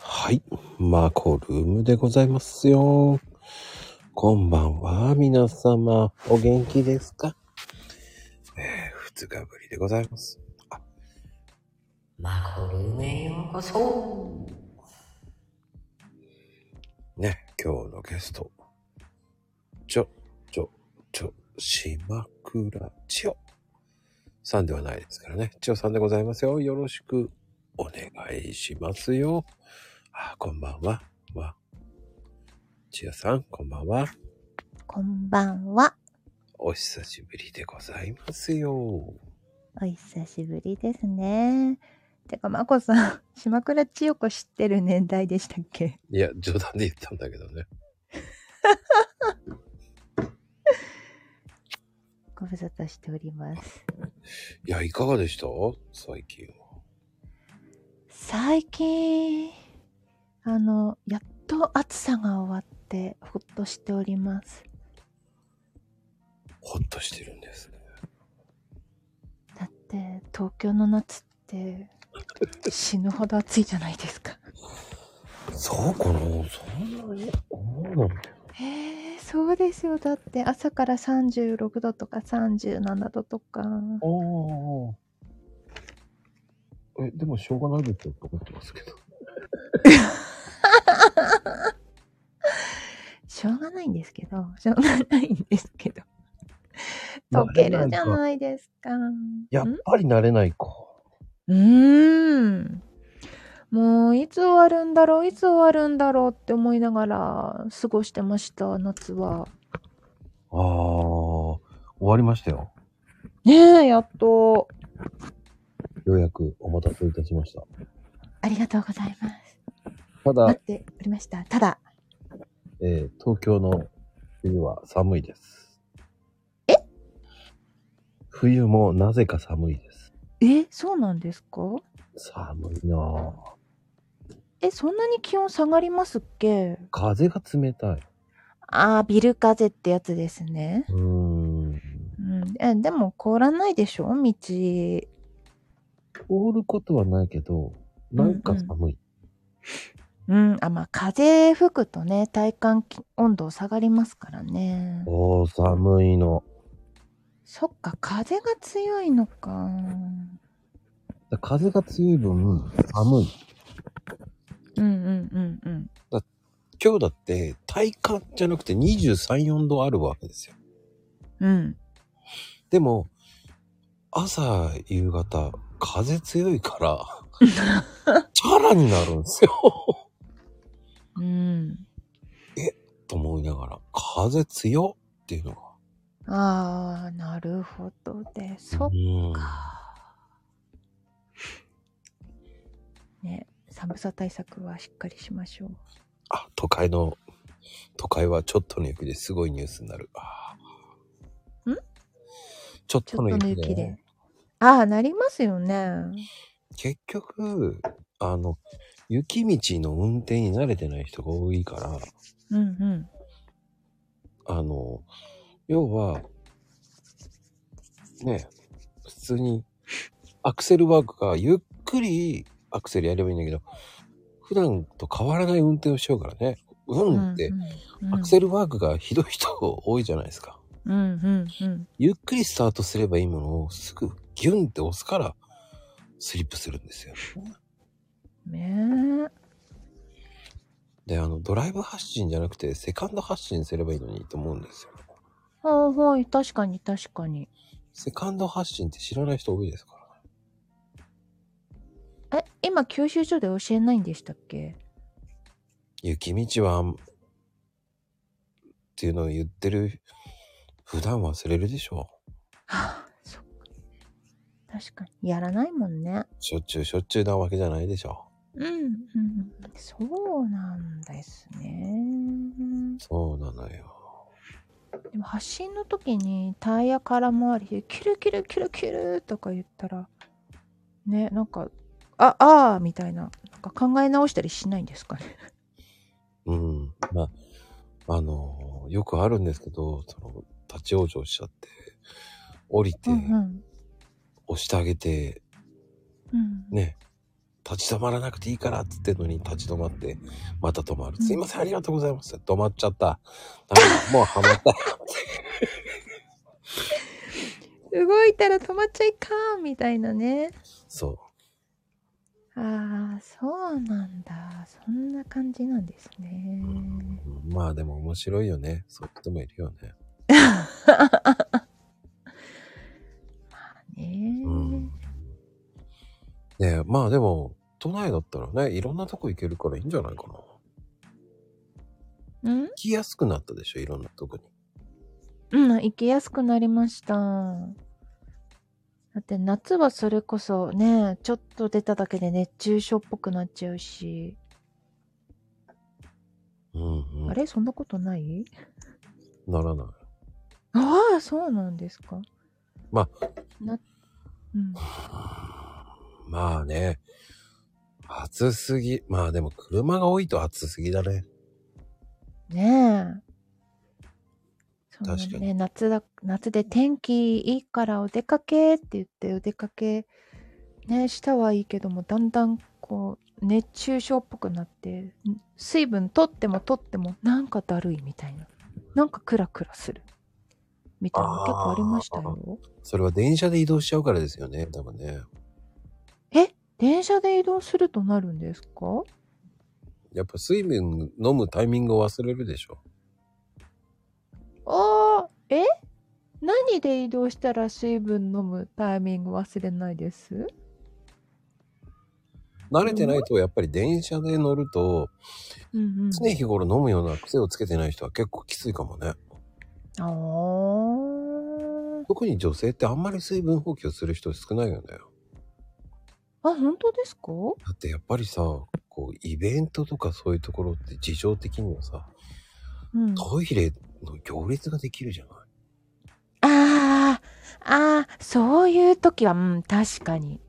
はい。マコルームでございますよ。こんばんは、皆様。お元気ですかえー、ふつかぶりでございます。マコルームへようこそ。ね、今日のゲスト。ちょ、ちょ、ちょ、しまくらちおさんではないですからね。ちおさんでございますよ。よろしくお願いしますよ。あ、こんばんは。わ。ちおさん、こんばんは。こんばんは。お久しぶりでございますよ。お久しぶりですね。てか、まこさん、島倉千代子知ってる年代でしたっけいや、冗談で言ったんだけどね。ご無沙汰しております。いや、いかがでした最近は。最近、あの、やっと暑さが終わって、ほっとしております。ほっとしてるんですね。だって、東京の夏って、死ぬほど暑いじゃないですか。そうかなそんなに思うなんて。えー、そうですよ。だって、朝から36度とか37度とか。ああ。え、でもしょうがないですよと思ってますけど。しょうがないんですけど、 しょうがないんですけ ど。まあ溶けるじゃ慣れなないですか。やっんぱり慣れないか。うーん。もういつ終わるんだろう、いつ終わるんだろうって思いながら過ごしてました、夏は。ああ。終わりましたよ。ねえ、やっと。ようやくお待たせいたしました。ありがとうございます。ただ待、っておりました。ただ、えー東京の冬は寒いです。え冬もなぜか寒いです。え、そうなんですか寒いなぁ。え、そんなに気温下がりますっけ風が冷たい。ああ、ビル風ってやつですね。うーん。うん、えでも凍らないでしょ道。凍ることはないけど、なんか寒い。うん、あ、まあ、風吹くとね、体感気温度下がりますからね。おー、寒いの。そっか、風が強いのか。風が強い分、寒い。うんうんうんうん。今日だって体感じゃなくて23、4度あるわけですよ。うん。でも、朝、夕方、風強いから、チャラになるんですよ。うん。と思いながら、風強っていうのが。ああ、なるほどで、そっうん。か。ね、寒さ対策はしっかりしましょう。あ、都会の、都会はちょっとの雪ですごいニュースになる。あーんちょっちとょのっとの雪で。雪で。ああ、なりますよね。結局、あの、雪道の運転に慣れてない人が多いから、うんうん。あの、要は、ね、普通に、アクセルワークがゆっくりアクセルやればいいんだけど、普段と変わらない運転をしようからね、うんって、アクセルワークがひどい人多いじゃないですか。うんうんうん。ゆっくりスタートすればいいものをすぐギュンって押すから、スリップするんですよ。ねで、あの、ドライブ発進じゃなくて、セカンド発進すればいいのにと思うんですよ。え。はいはい、確かに確かに。セカンド発進って知らない人多いですからね。え、今、教習所で教えないんでしたっけ雪道は、っていうのを言ってる、普段忘れるでしょはあ、そっか。確かに。やらないもんね。しょっちゅうしょっちゅうなわけじゃないでしょうん、うん。そうなんですね。そうなのよ。でも、発進の時にタイヤ空回りで、キュルキュルキュルキュルとか言ったら、ね、なんか、あ、あーみたいな。なんか考え直したりしないんですかね。うん。まあ、あの、よくあるんですけど、その、立ち往生しちゃって、降りてう、んうん。押してあげて、うん、ね、立ち止まらなくていいからっつってんのに立ち止まって、また止まる。うんすいません、ありがとうございます。止まっちゃった。ダメだもうはまった。動いたら止まっちゃいかんみたいなね。そう。ああ、そうなんだ。そんな感じなんですね。まあでも面白いよね。そういう人もいるよね。ねえ、うん。ねえ、まあでも、都内だったらね、いろんなとこ行けるからいいんじゃないかな。うん行きやすくなったでしょ、いろんなとこに。うん、行きやすくなりました。だって夏はそれこそね、ちょっと出ただけで熱中症っぽくなっちゃうし。うん、うん。あれそんなことないならない。ああ、そうなんですか。まな、うん。まあね、暑すぎ。まあでも車が多いと暑すぎだね。ねえ。そ確かにうね、夏だ、夏で天気いいからお出かけって言ってお出かけ、ね、したはいいけども、だんだんこう、熱中症っぽくなって、ん水分取っても取っても、なんかだるいみたいな。なんかクラクラする。みたいなの結構ありましたよ。それは電車で移動しちゃうからですよね、多分ね。電車で移動するとなるんですかやっぱ水分飲むタイミングを忘れるでしょ。ああ、え何で移動したら水分飲むタイミング忘れないです慣れてないと、やっぱり電車で乗ると、うんうん。常日頃飲むような癖をつけてない人は結構きついかもね。あー特に女性ってあんまり水分補給する人少ないよね。あ、本当ですかだってやっぱりさ、こう、イベントとかそういうところって事情的にはさ、うん。トイレの行列ができるじゃない。あー、あー、そういう時は、うん、確かに。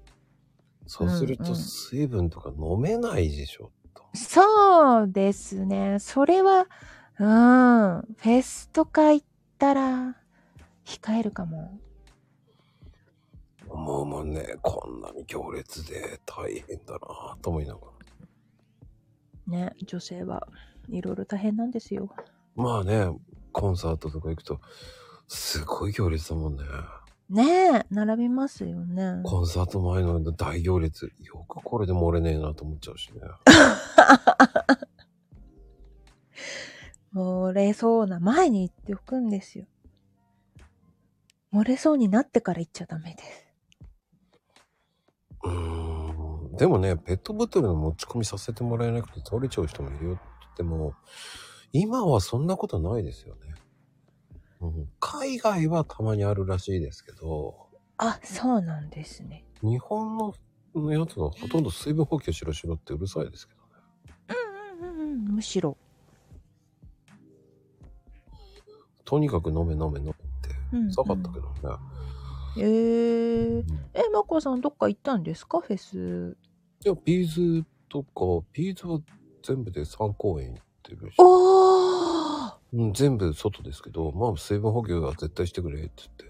そうするうんうとん水分とか飲めないでしょ。そうですね。それは、うん、フェスとか行ったら、控えるかも。もうもうね、こんなに行列で大変だなぁと思いながら。ね、女性はいろいろ大変なんですよ。まあね、コンサートとか行くと、すごい行列だもんね。ねえ、並びますよね。コンサート前の大行列、よくこれで漏れねえなと思っちゃうしね。漏れそうな前に行っておくんですよ。漏れそうになってから行っちゃダメです。うーん。でもね、ペットボトルの持ち込みさせてもらえなくて倒れちゃう人もいるよって言っても、今はそんなことないですよね。うん、海外はたまにあるらしいですけど、あ、そうなんですね。日本のやつはほとんど水分補給しろしろってうるさいですけどね。うんうんうん、むしろ。とにかく飲め飲め飲めって。うん、うざかったけどね。えー、うんえ、まこさんどっか行ったんですかフェス。いや、ビーズとか、ビーズは全部で3公演行ってるし、おーうん、全部外ですけど、まあ水分補給は絶対してくれって言って、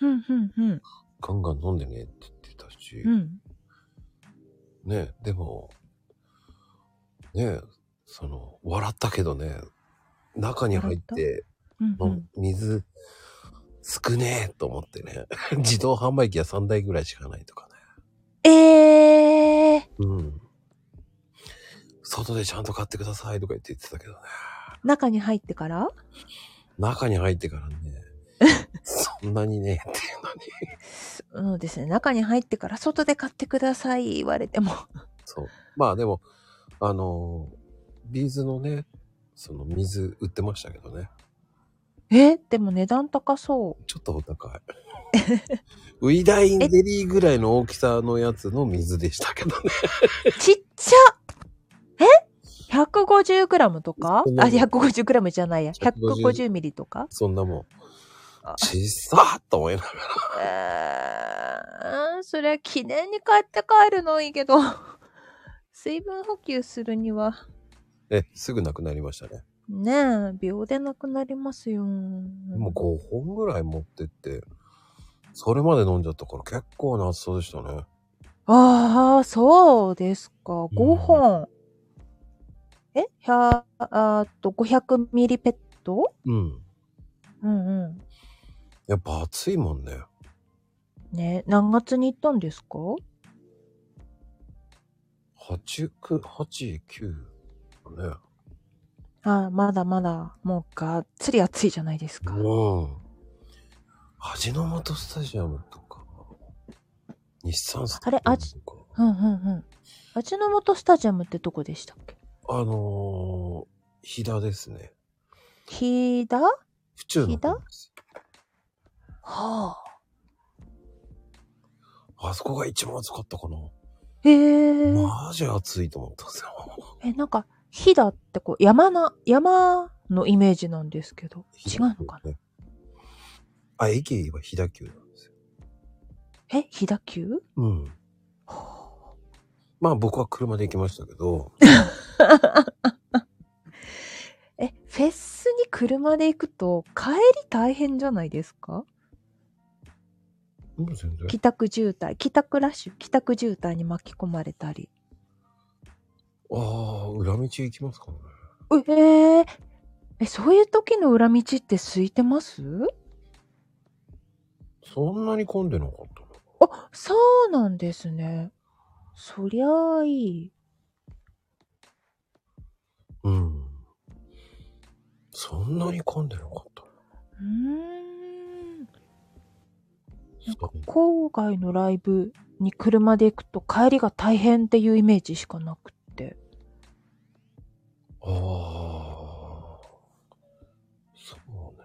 うんうんうん。ガンガン飲んでねって言ってたし、うん。ね、でも、ね、その、笑ったけどね、中に入って、うんうのん、水少ねえと思ってね 自動販売機は3台ぐらいしかないとかねえー、うん外でちゃんと買ってくださいとか言って言ってたけどね中に入ってから中に入ってからねそんなに ねっていうのにそうですね。中に入ってから外で買ってください言われても。そうまあでもあのビーズのねその水売ってましたけどねえ、でも値段高そう。ちょっとお高いウィダインゼリーぐらいの大きさのやつの水でしたけどねちっちゃえ ?150g とかあ、そんなもん 150g じゃないや。 150 150ml とか そんなもんあちっさーっと思いながらえーそれは記念に買って帰るのいいけど、 水分補給するには、え、すぐなくなりましたね。ねえ、秒でなくなりますよ。もう5本ぐらい持ってって、それまで飲んじゃったから結構な暑そうでしたね。ああ、そうですか。5本。えひゃあーっと、500ミリペットうん。うんうやっぱ暑いもんね。ん。ね、何月に行ったんですか8、9、8、9。ね。ああ、まだまだ、もうがっつり暑いじゃないですか。うん。味の素スタジアムとか、日産スタジアムとか、うんうんうん。味の素スタジアムってどこでしたっけあのー、飛騨ですね。飛騨は府中の方飛です。あ。あそこが一番暑かったかな。ええマジ暑いと思ったんですよ。え、なんか、飛騨ってこう、山な、山のイメージなんですけど、違うのかななあ、駅言えば飛騨急なんですよ。え、飛騨急うん。まあ僕は車で行きましたけど、え、フェスに車で行くと、帰り大変じゃないですかうん全然。帰宅渋滞、帰宅ラッシュ、帰宅渋滞に巻き込まれたり。ああ、裏道行きますかね。うえー、え、そういう時の裏道って空いてますそんなに混んでなかったな。あ、そうなんですね。そりゃあいい。うん。そんなに混んでなかった。うーん。なんかそう郊外のライブに車で行くと帰りが大変っていうイメージしかなくって。ああ。そうね。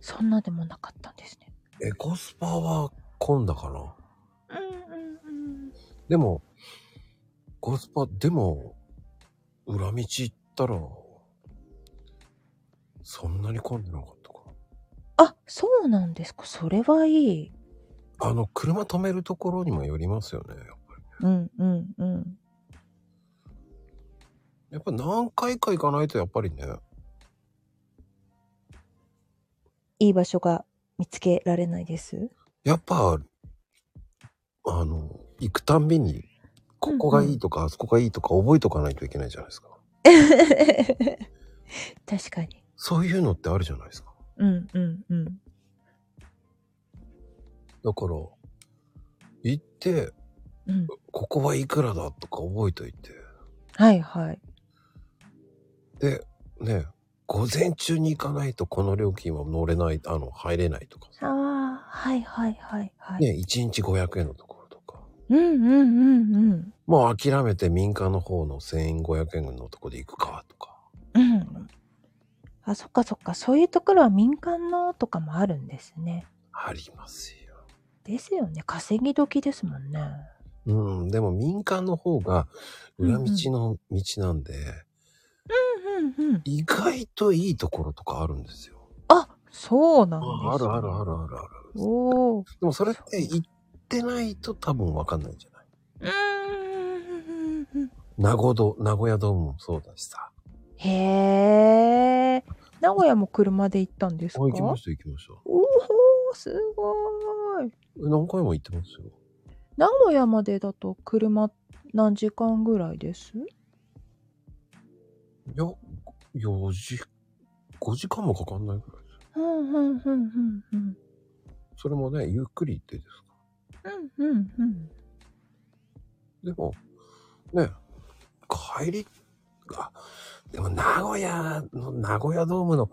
そんなでもなかったんですね。エコスパは混んだかな。うんうんうん。でも、コスパ、でも、裏道行ったら、そんなに混んでなかったかあ、そうなんですか。それはいい。な。あの、車止めるところにもよりますよね。やっぱりうんうんうん。やっぱ何回か行かないとやっぱりね。いい場所が見つけられない です。やっぱ、あの、行くたんびに、ここがいいとか、あそこがいいとか覚えとかないといけないじゃないですか。確かに。そういうのってあるじゃないですか。うんうんうん。だから、行って、うん。ここはいくらだとか覚えといて。はいはい。で、ね、午前中に行かないとこの料金は乗れない、あの、入れないとか。ああ、はいはいはいはい。ね、1日500円のところとか。うんうんうんうん。もう諦めて民間の方の1500円のとこで行くかとか。うん。あ、そっかそっか。そういうところは民間のとかもあるんですね。ありますよ。ですよね。稼ぎ時ですもんね。うん、でも民間の方が裏道の道なんで、うんうんうん。意外といいところとかあるんですよ。あ、そうなんです、ね。ああるあるあるあるある。おお。でもそれって行ってないと多分わかんないんじゃないうん。名古屋名古屋ドームもそうだしさ。へえ。名古屋も車で行ったんですあか。行きました行きました。おお、すごい。何回も行ってますよ。名古屋までだと車何時間ぐらいです？いや、4時、5時間もかかんないぐらいです。うんうんうんうんうんそれもね、ゆっくり行ってですか。うんうんうん。でも、ね、帰り、あ、でも名古屋の、名古屋ドームの、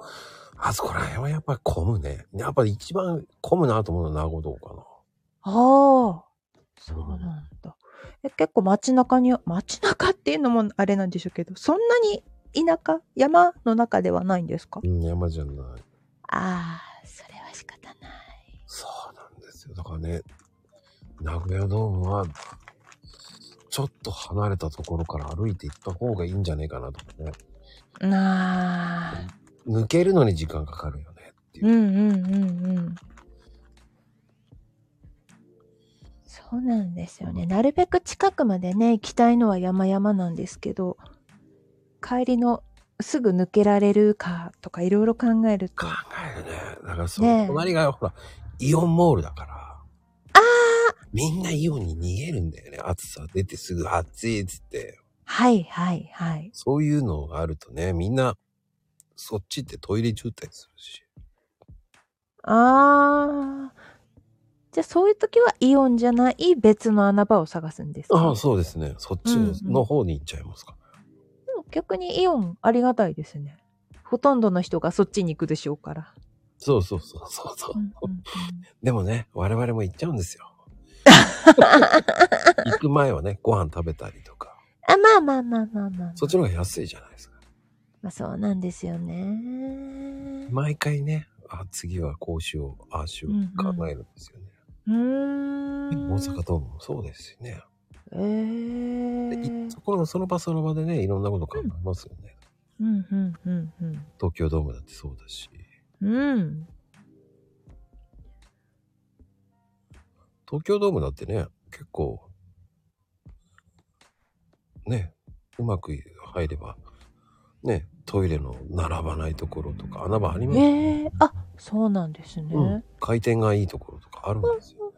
あそこら辺はやっぱり混むね。やっぱり一番混むなと思うのは名古屋ドームかな。ああ、そうなんだ。え結構街中に、街中っていうのもあれなんでしょうけど、そんなに田舎、山の中ではないんですかうん、山じゃない。ああ、それは仕方ない。そうなんですよ。だからね、名古屋ドームは、ちょっと離れたところから歩いて行った方がいいんじゃねえかなとかね。なあ、抜けるのに時間かかるよねっていうう。んうんうんうん。そうなんですよね。なるべく近くまでね、行きたいのは山々なんですけど、帰りのすぐ抜けられるかとかいろいろ考えると考。えるね。だからそねのえ隣がほら、イオンモールだから。あみんなイオンに逃げるんだよね。暑さ出てすぐ暑いっつって。はいはいはい。そういうのがあるとね、みんな、そっちってトイレ渋滞するし。ああ。じゃあそういう時はイオンじゃない別の穴場を探すんですかああ、そうですね。そっちうんうんの方に行っちゃいますか。でも逆にイオンありがたいですね。ほとんどの人がそっちに行くでしょうから。そうそうそうそうそうう。んうんうんでもね、我々も行っちゃうんです よ。行く前はね、ご飯食べたりとか。あ、まあまあまあまあまあ。そっちの方が安いじゃないですか。まあそうなんですよね。毎回ね、あ、次はこうしよう、ああしよう、考えるんですよね。うーん。大阪ドームもそうですしね。えでいーそ。このその場その場でね、いろんなこと考えますよね。うんうんうんうん。東京ドームだってそうだし。うん。東京ドームだってね、結構、ね、うまく入れば、ね、トイレの並ばないところとか、穴場ありますよね。えー、あ、そうなんですね。うん、回転がいいところとかあるんですよ。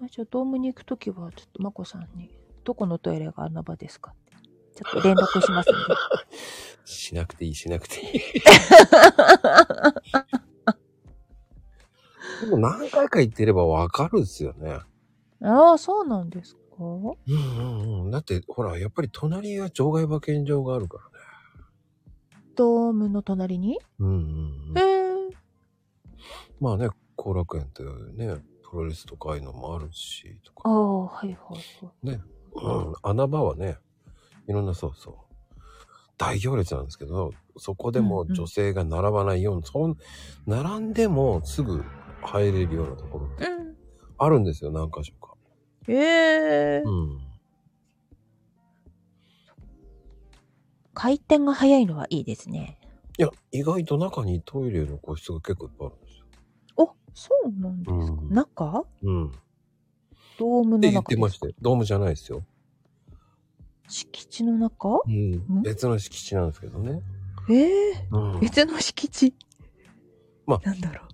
あじゃあドームに行くときはちょっとまこさんにどこのトイレが穴場ですかってちょっと連絡しますんでしなくていい、しなくていい。でも何回か行ってればわかるんですよね。 ああそうなんですかうんうんうん。だって、ほら、やっぱり隣は場外馬券場があるからね。ドームの隣にうんうん、うん。えー、まあね、後楽園ってね、プロレスとかああいうのもあるし、とあか。あはいはいはいうん。穴場はね、いろんな、そうそう。大行列なんですけど、そこでもうんうん女性が並ばないように、そん並んでもすぐ入れるようなところってうんあるんですよ、何箇所か。えーうん。回転が早いのはいいですねいや、意外と中にトイレの個室が結構いっぱいあるんですよ。おそうなんですか、うん中うん。っドームて言のっ中てましたよ。ドームじゃないですよ。敷地の中うん。ん別の敷地なんですけどね。えー、うん。別の敷地まあなんだろ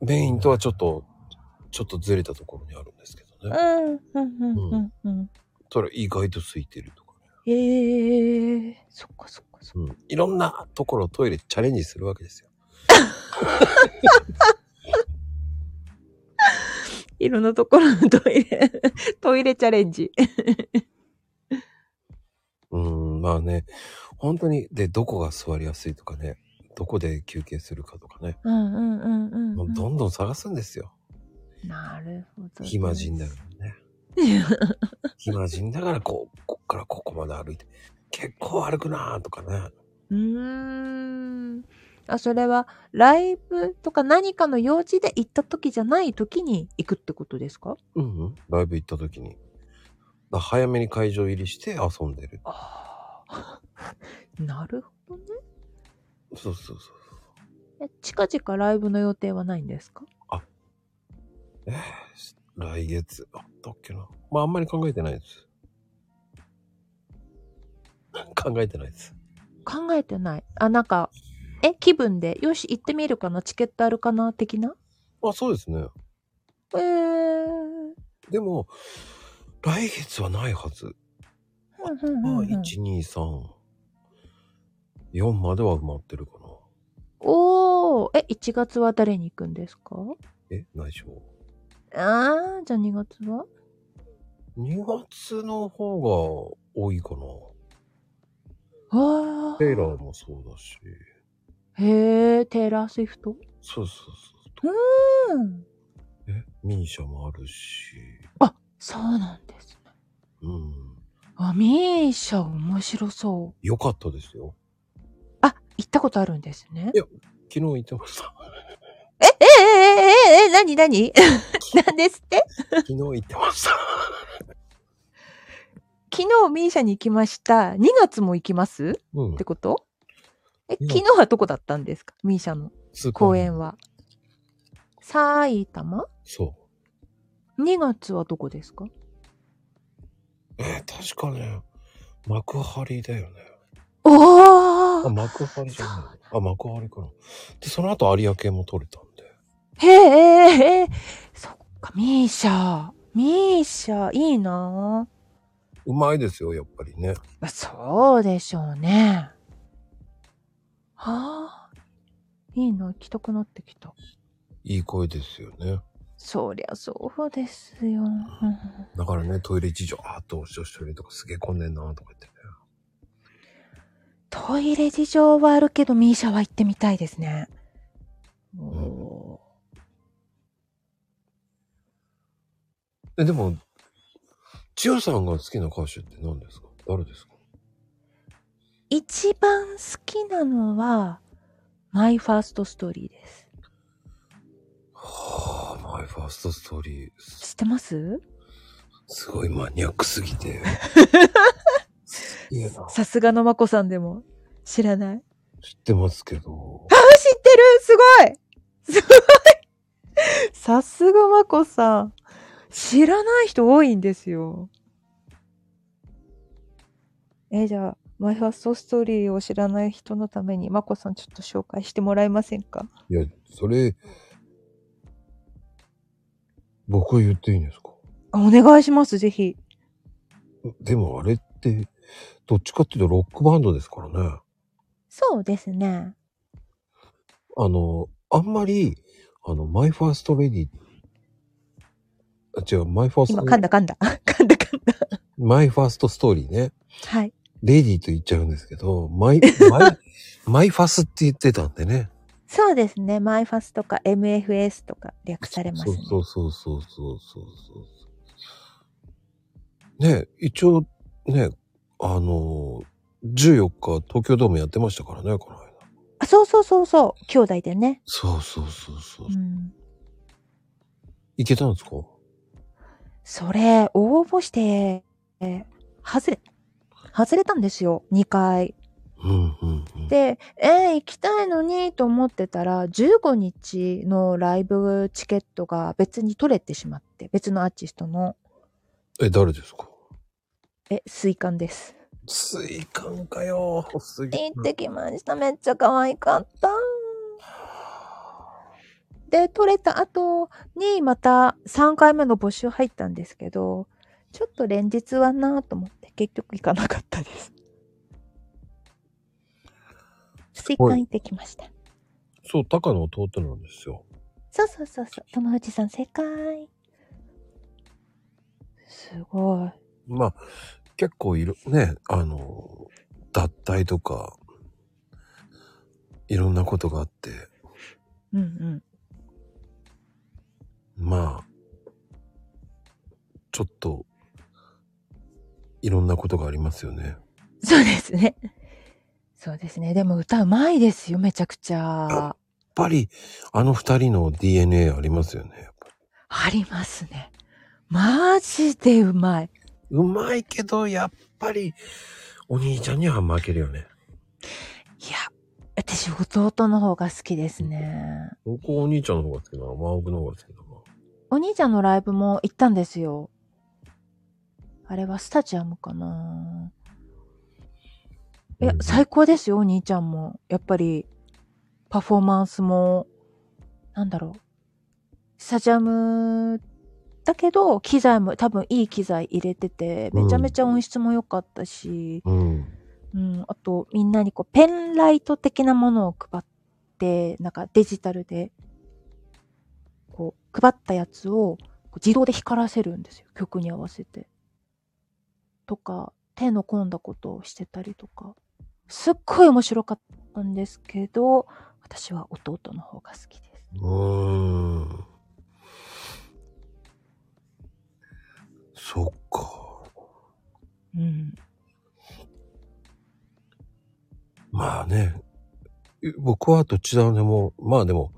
メインとはちょっと、ちょっとずれたところにあるんですけどうね。うんうんうんうんうんそれ意外と空いてるとかね。ええー、そっかそっかそっか。うん。いろんなところトイレチャレンジするわけですよ。いろんなところのトイ レ、トイレチャレンジ。うん。まあね、本当に、で、どこが座りやすいとかね、どこで休憩するかとかね。うんうんうんうん、もうどんどん探すんですよ。なるほど。暇人だからね。暇人だからこう、こっからここまで歩いて、結構歩くなーとかね。うーん。あ、それは、ライブとか何かの用事で行った時じゃない時に行くってことですかうん、うん、ライブ行った時に。だ早めに会場入りして遊んでる。ああ。 なるほどね。そうそうそう。え近々ライブの予定はないんですかえー来月、あったっけな。まああんまり考えてないです。 考えてないです。考えてない。あ、なんか、え、気分で、よし、行ってみるかな、チケットあるかな、的なあ、そうですね。えー。でも、来月はないはず。うんうんまうあ、んうん1、2、3、4までは埋まってるかな。おーえ、1月は誰に行くんですかえ、内緒。あーじゃあ2月は2月の方が多いかな。あテイラーもそうだし。ーへえ、テイラー・スウィフトそうそうそう。うん。え、ミーシャもあるし。そうなんですね。うん。あ、ミーシャ面白そう。よかったですよ。あ、行ったことあるんですねい。や昨日行ってました。え、え、え、え、え、え、なにな になんですって昨日行ってました。昨日ミーシャに行きました。2月も行きますうんって。ことえ、うん昨日はどこだったんですかミーシャのスーパー公演は。埼玉そ ?2 月はどこですかう。えー確かね、幕張だよね。おあ、ー幕張じゃない。あ、幕張かな。で、その後有明も取れたんで。へえ、へえ、そっか、ミーシャ。ミーシャ、いいなぁうまいですよ、やっぱりね。まあそうでしょうね。はあ。いいな、行きたくなってきた。いい声ですよね。そりゃそうですよ。うんだからね、トイレ事情、あーっとおしおしトイレとかすげえ混んでんなとか言ってね。トイレ事情はあるけど、ミーシャは行ってみたいですね。おえ、でも、千代さんが好きな歌手って何ですか誰ですかー一番好きなのは、マイファーストストーリーです。はあ、マイファーストストーリー、す知ってますすごいマニアックすぎて。すげえな。さすがのまこさんでも。知らない知ってますけど。あ知ってるすごいすごいさすがまこさん。知らない人多いんですよ。え、じゃあ、マイファーストストーリーを知らない人のために、まこさんちょっと紹介してもらえませんかいや、それ、僕は言っていいんですかあお願いします、ぜひ。でもあれって、どっちかっていうとロックバンドですからね。そうですね。あの、あんまり、あの、マイファーストレディ、あ、違う、マイファース今、ト、噛んだ噛んだ。噛んだ噛んだ。マイファーストストーリーね。 はい。レディと言っちゃうんですけど、 マイ、マイ、マイファスって言ってたんでね。そうですね。マイファーストとか MFS とか略されます、ね。そうそうそうそうそうそうそう。ね一応、ね、あの、14日東京ドームやってましたからね、この間。あそうそうそうそう。兄弟でね。そうそうそうそう。うん。いけたんですかそれ、応募して、え外れ、外れたんですよ、2回。うんうんうん。で、えー行きたいのにと思ってたら、15日のライブチケットが別に取れてしまって、別のアーティストの、え、誰ですかえ、水管です。水管かよ。水行ってきました。めっちゃ可愛かった。で、取れた後にまた3回目の募集入ったんですけど、ちょっと連日はなぁと思って結局行かなかったです。水管行ってきました。そう、高野弟なんですよ。そうそうそうそう。友藤さん正解。すごい。まあ、結構いろ、ね、あの、脱退とか、いろんなことがあって、うんうん。まあ、ちょっと、いろんなことがありますよね。そうですね。そうですね。でも歌うまいですよ、めちゃくちゃ。やっぱり、あの二人の DNA ありますよね。やっぱりありますね。マジでうまい。うまいけど、やっぱり、お兄ちゃんには負けるよね。いや、私弟の方が好きですね。僕はお兄ちゃんの方が好きなの、真奥の方が好きなの。お兄ちゃんのライブも行ったんですよ。あれはスタジアムかな。いやう、ん最高ですよ、お兄ちゃんも。やっぱり、パフォーマンスも、なんだろう。スタジアムだけど、機材も多分いい機材入れてて、めちゃめちゃ音質も良かったし、うん。うん、あとみんなにこうペンライト的なものを配ってなんかデジタルでこう配ったやつをこう自動で光らせるんですよ曲に合わせて。とか手の込んだことをしてたりとかすっごい面白かったんですけど私は弟の方が好きです。うーんそっか。うん、まあね。僕はどっちらでも、まあでも、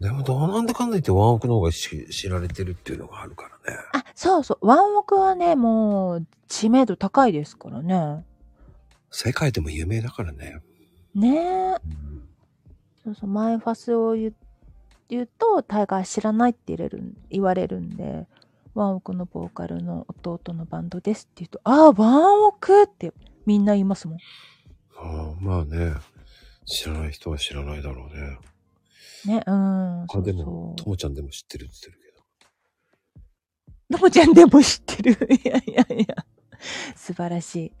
でもどうなんだかんだ言ってワンオクの方がし知られてるっていうのがあるからね。あそうそうワンオクはねもう知名度高いですからね。世界でも有名だからね。ねえそうそう、マイファスを言う言うと、タイガー知らないって入れるん言われるんで、ワンオクのボーカルの弟のバンドですって言うと、ああ、ワンオクってみんな言いますもん。ああまあね。知らない人は知らないだろうね。ね、うん。そあうでも、そともちゃんでも知ってるって言ってるけど。ともちゃんでも知ってる。 いやいやいや。素晴らしい。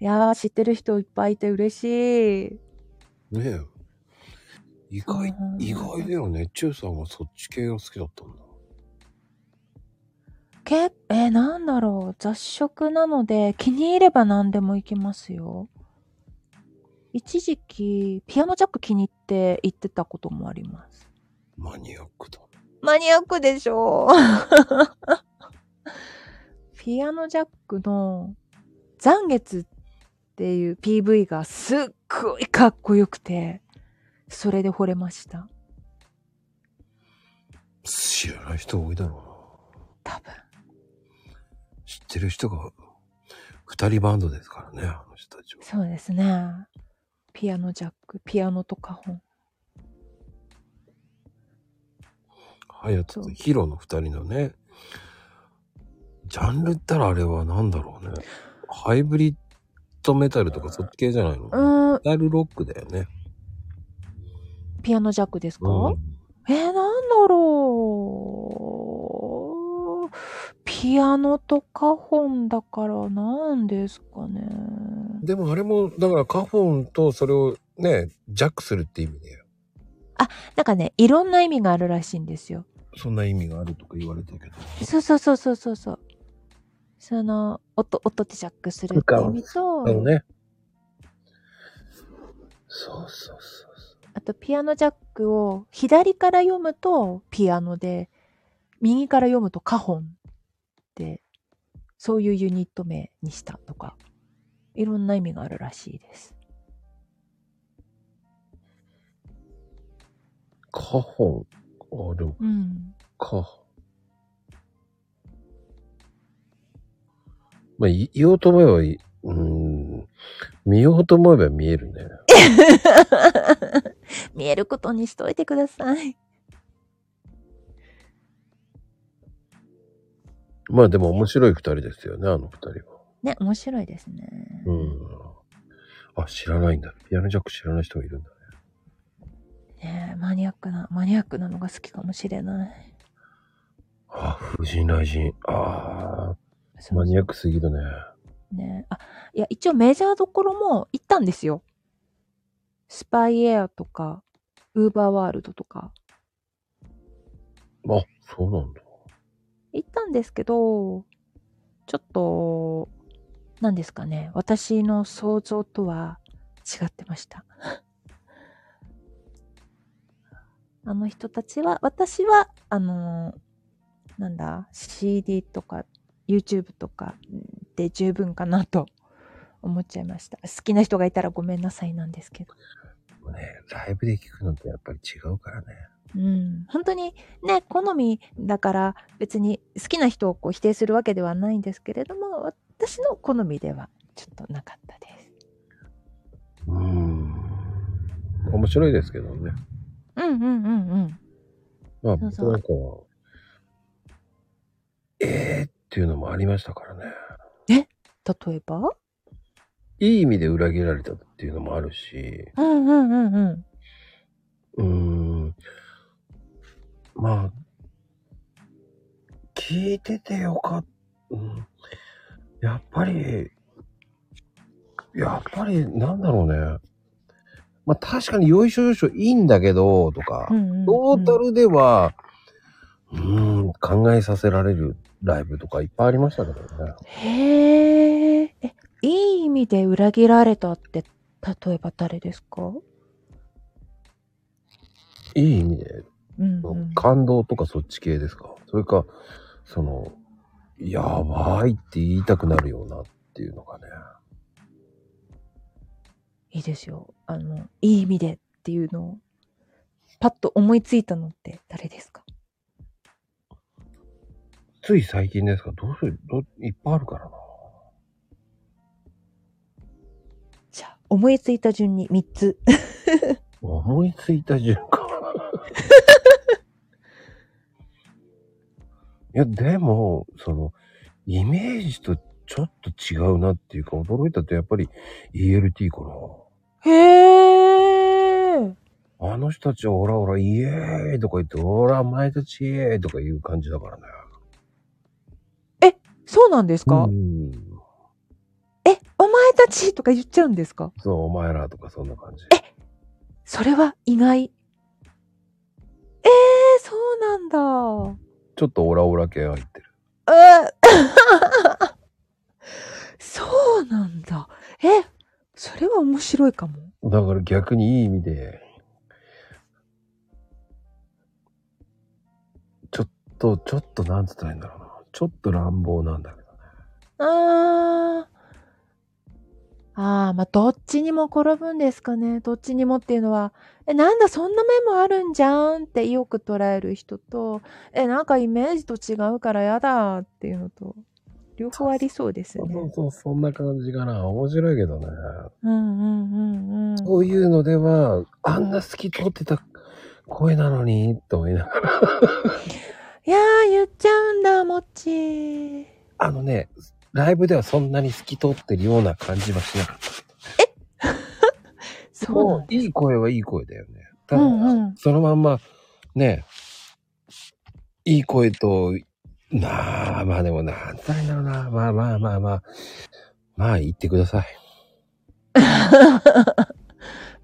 いやー、知ってる人いっぱいいて嬉しい。ねえ。意外、うん意外だよね。チューさんはそっち系が好きだったんだ。けえーなんだろう雑食なので気に入れば何でもいきますよ一時期ピアノジャック気に入って行ってたこともありますマニアックだ。マニアックでしょ ピアノジャックの「残月」っていう PV がすっごいかっこよくてそれで惚れました知らない人多いだろ多分うな。知ってる人が、二人バンドですからね、あの人たちは。そうですねピアノジャックピアノとカホンハヤトとそうヒロの二人のね、ジャンルったらあれは何だろうね。ハイブリッドメタルとかそっち系じゃないの、うーんメタルロックだよね。ピアノジャックですか、うん。えー、なんだろう。ピアノとカホンだからなんですかね。でもあれも、だからカホンとそれをね、ジャックするって意味で、なんかね、いろんな意味があるらしいんですよ。そんな意味があるとか言われたけど。そうそうそうそうそうそう。その、音、音でジャックするって意味と、だよね。そうそうそうそあとピアノジャックを左から読むとピアノで、右から読むとカホンって、そういうユニット名にしたとか、いろんな意味があるらしいです。う。カホン、あ、でも、うん。カホン。まあ、い言おうと思えばいい、うーん、見ようと思えば見えるね。 見えることにしといてください。まあでも面白い二人ですよね、あの二人は。ね、面白いですね。うん。あ、知らないんだ。ピアノジャック知らない人もいるんだね。ねマニアックな、マニアックなのが好きかもしれない。あ、藤井内陣。ああ、そうマニアックすぎるね。ね。あ、いや、一応メジャーどころも行ったんですよ。スパイエアとか、ウーバーワールドとか。あ、そうなんだ。行ったんですけど、ちょっと、何ですかね。私の想像とは違ってました。 あの人たちは、私は、あの、なんだ、CD とか YouTube とかで十分かなと思っちゃいました。好きな人がいたらごめんなさいなんですけど。もうね、ライブで聞くのとやっぱり違うからね。うん、本当にね好みだから別に好きな人をこう否定するわけではないんですけれども私の好みではちょっとなかったですうーん。面白いですけどね。うんうんうんうんまあ、そ僕うそうなんかは、えーっていうのもありましたからね。例えばいい意味で裏切られたっていうのもあるし、うんうんうんうんうーん。まあ、聞いててよかった。うんやっぱり、やっぱり、なんだろうね。まあ確かによいしょよいしょいいんだけど、とか。うんうんトータルでは、うーん、考えさせられるライブとかいっぱいありましたけどね。へーえいい意味で裏切られたって例えば誰ですかいい意味で、うんうん感動とかそっち系ですかそれか、その、やばいって言いたくなるようなっていうのがね。いいですよあのいい意味でっていうのをパッと思いついたのって誰ですかつい最近ですかどうするどいっぱいあるからな。じゃあ思いついた順に3つ思いついた順か。いや、でも、その、イメージとちょっと違うなっていうか、驚いたってやっぱり ELT かへえ。な。あの人たちはオラオライエーイとか言って、オラ前たちイエーイとか言う感じだからね。そうなんですか、うん。え、お前たちとか言っちゃうんですかそう、お前らとかそんな感じ。それは意外。えー、そうなんだ。ちょっとオラオラ系入ってる。え そうなんだ。え、それは面白いかも。だから逆にいい意味で、ちょっと、ちょっとなんつったらいいんだろうな。ちょっと乱暴なんだけどね。あー。あー、まあ、どっちにも転ぶんですかね。どっちにもっていうのは、え、なんだ、そんな面もあるんじゃんってよく捉える人と、え、なんかイメージと違うからやだっていうのと、両方ありそうですそうそうね。そう、そんな感じかな。面白いけどね。うんうんうんうん。そういうのでは、あんな透き通ってた声なのに、と思いながら。いやー、言っちゃうんだ、もっちー。あのね、ライブではそんなに透き通ってるような感じはしなかった。そうなんだ。いい声はいい声だよね。たうだ、んうん。そのまんま、ね、いい声と、なあ、まあでもなんつったらいいんだろうな。まあまあまあまあ。まあ言ってください。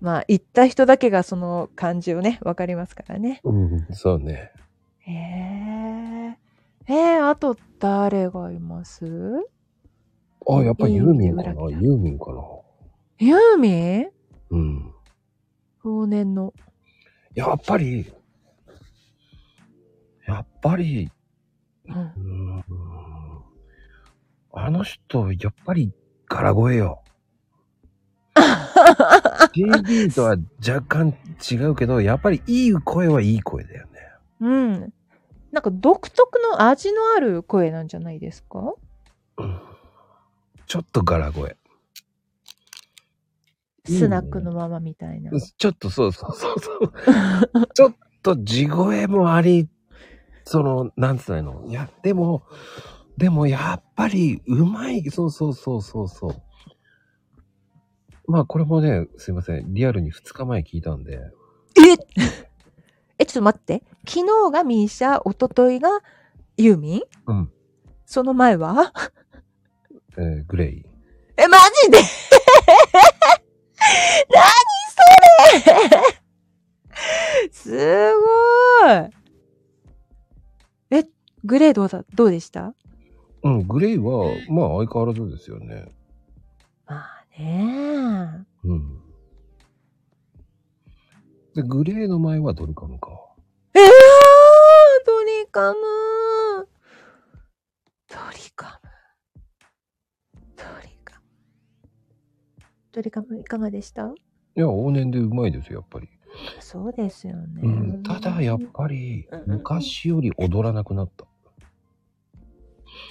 まあ、行った人だけがその感じをね、わかりますからね。うん、そうね。へえ。えー、あと誰がいますあ、やっぱりユーミンかな。いい意味で裏切らユーミンかな。ユーミンうん。往年の。やっぱり、やっぱり、うんうーんあの人、やっぱり、柄声よ。TB とは若干違うけど、やっぱりいい声はいい声だよね。うん。なんか独特の味のある声なんじゃないですかちょっと柄声。いいねスナックのままみたいな。ちょっとそうそうそうそう。ちょっと地声もあり、その、なんつったらいいの。いや、でも、でもやっぱりうまい。そうそうそうそうそう。まあこれもね、すいません。リアルに2日前聞いたんで。ええ、ちょっと待って。昨日がミーシャ、一昨日がユーミンうん。その前はえーグレイ。え、マジで 何それすごいえ、グレーどうだ、どうでしたうん、グレイは、まあ相変わらずですよね。まあねうん。で、グレイの前はドリカムか。えー、ドリカムドリカム。ドリカム。ドリカムいかがでしたいや、往年でうまいですよ、やっぱり。そうですよね。うん、ただやっぱりうんうんうん昔より踊らなくなった。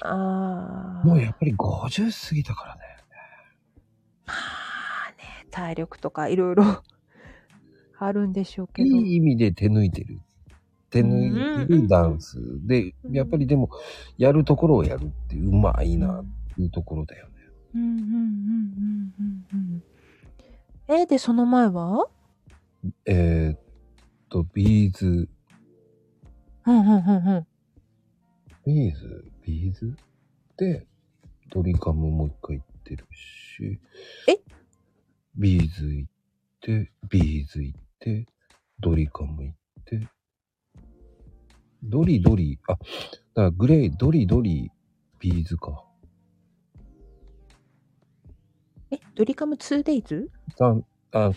ああ。もうやっぱり50過ぎたからね。まあね、体力とかいろいろ あるんでしょうけいど。い意味で手抜いてる。手抜いてるダンス。で、やっぱりでも、やるところをやるってうまいなっていうところだよね。うんうんうんうんうんうん。え、で、その前はえーっと、ビーズ、うんうんうんうん。ビーズ、ビーズで、ドリカムもう一回行ってるし、えビーズ行って、ビーズ行って、ドリカム行って、ドリドリ、あ、だからグレイ、ドリドリ、ビーズか。え、ドリカム 2days? 三、あ、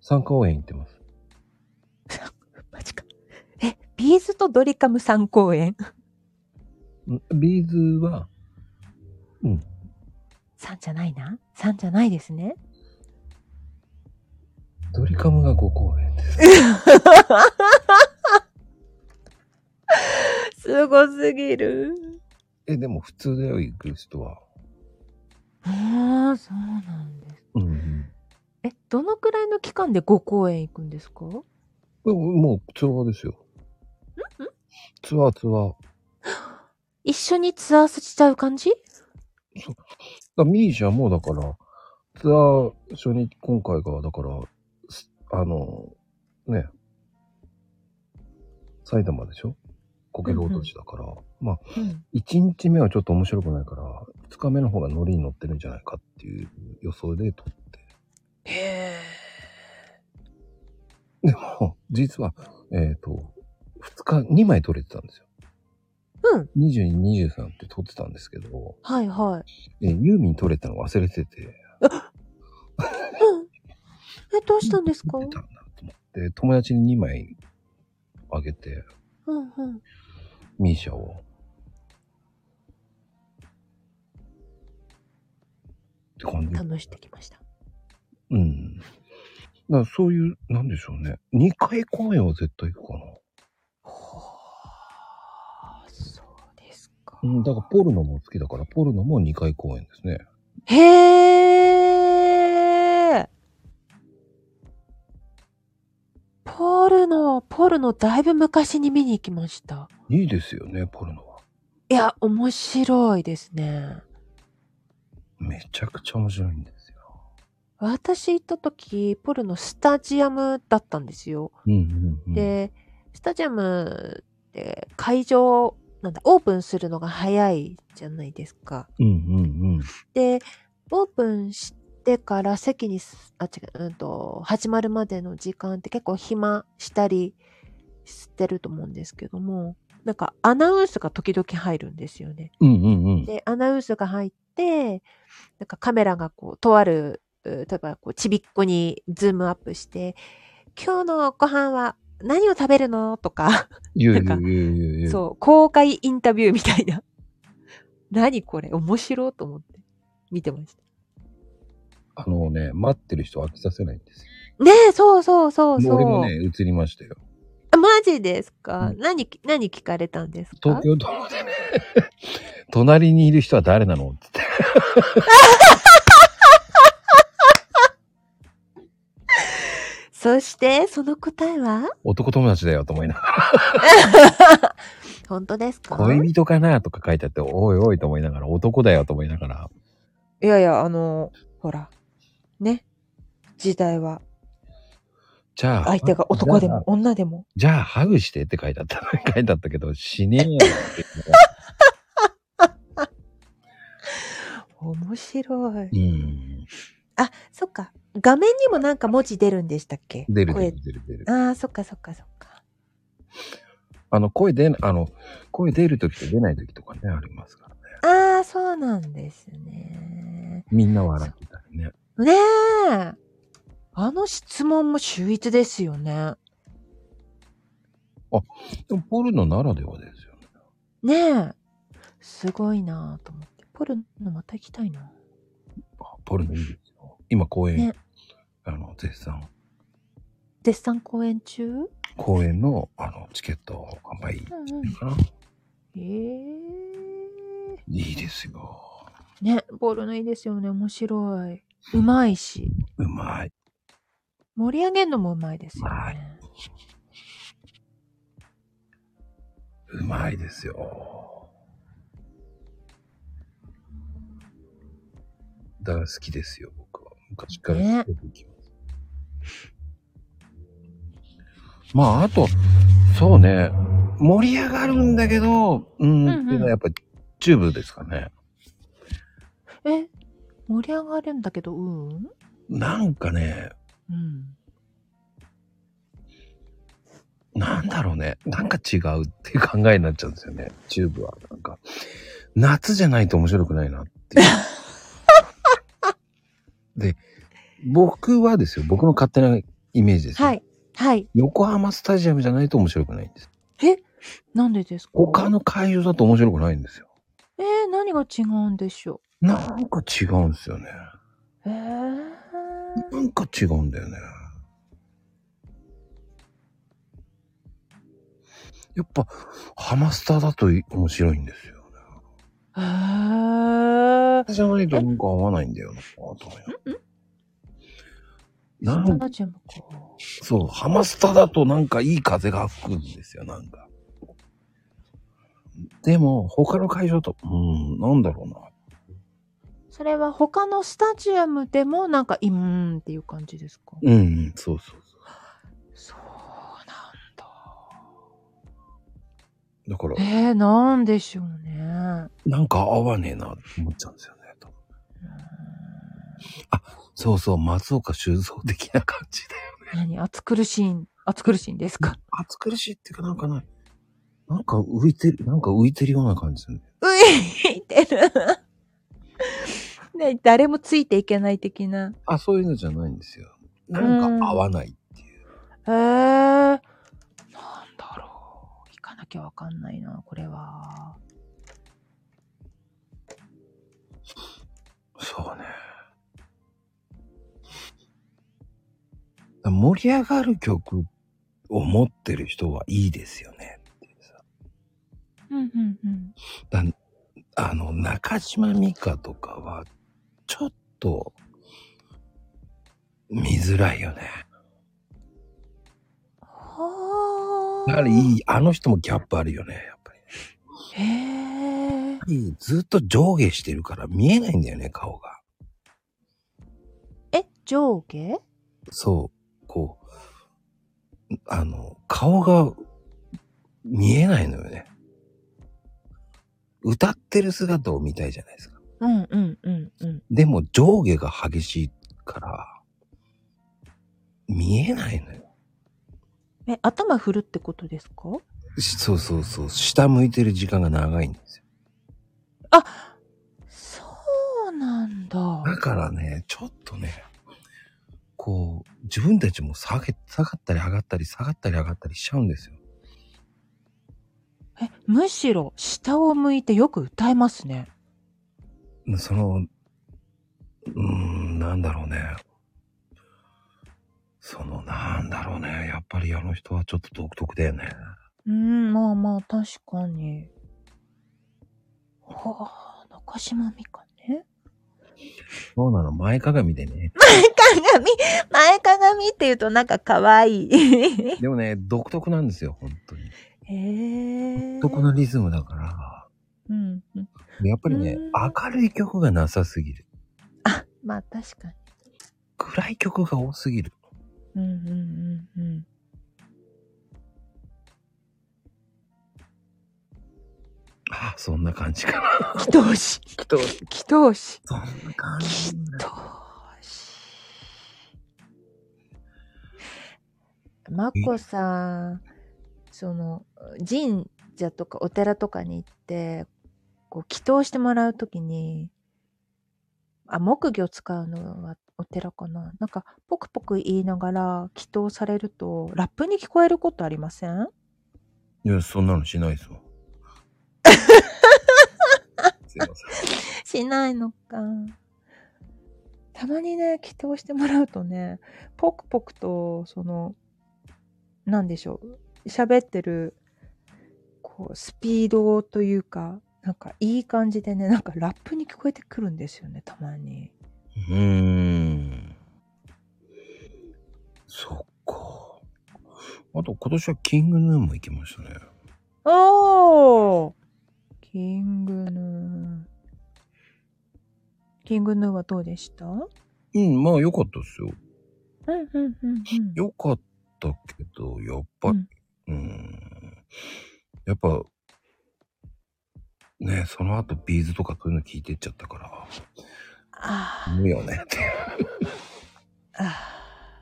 三公演行ってます。マジか。え、ビーズとドリカム3公演んビーズは、 ?3 じゃないな ?3 じゃないですね。ドリカムが5公演です。すごすぎる。え、でも普通だよ、行く人は。ああ、そうなんです。うんうん。え、どのくらいの期間で5公演行くんですかでももうツアーですよ。ツアーツアー。一緒にツアーしちゃう感じだミーシャもだから、ツアー初日、今回が、だから、すあの、ね、埼玉でしょこける落としだから、まあ、うん。 1日目はちょっと面白くないから、2日目の方がノリに乗ってるんじゃないかっていう予想で撮って。 へでも、実は、えっ、と、2日、2枚撮れてたんですよ。うん。 22、23って撮ってたんですけど、はいはい。えーユーミン撮れたの忘れてて、うん。え、どうしたんです撮かってたんだと思って、友達に2枚あげて、うんうん。ミーシャを。って感じ。楽してきました。うん。だからそういう、なんでしょうね。2回公演は絶対行くかな。ほーそうですかうん、だからポルノも好きだから、ポルノも2回公演ですね。へーポルノ、ポルノだいぶ昔に見に行きました。いいですよね、ポルノは。いや、面白いですね。めちゃくちゃ面白いんですよ。私行った時、ポルノスタジアムだったんですよ。うんうんうん。で、スタジアムって会場、なんだ、オープンするのが早いじゃないですか。うんうんで、オープンしてから席にす、あ、違う、うんと、始まるまでの時間って結構暇したりしてると思うんですけども、なんかアナウンスが時々入るんですよね。うん。うんうんうん。で、アナウンスが入って、なんかカメラがこう、とある、う例えばこう、ちびっこにズームアップして、今日のご飯は何を食べるのとか、言うなんか言う言う言う言う。う。そう、公開インタビューみたいな。 何これ面白いと思って見てました。あのね、待ってる人は飽きさせないんですよ。ねえ、そうそうそうそう。俺もね、映りましたよ。あマジですか、うん何、何聞かれたんですか東京ドームでね、 隣にいる人は誰なのって言って。そして、その答えは 男友達だよと思いなが本当ですら、か恋人かなとか書いてあって、おいおいと思いながら、男だよと思いながら、いやいや、あの、ほら、ね。時代は、じゃあ、相手が男でも女でも。じゃあ、ハグしてって書いてあった、 書いてあったけど、しねえよって 面白い。言うのが。うん。あ、そっか。画面にもなんか文字出るんでしたっけ出る出声る出る出る。ああ、そっかそっかそっか。あの、声出な、あの、声出るときと出ないときとかね、ありますからね。ああ、そうなんですね。みんな笑ってたりね。ねえ。あの質問も秀逸ですよね。でも、ポルノならではですよね。ねえ。すごいなぁと思って。ポルノまた行きたいな。あポルノいいですよ。今、公演、ねあの、絶賛、絶賛公演中う公演の、あの、チケット販売んしてるかな。ええいいですよ。ね、ポルノいいですよね。面白い。うまいし。うまい。盛り上げるのもうまいですよね。うまいですよ。だから好きですよ、僕は。昔からねよく行きます。まあ、あと、そうね、盛り上がるんだけど、うん、うんうんっていうのはやっぱチューブですかね。え、盛り上がるんだけど、うんなんかね、うん。なんだろうね。なんか違うっていう考えになっちゃうんですよね。チューブは。なんか、夏じゃないと面白くないな っていう。で、僕はですよ。僕の勝手なイメージですよ。はい。はい。横浜スタジアムじゃないと面白くないんです。え、なんでですか他の会場だと面白くないんですよ。えー、何が違うんでしょなんか違うんですよね。うえー、なんか違うんだよね。やっぱ、ハマスタだと面白いんですよ。えー、じゃないとなんか合わないんだよな、と思いながら。なんか、タジアムか。そう、ハマスタだとなんかいい風が吹くんですよ、なんか。でも、他の会場と、うーん、なんだろうな。それは他のスタジアムでもなんか、いうんっていう感じですかうんうん、そうそうそそうなんだ。だから、えー、なんでしょうね。なんか合わねえなって思っちゃうんですよね。とそうそう、松岡修造的な感じで。何暑苦しいん、暑苦しいんですか 暑苦しいっていうか、なんかね、なんか浮いてる、なんか浮いてるような感じですよね。浮いてる。ね、誰もついていけない的な。あ、そういうのじゃないんですよ。なんか合わないっていう。えー、なんだろう。行かなきゃわかんないな、これは。そうね。盛り上がる曲を持ってる人はいいですよね。うんうんうん。だあの、中島美嘉とかは、ちょっと、見づらいよね。はあ。やはりいい、あの人もギャップあるよね、やっぱり。へえ。いいずっと上下してるから見えないんだよね、顔が。え、上下そう、こう、あの、顔が見えないのよね。歌ってる姿を見たいじゃないですか。うんうんうんうん。でも上下が激しいから、見えないのよ。え、頭振るってことですかしそうそうそう、下向いてる時間が長いんですよ。そうなんだ。だからね、ちょっとね、こう、自分たちも下げ、下がったり上がったり、下がったり上がったりしちゃうんですよ。え、むしろ下を向いてよく歌えますね。その、うーん、なんだろうね。その、なんだろうね。やっぱりあの人はちょっと独特だよね。うん、まあまあ確かに。はあ、中島美香ね。そうなの、前かがみでね。鏡、前鏡って言うとなんか可愛い。でもね、独特なんですよ、本当に。 へえ。独特なリズムだから。うんうん。やっぱりねうん、明るい曲がなさすぎる。あ、まあ確かに。暗い曲が多すぎる。うんうんうん うん。ああ、そんな感じかな。祈祷師。きと、そ祈祷師。んな感じ。祈祷師。まこさん、その、神社とかお寺とかに行って、こう、祈祷してもらうときに、あ、木魚使うのはお寺かななんか、ポクポク言いながら祈祷されると、ラップに聞こえることありませんいや、そんなのしないです よ。すいません。しないのか。たまにね、祈祷してもらうとね、ポクポクと、その、なんでしょう、喋ってる、こう、スピードというか、なんかいい感じでね、なんかラップに聞こえてくるんですよね、たまに。うーん。そっか。あと今年はキングヌーも行きましたね。おーキングヌー。キングヌーはどうでしたうんうん、まあ良かったですよ。うんうんうん。良かったけど、やっぱり、うーん。やっぱ、ねその後ビーズとかそういうの聞いてっちゃったから、あー無理よね っていう。あ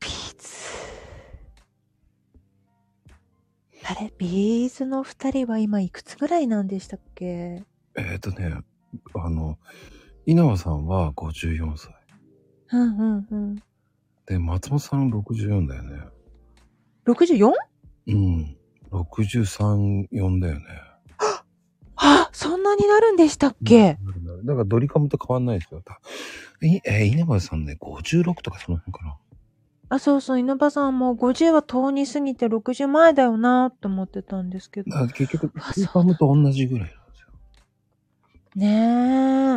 ービーズ。あれビーズの二人は今いくつぐらいなんでしたっけえっとね、あの、稲葉さんは54歳。うんうんうん。で、松本さん64だよね。 64? うん。63、4だよね。あそんなになるんでしたっけ、なるなるだからドリカムと変わんないですよ。たいえー、稲葉さんね、56とかその辺かな。あ、そうそう、稲葉さんも50は遠に過ぎて60前だよなと思ってたんですけだどか。ら結局、ドあリカムと同じぐらいな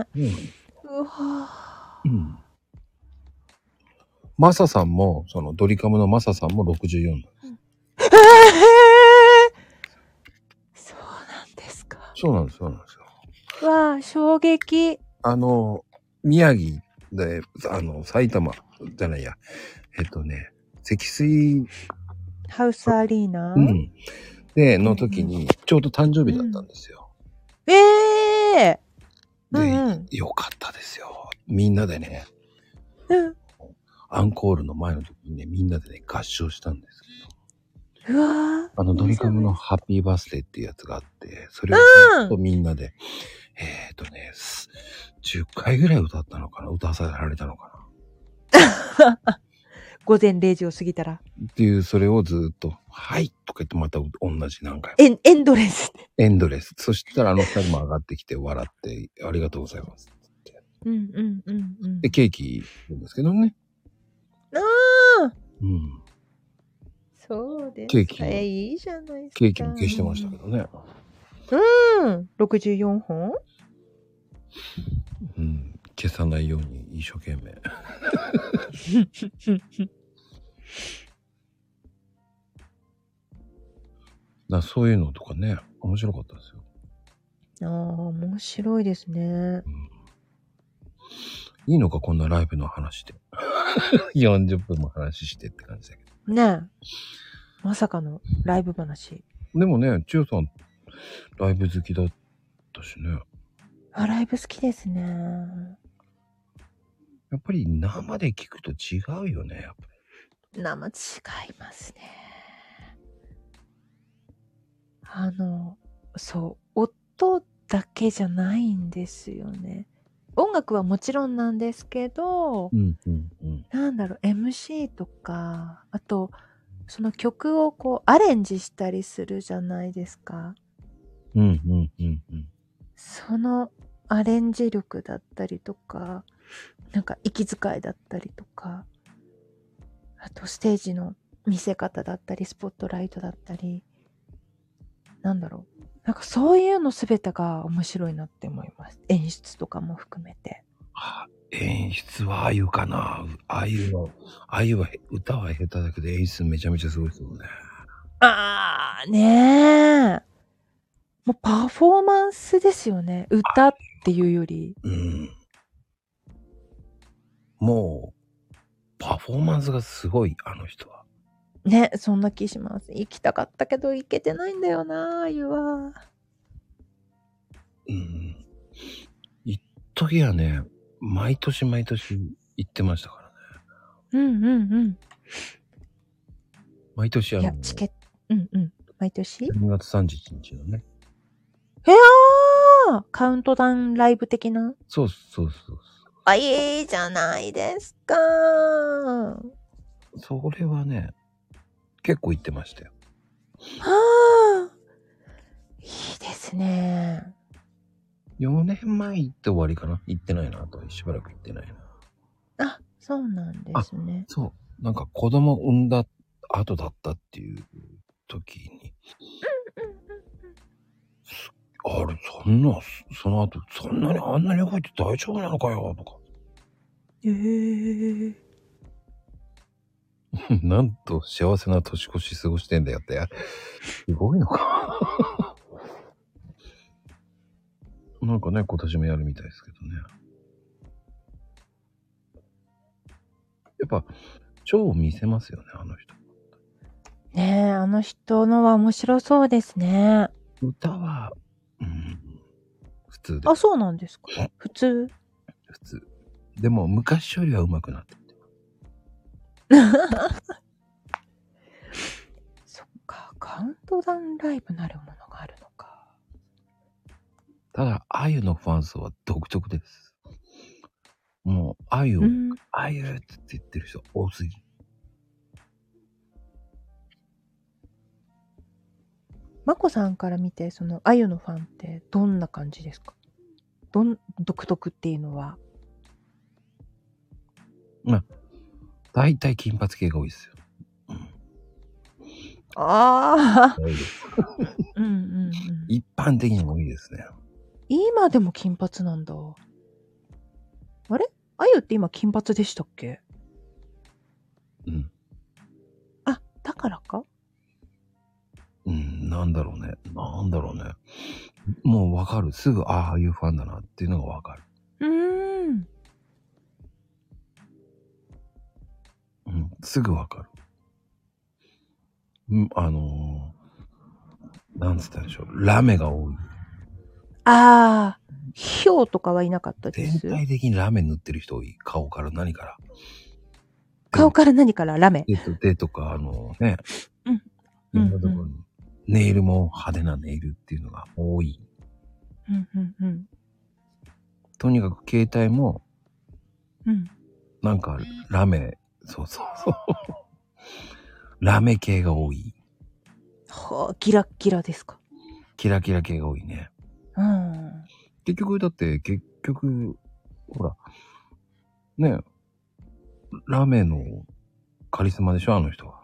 んですよ。ねえ。ううわん。うん。マサさんも、そのドリカムのマサさんも64なんです。ええそうなんですか。そうなんです、そうなんですよ。わあ、衝撃。あの、宮城で、あの、埼玉じゃないや。えっとね、積水ハウスアリーナ、うん。で、の時に、ちょうど誕生日だったんですよ。ええうで、んうんよかったですよ。みんなでね、うん。アンコールの前の時にね、みんなでね、合唱したんですけど、うわあの、ドリカムのハッピーバースデーっていうやつがあって、それをずっとみんなで、えっ、とね、す10回ぐらい歌ったのかな歌わさられたのかー午前0時を過ぎたら、なっていう、それをずっと、はいとか言ってまた同じ何回も。エン、エンドレス。エンドレス。そしたらあの二人も上がってきて笑って、ありがとうございます。うんうんうんうんで、ケーキなんですけどね。あーうん。そうですか。ケーキえ、いいじゃないですか。ケーキも消してましたけどね。うん。64本うん。消さないように一生懸命。なそういうのとかね、面白かったですよ。ああ、面白いですね。いいのか、こんなライブの話で。40分も話してって感じだけねえ。まさかのライブ話。ど。でもね、千代さん、ライブ好きだったしね。あ、ライブ好きですね。やっぱり生で聞くと違うよね。やっぱ生違いますね。あの、そう、音だけじゃないんですよね。音楽はもちろんなんですけど、りうんうんうん。なんだろう、MC とか、あと、その曲をこうアレンジしたりするじゃないですか。うんうんうんうん。そのアレンジ力だったりとか、なんか息遣いだったりとか、あとステージの見せ方だったり、スポットライトだったり、なんだろう。なんかそういうの全てが面白いなって思います。演出とかも含めて。あ演出はああいうかな。ああいうの、ああいうは歌は下手だけど演出めちゃめちゃすごいですもんね。あー、ねえ。もうパフォーマンスですよね。歌っていうより。うん。もう、パフォーマンスがすごい、あの人は。ね、そんな気します。行きたかったけど行けてないんだよなああいうは。うん。一時はね、毎年毎年行ってましたからね。うんうんうん。毎年あいやの、、チ12ケット、うんうん。毎年い月31日のね。やーカウントダウンライブ的なそうそうそうあ、いいじゃないですかそう。それはね、結構行ってましたよ。はあいいですね。 4年前行って終わりかな行ってないな、あとしばらく行ってないな。あ、そうなんですね。そう。なんか子供産んだ後だったっていう時に。すあれ、そんな、そその後、そんなにあんなに動いて大丈夫なのかよ、とか。 えー、なんと幸せな年越し過ごしてんだよって。すごいのか。 なんかね、今年もやるみたいですけどね。やっぱ、超見せますよね、あの人。ねえ、あの人のは面白そうですね。歌は、うん、普通であ、そうなんですか普通。普通。でも、昔よりは上手くなってきて。そっか、カウントダウンライブなるものがあるのか。ただ、あゆのファン層は独特です。もう、あゆをう、ん。あゆって言ってる人多すぎ。まこさんから見てそのあゆのファンってどんな感じですかどん独特っていうのは大体金髪系が多いですよ。ああ多いです うんうん、うん、一般的にも多いですね。今でも金髪なんだあれあゆって今金髪でしたっけうん。あだからかうん、なんだろうね。なんだろうね。もうわかる。すぐ、ああいうファンだなっていうのがわかる。うーんうん、すぐわかる。うん、あのーなんつったでしょう。ラメが多い。ああ、ひょうとかはいなかったで全す。体的にラメ塗ってる人多い。顔から何から。顔から何からラメ。手と手とか、あのね。うん。いろんなところに。ネイルも派手なネイルっていうのが多い。うんうんうん。とにかく携帯も、うん。なんか、ラメ、そうそうそう。ラメ系が多い。はあ、ギラッギラですか。キラキラ系が多いね。うん。結局、だって、結局、ほら、ねえ、ラメのカリスマでしょ、あの人は。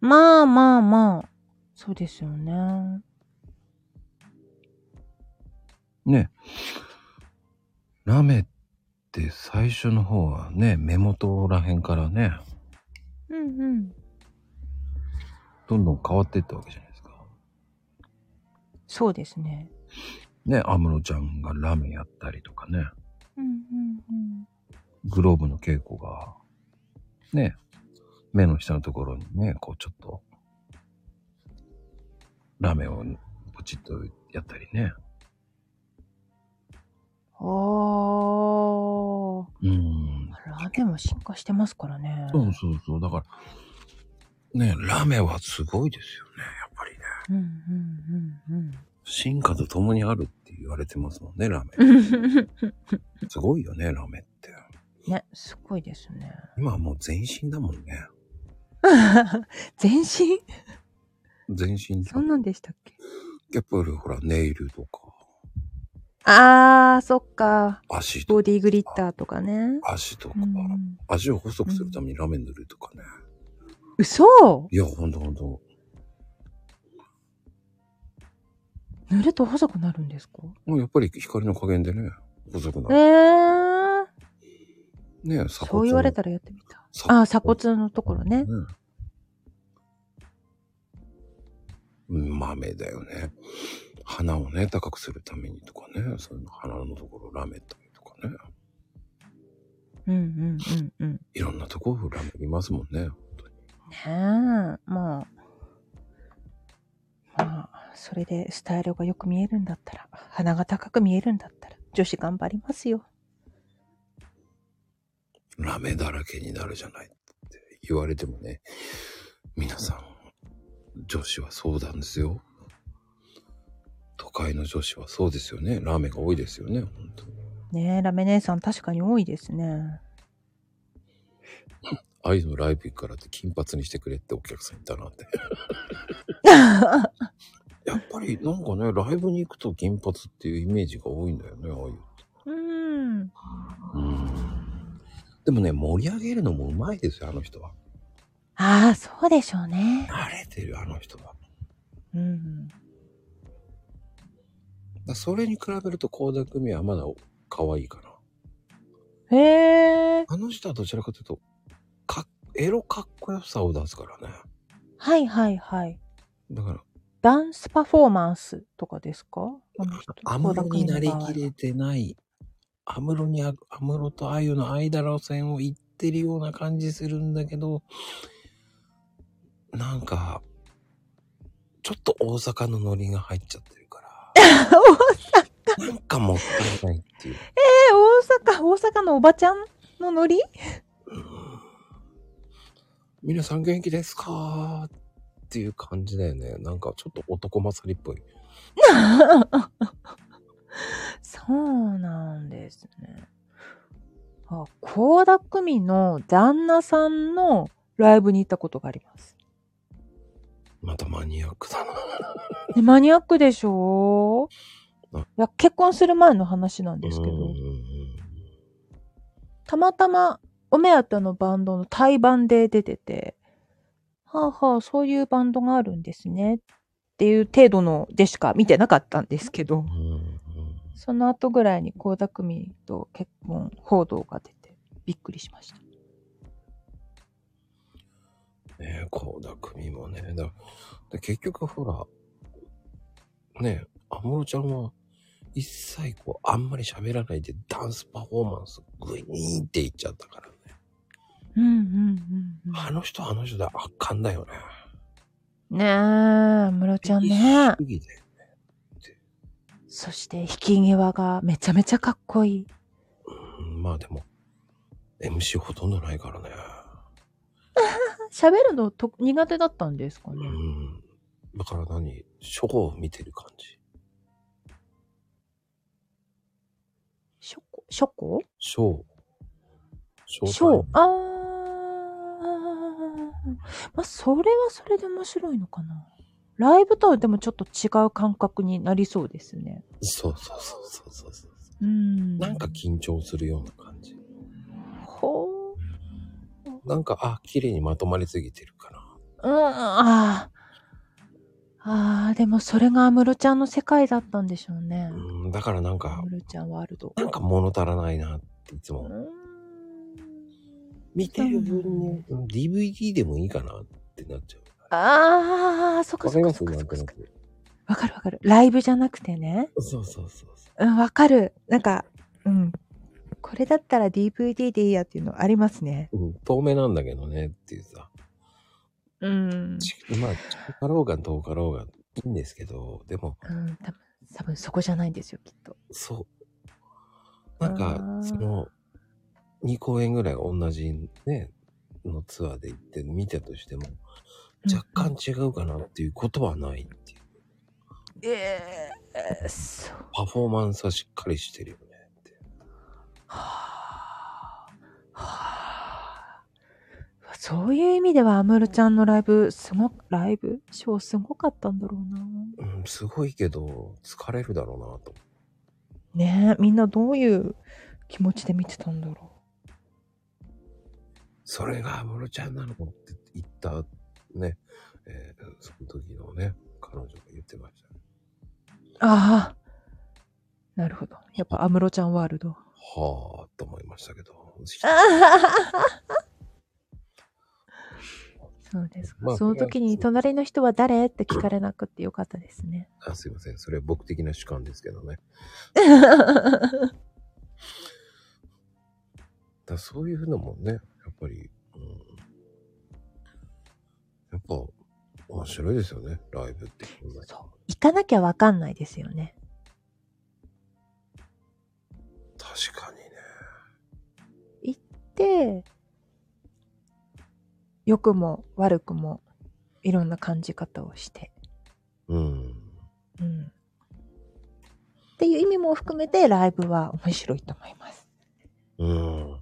まあまあまあ。そうですよね。ねえ、ラメって最初の方はね、目元らへんからね、うんうん。どんどん変わっていったわけじゃないですか。そうですね。ねえ、安室ちゃんがラメやったりとかね、うんうんグローブの稽古が、ねえ、目の下のところにね、こうちょっと、ラメをポチッとやったりね。うん。あうん。あ。ラメも進化してますからね。そうそうそう。だから、ね、ラメはすごいですよね。やっぱりね。うんうんうん進化と共にあるって言われてますもんね、ラメ。うん。すごいよね、ラメって。 ね、すごいですね。今はもう全身だもんね。 全身全身だそんなんでしたっけやっぱりほら、ネイルとか、あー、そっか。足とボか、ディグリッターとかね。足とか、うん、足を細くするためにラメ塗るとかね。嘘いや、ほんとほんと。塗ると細くなるんですかもうやっぱり光の加減でね、細くなえる。ー、ね鎖骨そう言われたらやってみた。鎖あー、鎖骨のところね。ね。うん豆だよね。花をね、高くするためにとかね、そういうの花のところラメったりとかね。うんうんうんうん。いろんなところラメいますもんね。ねえ、まあ。まあ、それでスタイルがよく見えるんだったら、鼻が高く見えるんだったら、女子頑張りますよ。ラメだらけになるじゃないって言われてもね、皆さん、女子はそうなんですよ。都会の女子はそうですよね。ラメが多いですよね、本当に。ねえ、ラメ姉さん確かに多いですね。愛のライブ行くからって金髪にしてくれってお客さんいたなって。やっぱりなんかね、ライブに行くと銀髪っていうイメージが多いんだよね、ああいう。ううん。ん。でもね、盛り上げるのもうまいですよ、あの人は。ああ、そうでしょうね。慣れてる、あの人は。だかうん。らそれに比べると、倖田來未はまだ可愛いかな。へえ。あの人はどちらかというと、かっエロかっこよさを出すからね。はいはいはい。だから、ダンスパフォーマンスとかですかあの人安室になりき倖田來未の場合れはてない、安室にあ、安室とあゆの間路線を行ってるような感じするんだけど、なんか、ちょっと大阪のノリが入っちゃってる から、なんかもったいないっていう。えー、大阪、大阪のおばちゃんのノリうん皆さん元気ですかっていう感じだよね。なんかちょっと男勝りっぽい。そうなんですね。あ、倖田來未の旦那さんのライブに行ったことがあります。またマニアックだな。ねマニアックでしょいあや、結婚する前の話なんですけうんうんどう、んたまたまお目当てのバンドの対バンで出てて、はあはあ、そういうバンドがあるんですねっていう程度のでしか見てなかったんですけど、うんうんその後ぐらいに倖田來未と結婚報道が出てびっくりしました。ねえ、倖田來未もね。だで結局ほら、ねえ、安室ちゃんは一切こう、あんまり喋らないでダンスパフォーマンスグイーンっていっちゃったからね。うんうんうん、うんあの人はあの人で圧巻だよね。ねえ、ムロちゃんね。主義だよね。そして、引き際がめちゃめちゃかっこいい。うんまあでも、MC ほとんどないからね。喋るのと苦手だったんですかね。うん。だから何書を見てる感じ。ショコ、ショコ書。書ショー。あー。まあ、それはそれで面白いのかな。ライブとはでもちょっと違う感覚になりそうですね。そうそうそうそうそうそう。うん。なんか緊張するような感じ。ほう。なんか、あ、綺麗にまとまりすぎてるかな。うん、あーあー。でもそれが安室ちゃんの世界だったんでしょうね。うん、だからなんか安、室ちゃんワールド。なんか物足らないなっていつも。見てる分に、うん DVD でもいいかなってなっちゃう。ああ、そっかわかりそっまかすそっかそなっんかとなそっか。く。わかるわかる。ライブじゃなくてね。そうそうそうそう。うん、わかる。なんか、うん。これだったら DVD でいいやっていうのありますね。うん、遠目なんだけどねっていうさ。うん。ちまあ、近かろうが遠かろうがいいんですけど、でも、うん、多分、多分そこじゃないんですよ、きっと。そう。なんかあー、その、2公演ぐらい同じね、のツアーで行って見たとしても、若干違うかなっていうことはないっていう。うん。ええそう。パフォーマンスはしっかりしてるよねって。はあはあそういう意味では、アムロちゃんのライブ、すごく、ライブショーすごかったんだろうな。うん、すごいけど、疲れるだろうなと。ねえ、みんなどういう気持ちで見てたんだろそれが安室ちゃんなのって言った、ね、えーその時のね、彼女が言ってましたね。う。ああ。なるほど。やっぱ、アムロちゃんワールド。はぁ、と思いましたけど。 そうですか。まあその時に隣の人は誰って聞かれなくてよかったですね。あすいません。それは僕的な主観ですけどね。だからそういうのもね、やっぱり、うん、やっぱ面白いですよね、ライブって。 そう。行かなきゃわかんないですよね。確かにね。で、良くも悪くもいろんな感じ方をして。うん。うん。っていう意味も含めてライブは面白いと思います。うん。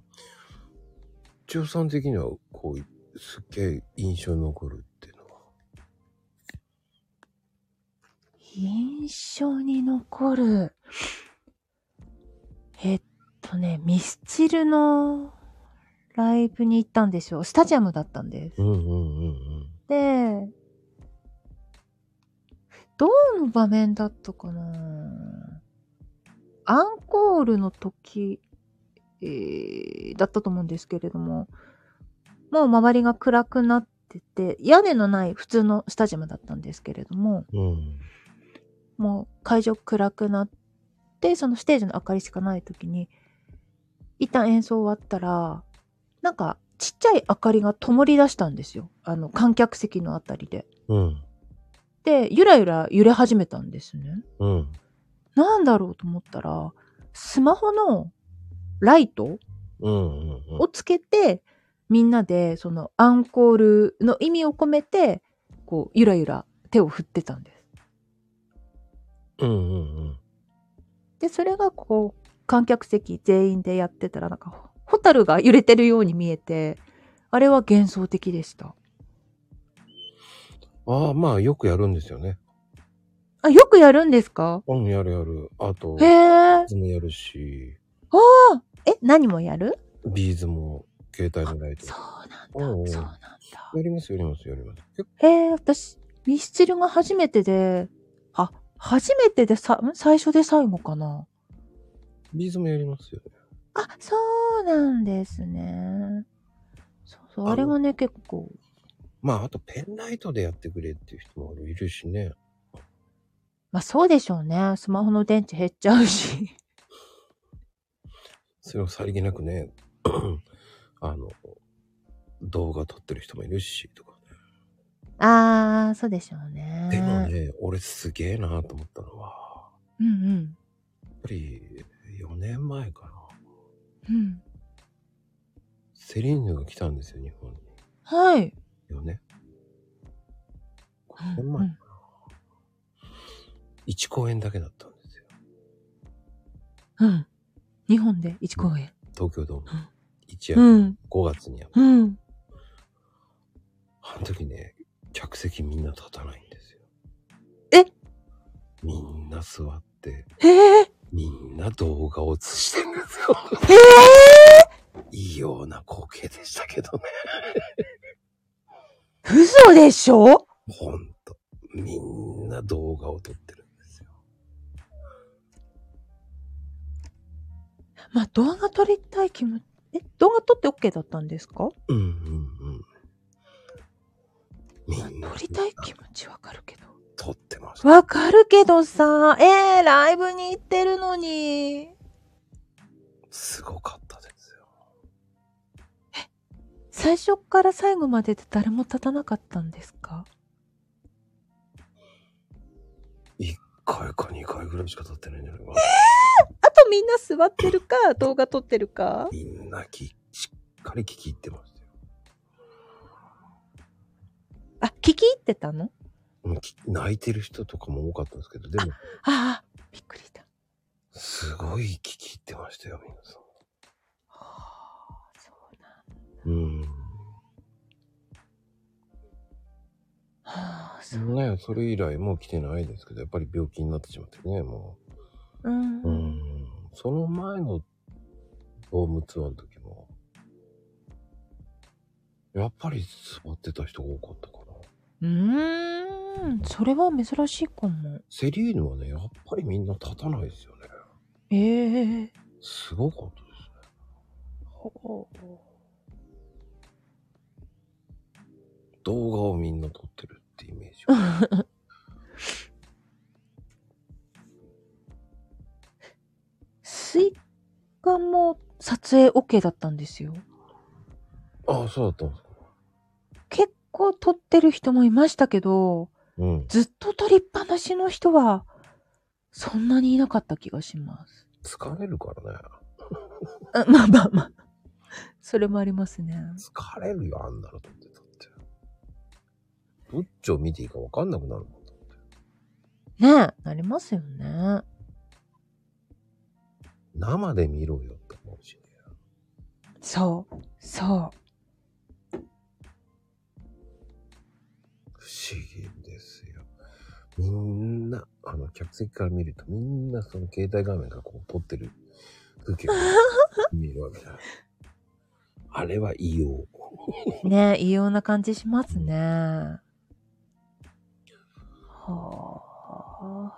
千代さん的には、こう、すっげえ印象に残るっていうのは。印象に残る。えっとね、ミスチルのライブに行ったんですよ。スタジアムだったんです。うんうんうんうん。で、どの場面だったかなアンコールの時、えーだったと思うんですけれども、もう周りが暗くなってて、屋根のない普通のスタジアムだったんですけれども、うん。もう会場暗くなって、そのステージの明かりしかない時に、一旦演奏終わったら、なんかちっちゃい明かりが灯り出したんですよ。あの観客席のあたりで。うん。で、ゆらゆら揺れ始めたんですね。うん。なんだろうと思ったら、スマホのライトうんうんうん。をつけて、みんなでそのアンコールの意味を込めて、こう、ゆらゆら手を振ってたんです。うんうんうん。で、それがこう、観客席全員でやってたら、なんか、ホタルが揺れてるように見えて、あれは幻想的でした。ああ、まあ、よくやるんですよね。あ、よくやるんですかうん、やるやる。あと、へえ。ズもやるし、え、何もやるビーズも携帯のライトそも。うおうなんおうだ。そうなんだ。やります、やります、やります。結えー、私、ミスチルが初めてで、あ、初めてでさ、ん最初で最後かな。構ビーズもやりますよね。あ、そうなんですね。そうそう、あのあれがね、結構。まあ、あと、ペンライトでやってくれっていう人もいるしね。まあそうでしょうね。スマホの電池減っちゃうし。それをさりげなくね、 あの、動画撮ってる人もいるし、とかね。 ああ、そうでしょうね。でもね、俺すげえなと思ったのは、うんうん。やっぱり4年前かな。うん。セリーヌが来たんですよ、日本に。はい。 4年 ?5 年前かな。1公演だけだったんですよ。うん。日本で1公演。東京ドームうん。一う夜ん。 5月にやった。うん。あの時ね、客席みんな立たないんですよ。えみんな座って、へえ。みんな動画を映してんですよ。へえ。いいような光景でしたけどね。嘘でしょほんと。みんな動画を撮ってるんですよ。まあ、動画撮りたい気持ち。え、動画撮って OK だったんですかうんうんうん。みんな撮りたい気持ちわかるけど。撮ってました。わかるけどさ、えー、ライブに行ってるのに。すごかったですよ。最初から最後までで誰も立たなかったんですか1回か2回ぐらいしか撮ってないんじゃないかな。あとみんな座ってる か、動画撮ってるか。みんなきしっかり聞き入ってましたよ。あ、聞き入ってたのうんき泣いてる人とかも多かったんですけど、でも、ああ、びっくりだ。すごい聞き入ってましたよ、皆さはあそうなんん。うん。はあ、そう。ねそれ以来もう来てないですけど、やっぱり病気になってしまってね、もうん。う。うん。その前のドームツアーの時も、やっぱり座ってた人が多かったかな。うーん、それは珍しいかも。セリーヌはね、やっぱりみんな立たないですよね。ええー。すごかったですね。ほう動画をみんな撮ってるってイメージ。スイカも撮影 OK だったんですよ。ああ、そうだったんですか。結構撮ってる人もいましたけど、うん。ずっと撮りっぱなしの人は、そんなにいなかった気がします。疲れるからね。あまあまあまあ。それもありますね。疲れるよ、あんなの撮ってたって。どっちを見ていいか分かんなくなるもん。ねえ、なりますよね。生で見ろよって思うしね。そう、そ不思議ですよ。みんな、あの、客席から見るとみんなその携帯画面がこう撮ってる風 景が見えるわけだ。あれは異様。う。ねえ、異様な感じしますね。はあ、は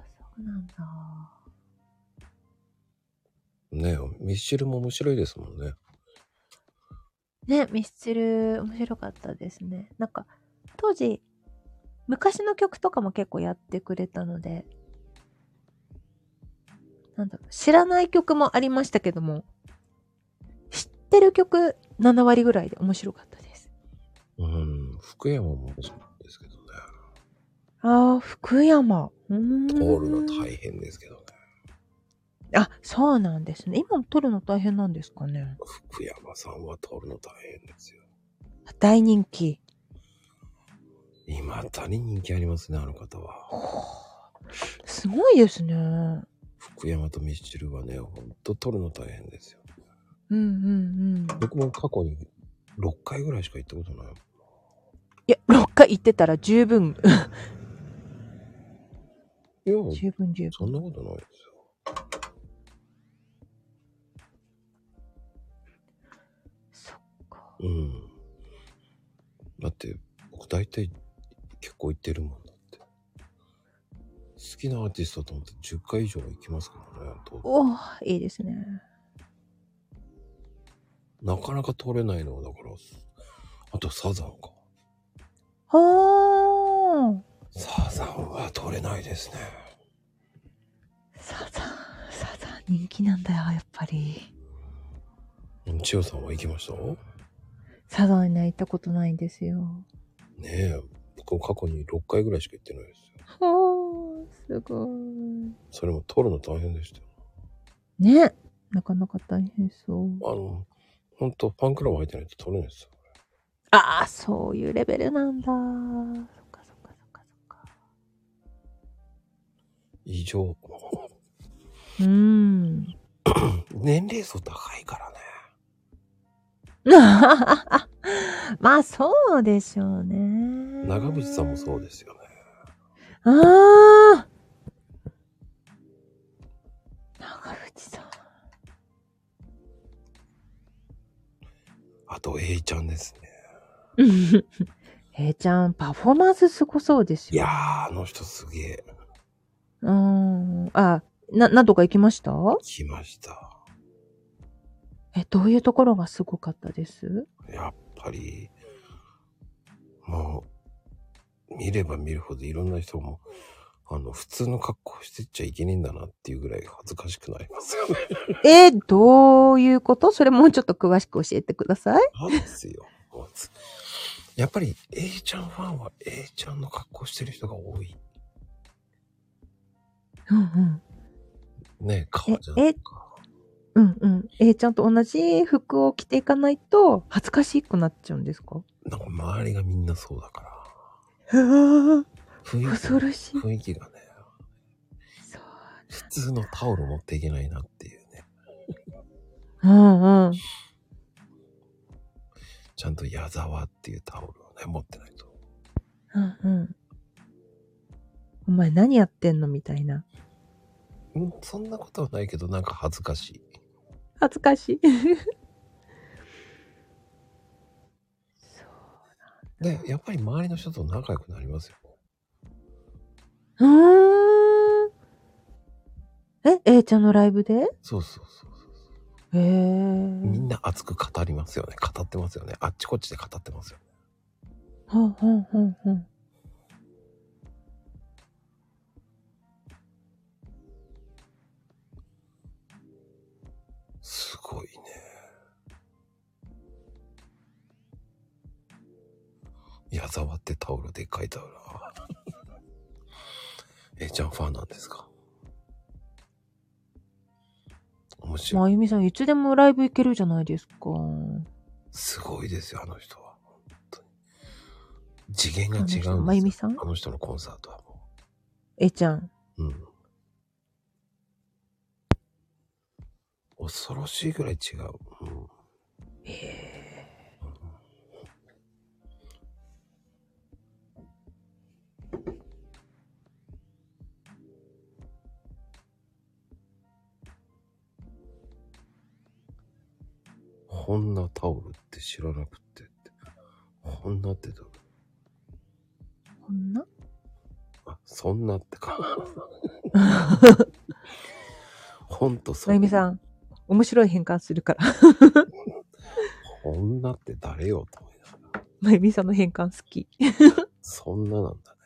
あ、そうなんだ。ねえ、ミッシェルも面白いですもんね。ね、ミスチル面白かったですね。なんか、当時、昔の曲とかも結構やってくれたので、なんだろう、知らない曲もありましたけども、知ってる曲7割ぐらいで面白かったです。うん、福山も面白いですけどね。ああ、福山。う撮るのーん。大変ですけどね。あ、そうなんですね。今も撮るの大変なんですかね。福山さんは撮るの大変ですよ。大人気。未だに人気ありますね、あの方は。すごいですね。福山とミスチルはね、ほんと撮るの大変ですよ。うんうんうん。僕も過去に6回ぐらいしか行ったことない。いや、6回行ってたら十分いや、十分十そん分。なことないですよ。そっか。うん。だって、僕大体結構行ってるもんだって。好きなアーティストと思って10回以上は行きますからね。とおーいいですね。なかなか撮れないのだから、あとサザンか。おーサザンは撮れないですね。サザン、サザン人気なんだよ、やっぱり。うん千代さんは行きましたサザンには行ったことないんですよ。ねえ、僕過去に6回ぐらいしか行ってないですよ。おー、すごい。それも撮るの大変でしたよ。ね。なかなか大変そう。あの、ほんとファンクラブ入ってないと撮れないですよ。ああ、そういうレベルなんだ。そっかそっかそっかそっか。異常。うーん。 年齢層高いからね。まあそうでしょうね。長渕さんもそうですよね。ああ長渕さん。あと、A ちゃんですね。えいちゃん、パフォーマンスすごそうですいよ。やー、あの人すげえ。うーん。あ、な、なんとか行きました来ました。え、どういうところがすごかったですやっぱり、もう、見れば見るほどいろんな人も、あの、普通の格好してっちゃいけねえんだなっていうぐらい恥ずかしくなりますよね。え、どういうことそれもうちょっと詳しく教えてください。そうですよ。やっぱり A ちゃんファンは A ちゃんの格好してる人が多い。うんうん。ねえ、革じゃんえとか。うんうん。えー、ちゃんと同じ服を着ていかないと恥ずかしくなっちゃうんですかなんか周りがみんなそうだから。雰囲気恐ろしい。雰囲気がね、そう。普通のタオル持っていけないなっていうね。うんうん。ちゃんと矢沢っていうタオルをね、持ってないと。うんうん。お前何やってんのみたいな。うん、そんなことはないけど、なんか恥ずかしい。恥ずかしい。で、やっぱり周りの人と仲良くなりますよ。うーん。え、A ちゃんのライブでそうそうそうそう。へえみー。んな熱く語りますよね。語ってますよね。あっちこっちで語ってますよ。ほんほんほんほん。すごいね。矢沢ってタオルでっかいタオル。 えーちゃんファンなんですか面白い。まゆみさん、いつでもライブ行けるじゃないですか。すごいですよ、あの人は。本当に次元が違うんですあの人まゆみさんあの人のコンサートはも A ちゃん。う。うん。恐ろしいぐらい違う。うんこんなタオルって知らなくてって。こんなってどうこんなあ、そんなって か。ほんとそまゆうみ。さん、面白い変換するから。こんなって誰よと思いながら。まゆみさんの変換好き。そんななんだね。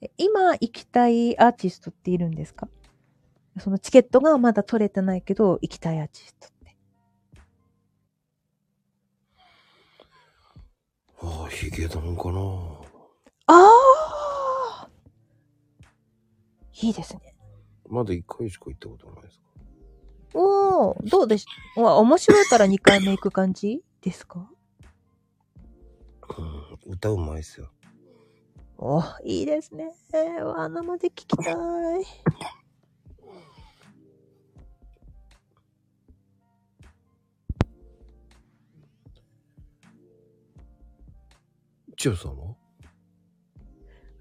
え今行きたいアーティストっているんですかそのチケットがまだ取れてないけど、行きたいアーティストって。ああ、ヒゲドンかな。ああいいですね。まだ一回しか行ったことないですかおおどうでしうわ面白いから2回目行く感じですかうん、歌うまいですよ。おーいいですね。えー、わあ、生で聞きたい。千代さんは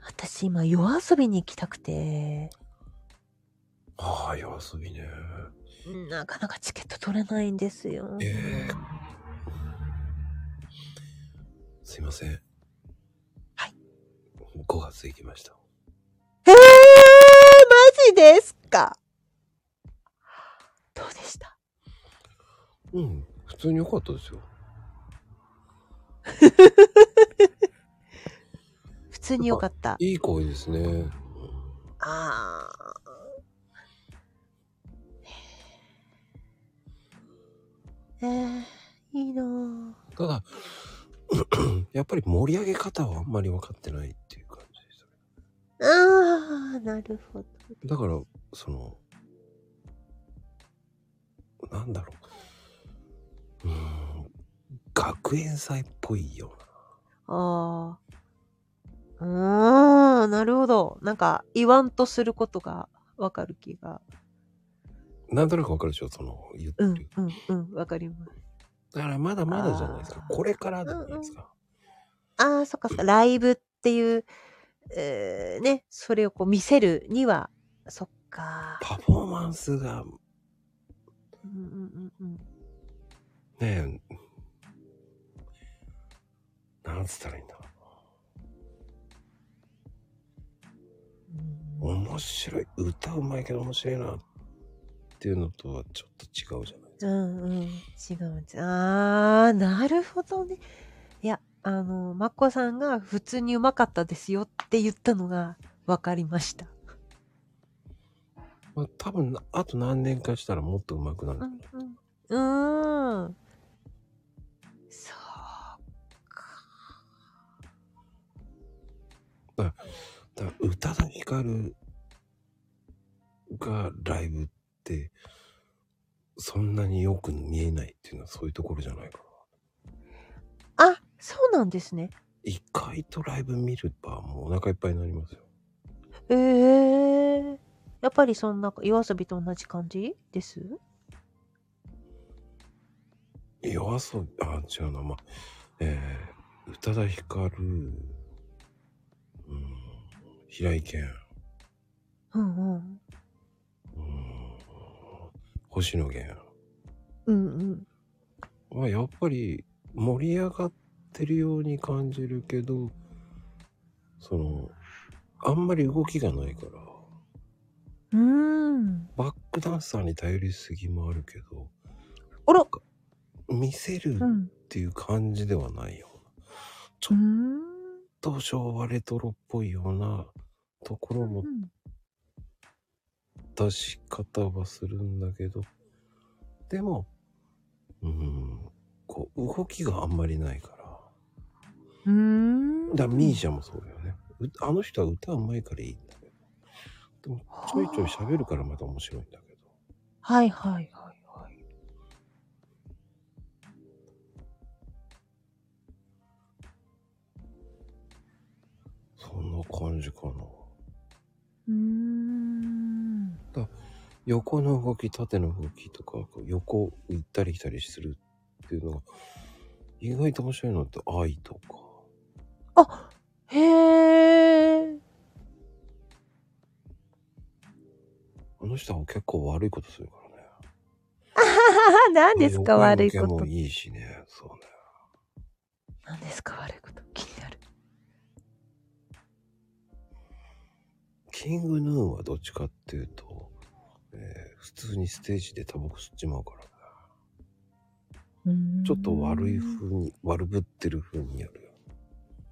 私今夜遊びに行きたくて、ああ、夜遊びね。なかなかチケット取れないんですよ。ええすいません。はい。 5月行きました。えー、マジですかどうでしたうん、普通に良かったですよ。普通に良かった。いい声ですね。ああ。えー、いいなぁただ、 やっぱり盛り上げ方はあんまり分かってないっていう感じでしたね。ああ、なるほど。だから、その、なんだろう。うーん、学園祭っぽいような。ああ。うーん、なるほど。なんか、言わんとすることがわかる気が。なんとなくわかるでしょその、言ってうる。ん、うん、うん、わかります。だからまだまだじゃないですかあ。ーこれからじゃないですか。ああ、そっかそっか。ライブっていう、えーね、それをこう見せるには、そっか。パフォーマンスがうん、うん、うん、うん。ねえ、なんつったらいいんだ。面白い。歌うまいけど面白いな。っていうのとはちょっと違うじゃないですうか。んうん、違うんです。あー、なるほどね。いや、あの、まっこさんが普通にうまかったですよって言ったのが分かりました。まあ多分、あと何年かしたらもっと上手くなる。うんうん。うーん。そうか。だから、宇多田ヒカルがライブって、そんなによく見えないっていうのはそういうところじゃないかな。あ、そうなんですね。一回とライブ見ればもうお腹いっぱいになりますよ。ええやっぱりそんな夜遊びと同じ感じです夜遊び、あ、違うな、まあ、えー、宇多田ヒカル、うん、平井堅、うんうん。うん、星野源うんうん。はやっぱり盛り上がってるように感じるけど、その、あんまり動きがないから、うーん。バックダンサーに頼りすぎもあるけど、あら見せるうっん。ていう感じではないような。うーん。ちょっと昭和レトロっぽいようなところもうん出し方はするんだけど、でも、うん、こう、動きがあんまりないから。うーん。だからミーシャもそうだよね。うあの人は歌うまいからいいんだけど。でも、ちょいちょい喋るからまた面白いんだけど。はいはいはいはい。そんな感じかな。うーん。横の動き、縦の動きとか、こう横行ったり来たりするっていうのが、意外と面白いのって愛とか。へえ。あの人は結構悪いことするからね。何ですか横悪にい向けことも。いいしね。そうね。何ですか悪いこと。気になる。キングヌーンはどっちかっていうと、えー普通にステージでタバコ吸っちまうからね。うーんちょっと悪い風に、悪ぶってる風にやるよ。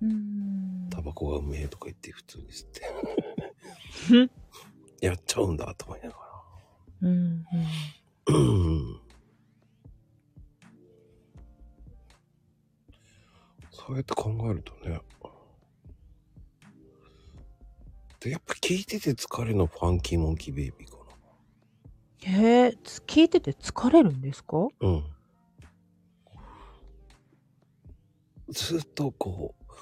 うーん。タバコがうめえとか言って普通に吸って。やっちゃうんだと思いながうんうん。ら。うんそうやって考えるとね。で、やっぱ聞いてて疲れのファンキーモンキーベイビーかへえ、つ聞いてて疲れるんですかな。うん。ずっとこう、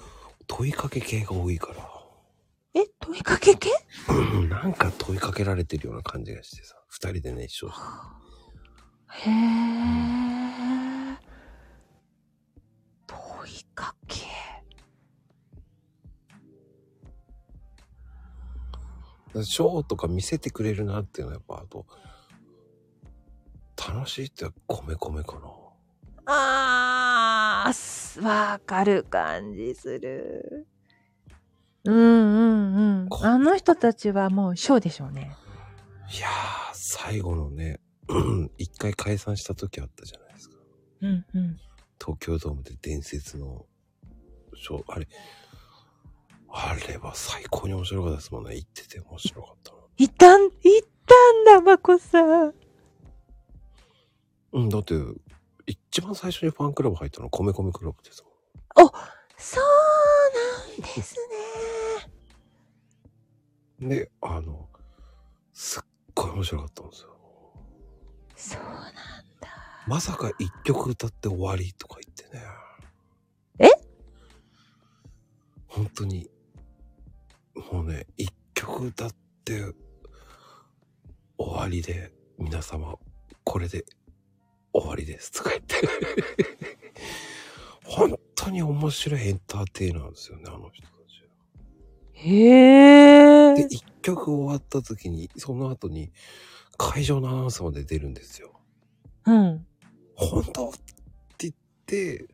問いかけ系が多いから。 え、問いかけ系うんなんか問いかけられてるような感じがしてさ、二人でね、一緒にへえ。問いかけ。だショーとか見せてくれるなっていうのはやっぱ、あと、楽しいって米米かな。あー、わかる感じする。うんうんうん。こあの人たちはもうショーでしょうね。いやー、最後のね、 うん一回解散した時あったじゃないですか。うんうん。東京ドームで伝説のショー、あれ、あれは最高に面白かったですもんね。行ってて面白かったな。いたん、いたんだ、まこさん。うん、だって、一番最初にファンクラブ入ったのは米米クラブですもん。そうなんですね。で、あの、すっごい面白かったんですよ。そうなんだ。まさか一曲歌って終わりとか言ってね。え本当に、もうね、一曲歌って終わりで、皆様、これで終わりですとか言って。 本当に面白いエンターテイナーなんですよね、あの人たち。へえで、。一曲終わった時に、その後に会場のアナウンスまで出るんですよ。うん。本当って言って、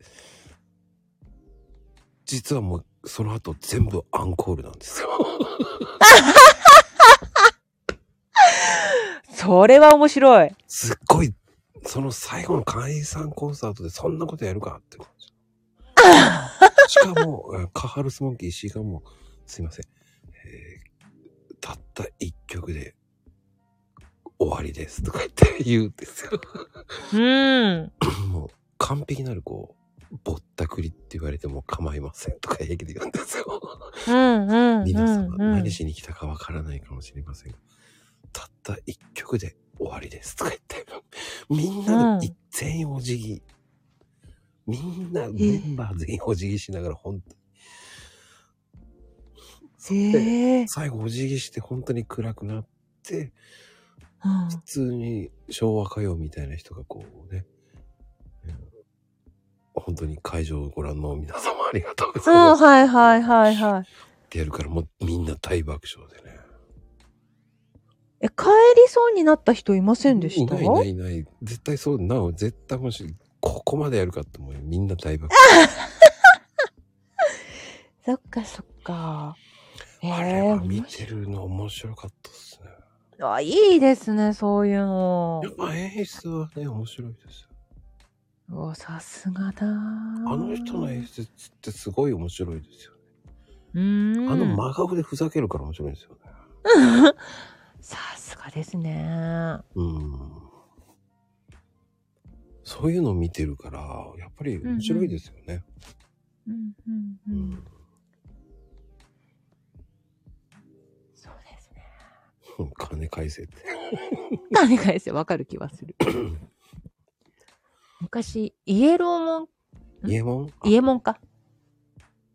実はもうその後全部アンコールなんですよ。それは面白い。すっごい、その最後の会員さんコンサートでそんなことやるかって感じ。しかも、えーカハルスモンキー石井がもう、すいません、えーたった一曲で終わりですとか言って言うんですよ。うん。もう完璧なるこう、ぼったくりって言われても構いませんとか平気で言うんですよ。うんうん。皆様、うんうん何しに来たかわからないかもしれませんが、たった一曲で終わりですとか言って、みんなでう一全員お辞儀。みんな、メンバー全員お辞儀しながら、本当にへえ。最後お辞儀して本当に暗くなって、うん普通に昭和歌謡みたいな人がこうね、うん本当に会場をご覧の皆様ありがとうございうん、ます。っはいはいはいはい。てやるから、もうみんな大爆笑でね。え、帰りそうになった人いませんでしたいないいないいない絶対そうなお絶対もしここまでやるかって思うよみんな大爆そっかそっか。え笑あれは見てるの面白かったですねあ、いいですね、そういうのや。っぱ演出はね面白いですようわ、さすがだ。ああの人の演出ってすごい面白いですよ、ねうーん。あの真顔でふざけるから面白いんですよねさすがですね。うんそういうのを見てるからやっぱり面白いですよね、うんうんううんん。そうですね。 うん金返せって何かですよ、わかる気 はする。昔、イエローモン、イエモンイエモンか。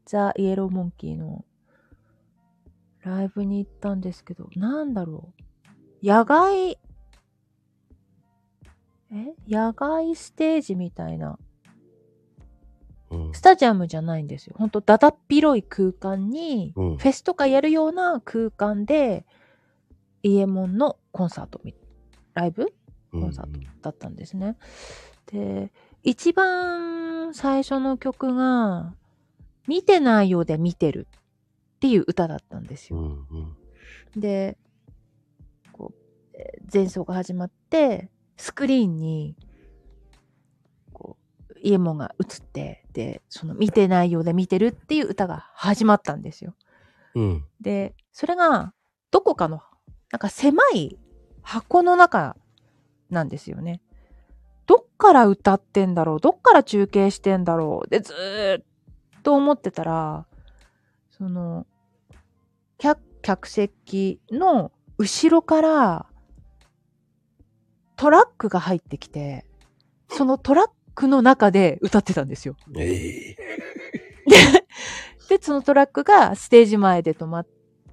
ザ・イエローモンキーのライブに行ったんですけど、なんだろう。野外、え野外ステージみたいな。うんスタジアムじゃないんですよ。ほんと、だだっ広い空間に、うんフェスとかやるような空間で、イエモンのコンサートみ、ライブうんコンサートだったんですね。で、一番最初の曲が、見てないようで見てるっていう歌だったんですうよ。んうんで、こう、えー前奏が始まって、スクリーンに、こう、イエモンが映って、で、その見てないようで見てるっていう歌が始まったんですよ。うんで、それが、どこかの、なんか狭い箱の中なんですよね。どっから歌ってんだろうどっから中継してんだろうで、ずーっと思ってたら、その、客、客席の後ろからトラックが入ってきて、そのトラックの中で歌ってたんですよ。ええで、そのトラックがステージ前で止まっ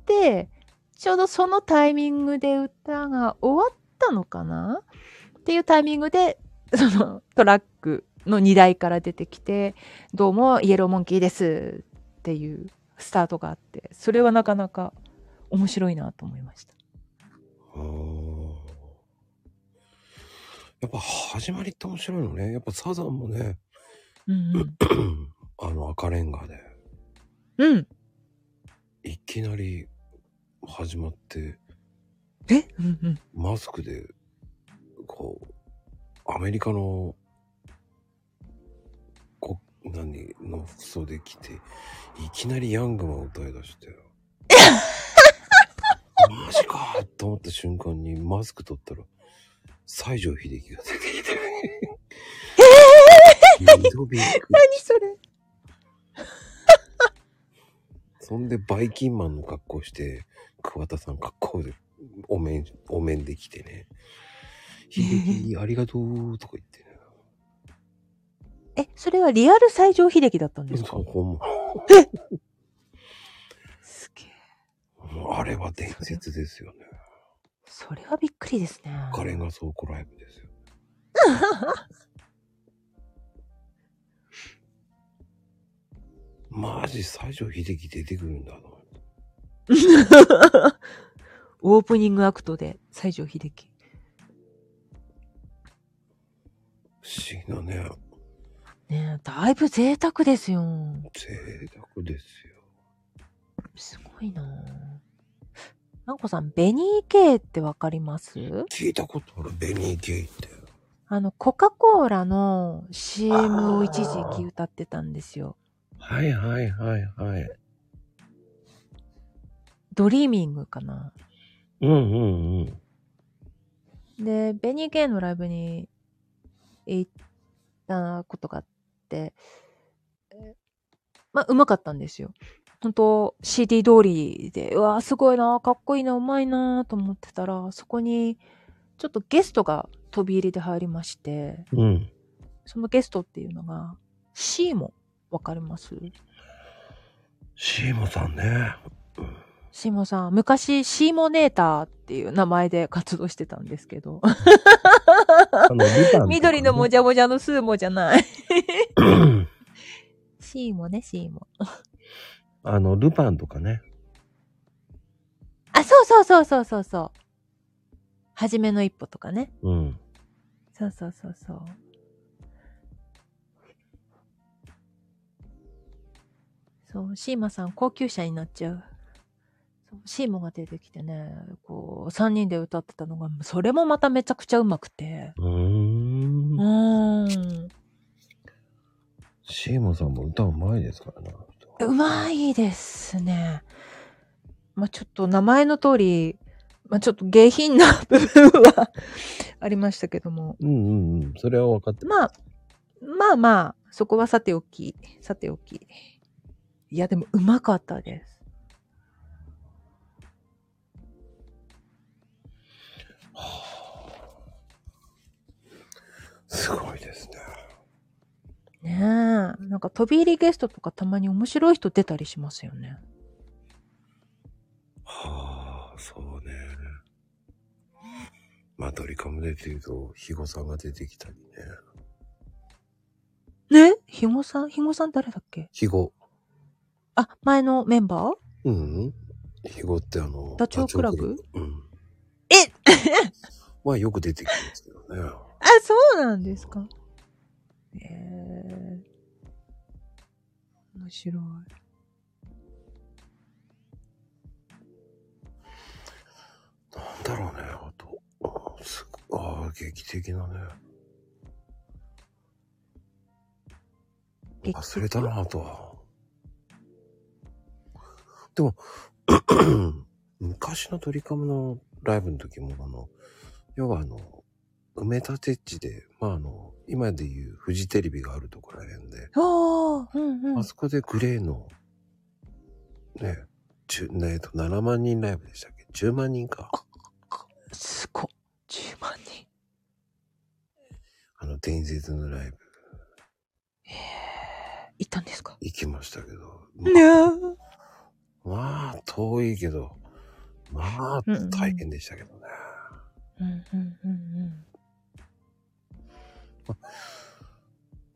て、ちょうどそのタイミングで歌が終わったのかなっていうタイミングで、 そのトラックの荷台から出てきて、どうもイエローモンキーですっていうスタートがあって、それはなかなか面白いなと思いました。あーやっぱ始まりって面白いのね。やっぱサザンもね、うんうん。あの赤レンガで、うん。いきなり始まって、えうんうん。マスクで、こう、アメリカの、こ、何、の服装で来て、いきなりヤングマンを歌い出して、マジかと思った瞬間にマスク取ったら、西城秀樹が出てきて、リドビック。何それそんでバイキンマンの格好して、桑田さん格好で、お面、お面できてね。秀樹、ありがとうとか言ってね。え、それはリアル西城秀樹だったんですかそう、ほんすげえ。ま、あれは伝説ですよね。それはびっくりですね。カレンガ倉庫ライブ ですよ。マジ、西城秀樹出てくるんだな。オープニングアクトで西城秀樹。不思議なね。ねえ、だいぶ贅沢ですよ。贅沢ですよ。すごいなマンコさん、ベニー K ってわかります聞いたことある、ベニー・ゲイって。あの、コカ・コーラの CM を一時期歌ってたんですよ。はいはいはいはい。ドリーミングかな。うんうんうん。で、ベニー K のライブに行ったことがあって、えまあ、うまかったんですよ。本当 CD 通りで、うわーすごいなー、かっこいいな、うまいなーと思ってたら、そこに、ちょっとゲストが飛び入りで入りまして、うん。そのゲストっていうのが、シーモン、わかりますシーモさんね。シーモンさん、昔、シーモネーターっていう名前で活動してたんですけど、あの、リバンとかね緑のもじゃもじゃのスーモじゃない。シーモね、シーモ。 あの、ルパンとかね。あ、そうそうそうそうそうそう。はじめの一歩とかね。うん。そうそうそうそう。そう、シーマさん高級車になっちゃう。そうシーモが出てきてね、こう、三人で歌ってたのが、それもまためちゃくちゃうまくて。うー。うんーん。シーモさんも歌うまいですからな。うまいですね。まあ、ちょっと名前の通り、まあ、ちょっと下品な部分は ありましたけども。うんうんうん。それは分かってる。まあ、まあまあ、そこはさておき、さておき。いや、でもうまかったです。すごいですね。ねえ。なんか飛び入りゲストとかたまに面白い人出たりしますよね。はあ、そうね。まあ、ドリカムでっていうと、肥後さんが出てきたりね。ねひごさんひごさん誰だっけ肥後。あ、前のメンバーうん、うん。肥後ってあの、ダチョウ倶楽部ダチョウ倶楽部うん。えまあ、よく出てきますけどね。あ、そうなんですか。ええ面白い。なんだろうね、あと。あーすごあー、劇的なね。劇的忘れたな、あとは。でも、 昔のドリカムのライブの時も、あの、要はあの、埋め立て地で、まああの、今でいうフジテレビがあるところら辺で、ああ、うんうあん。そこでグレーの、ね、10ねえっと、7万人ライブでしたっけ ?10 万人か。すごっ。10万人。あの、伝説のライブいたんですか行きましたけど、ねえ。まあ、遠いけど、まあ、うんうん大変でしたけどね。うんうんうんうん。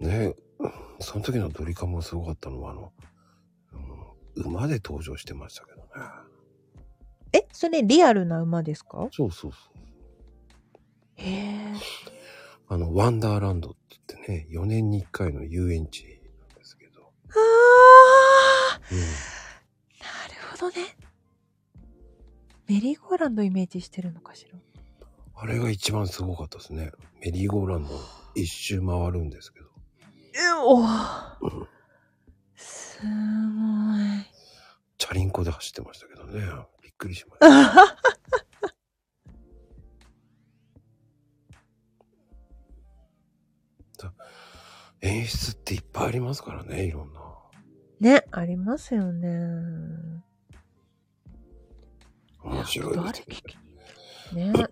ねその時のドリカムがすごかったのは、あの、うん馬で登場してましたけどね。え、それリアルな馬ですかそうそうそへえ。う。あの、ワンダーランドって言ってね、4年に1回の遊園地なんですけど。ああうんなるほどね。メリーゴーランドイメージしてるのかしら。あれが一番すごかったですね。メリーゴーランド一周回るんですけど。え、おーすごい。チャリンコで走ってましたけどね。びっくりしました。あはは演ぱいありますからね、いろんな。ね、ありますよね。面白いです、ね。ね。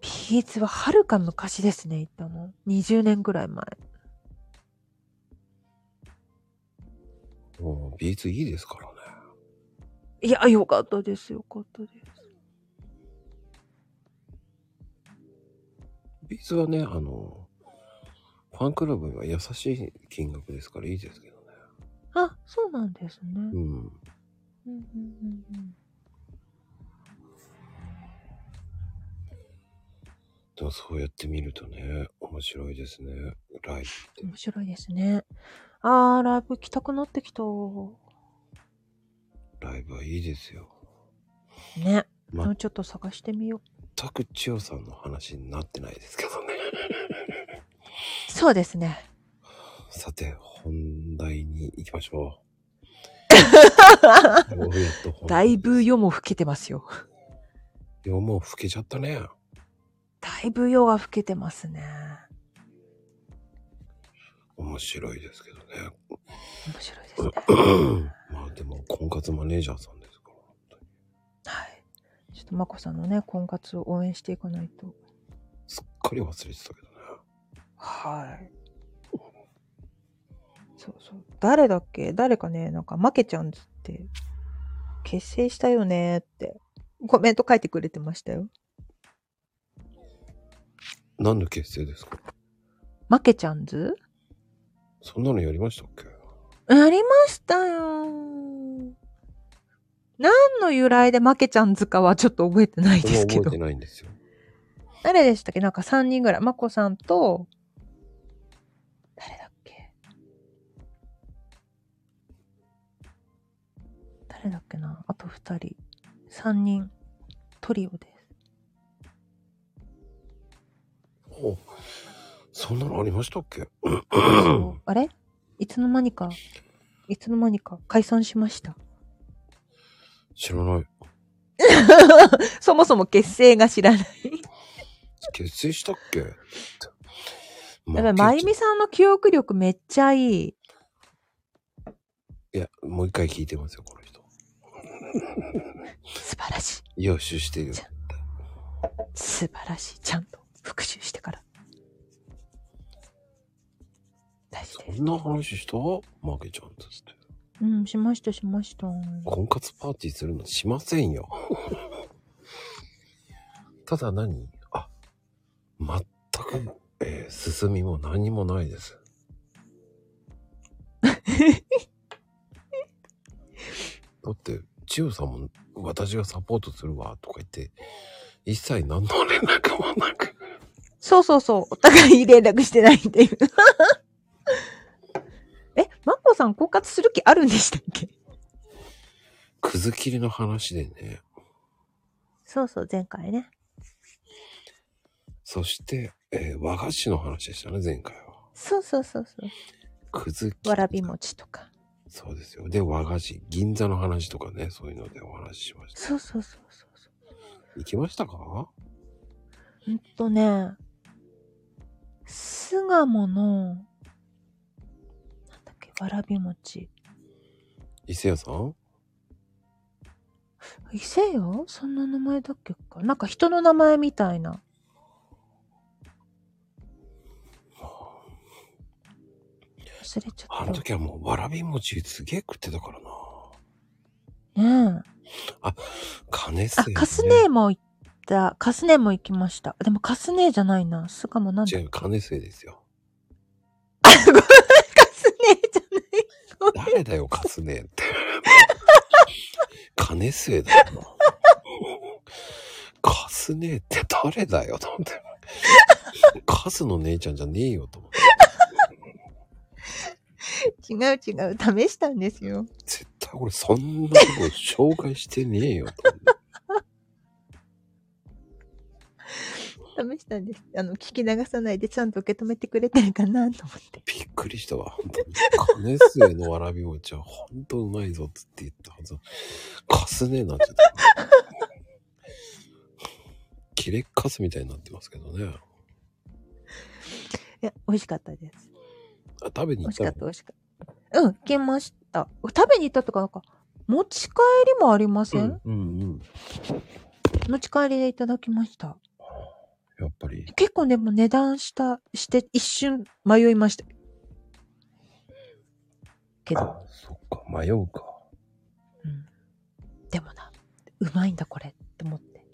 ピーツははるか昔ですね、行ったの。20年ぐらい前。もうビーツいいですからね。いや、よかったです、よかったです。ビーツはね、あの、ファンクラブには優しい金額ですからいいですけどね。あ、そうなんですね。うん。うんうんうんうんでもそうやって見るとね、面白いですね。ライブって。面白いですね。あー、ライブ行きたくなってきた。ライブはいいですよ。ね。まもうちょっと探してみよう。全く千代さんの話になってないですけどね。そうですね。さて、本題に行きまし ょう。ようやっと本題だいぶ。夜も更けてますよ。よ、もう老けちゃったね。だいぶ夜が更けてますね。面白いですけどね。面白いですね。まあでも、婚活マネージャーさんですから。本当にはい。ちょっとまこさんのね、婚活を応援していかないと。すっかり忘れてたけどね。はい。そうそう。誰だっけ誰かね、なんか、負けちゃんつって、結成したよねって、コメント書いてくれてましたよ。何の結成ですか負けちゃんズそんなのやりましたっけやりましたよー。何の由来で負けちゃんズかはちょっと覚えてないそでれもすけ覚えどて。ないんですよ。誰でしたっけなんか3人ぐらい。まこさんと、誰だっけ誰だっけなあと2人。3人。トリオです。おそんなのありましたっけそうあれいつの間にか、いつの間にか解散しました。知らない。そもそも結成が知らない。結成したっけやっぱり、まゆみさんの記憶力めっちゃいい。いや、もう一回聞いてますよ、この人。素晴らしい。予習してるよ。素晴らしい。ちゃんと復習してから。大事ですそん。な話した負けちゃうんですって。うん、しました、しました。婚活パーティーするのしませんよ。ただ何あ、全く、えー進みも何もないです。だって、千代さんも私がサポートするわとか言って、一切何の連絡もなく。そうそうそう。お互いに連絡してないっていう。 え、マッコさん婚活する気あるんでしたっけくず切りの話でね。そうそう、前回ね。そして、えー和菓子の話でしたね、前回は。そうそうそうそう。くず切り。わらび餅とか。そうですよ。で、和菓子、銀座の話とかね、そういうのでお話ししました。そうそうそうそうそう。行きましたかほんとね、巣鴨の、なんだっけ、わらび餅。伊勢屋さん伊勢よそんな名前だっけか。なんか人の名前みたいな。忘れちゃあったの。時はもう、わらび餅すげえ食ってたからな。ねえ。金瀬、あ、カスネーも行った。カスネーも行きました。でもカスネーじゃないな。巣鴨なんだ。違う、金瀬ですよ。カスネーじゃない。誰だよ、カスネ って。金瀬だよな。カスネって誰だよ、と思って。カスの姉ちゃんじゃねえよ、と思って。違う違う。試したんですよ。絶対俺そんなこと紹介してねえよ、と思って。試したんです。あの、聞き流さないでちゃんと受け止めてくれてるかなと思って。びっくりしたわ、本当に。金末のわらび餅は本当うまいぞっつって言ったはず。かすねえなっちゃった。切れっかすみたいになってますけどね。いや、美味しかったです。あ食べに美行っ味しのたかった、美味しかった。うん、行けました。食べに行ったとか、なんか、持ち帰りもありません、うんうんうん。持ち帰りでいただきました。やっぱり。結構でも値段した、して、一瞬迷いました。けど、あそっか、迷うか。うん、でもな、うまいんだこれって思って、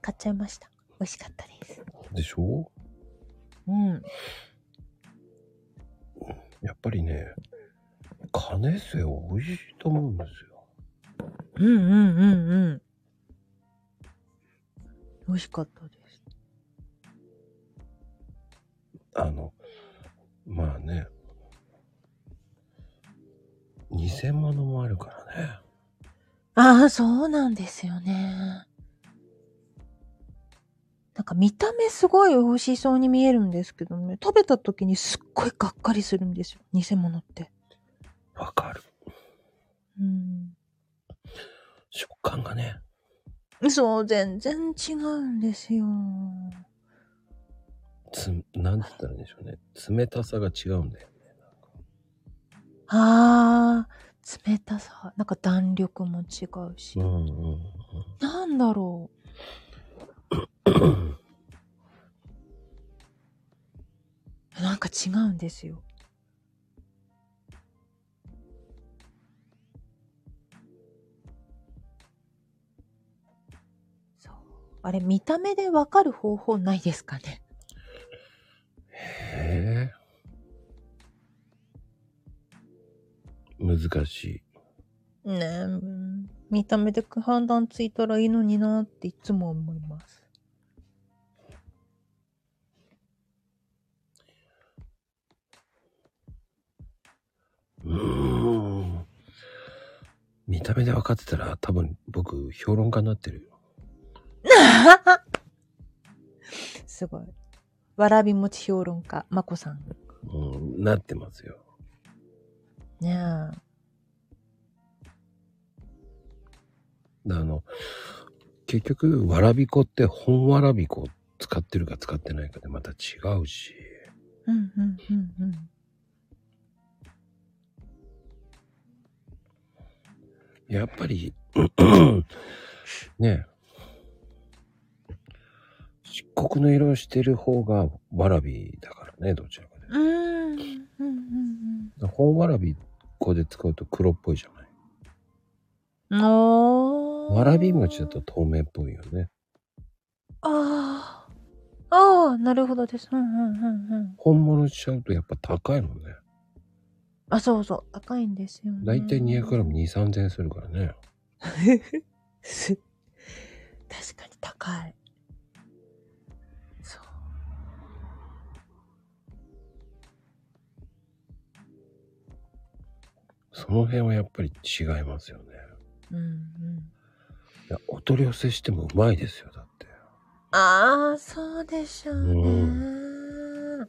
買っちゃいました。美味しかったです。でしょうん。やっぱりね、金瀬美味しいと思うんですよ。うんうんうんうん。美味しかったです。あの、まあね。偽物もあるからね。ああ、そうなんですよね。なんか見た目すごい美味しそうに見えるんですけどね、食べた時にすっごいがっかりするんですよ、偽物って。わかる。うん。食感がね。そう、全然違うんですよ。つ、なんて言ったらいいんでしょうね。冷たさが違うんだよね。ああ、冷たさ、なんか弾力も違うしう。んうんうん。なんだろう。なんか違うんですよ。そう。あれ、見た目でわかる方法ないですかね。へえ。難しい。ねえ、うん見た目で判断ついたらいいのになっていつも思います。うーん。見た目で分かってたら多分僕評論家になってるよ。 すごい。わらび餅評論家、まこさん。うん、なってますよ。ねえ。あの、結局、わらび粉って本わらび粉を使ってるか使ってないかでまた違うし。うんうんうんうん。やっぱり、ねえ。漆黒の色をしてる方がわらびだからね、どちらかで。うーんうんうん本わらび粉で使うと黒っぽいじゃない。うん。おーわらび餅だと。透明っぽいよね。ああ。ああ、なるほどです。うんうんうんうん。本物にしちゃうとやっぱ高いもんね。あ、そうそう。高いんですよ、ね。だいたい 200g2,3000 円するからね。す確かに高い。そう。その辺はやっぱり違いますよね。うんうん。いや、お取り寄せしてもうまいですよ、だって。ああ、そうでしょうね。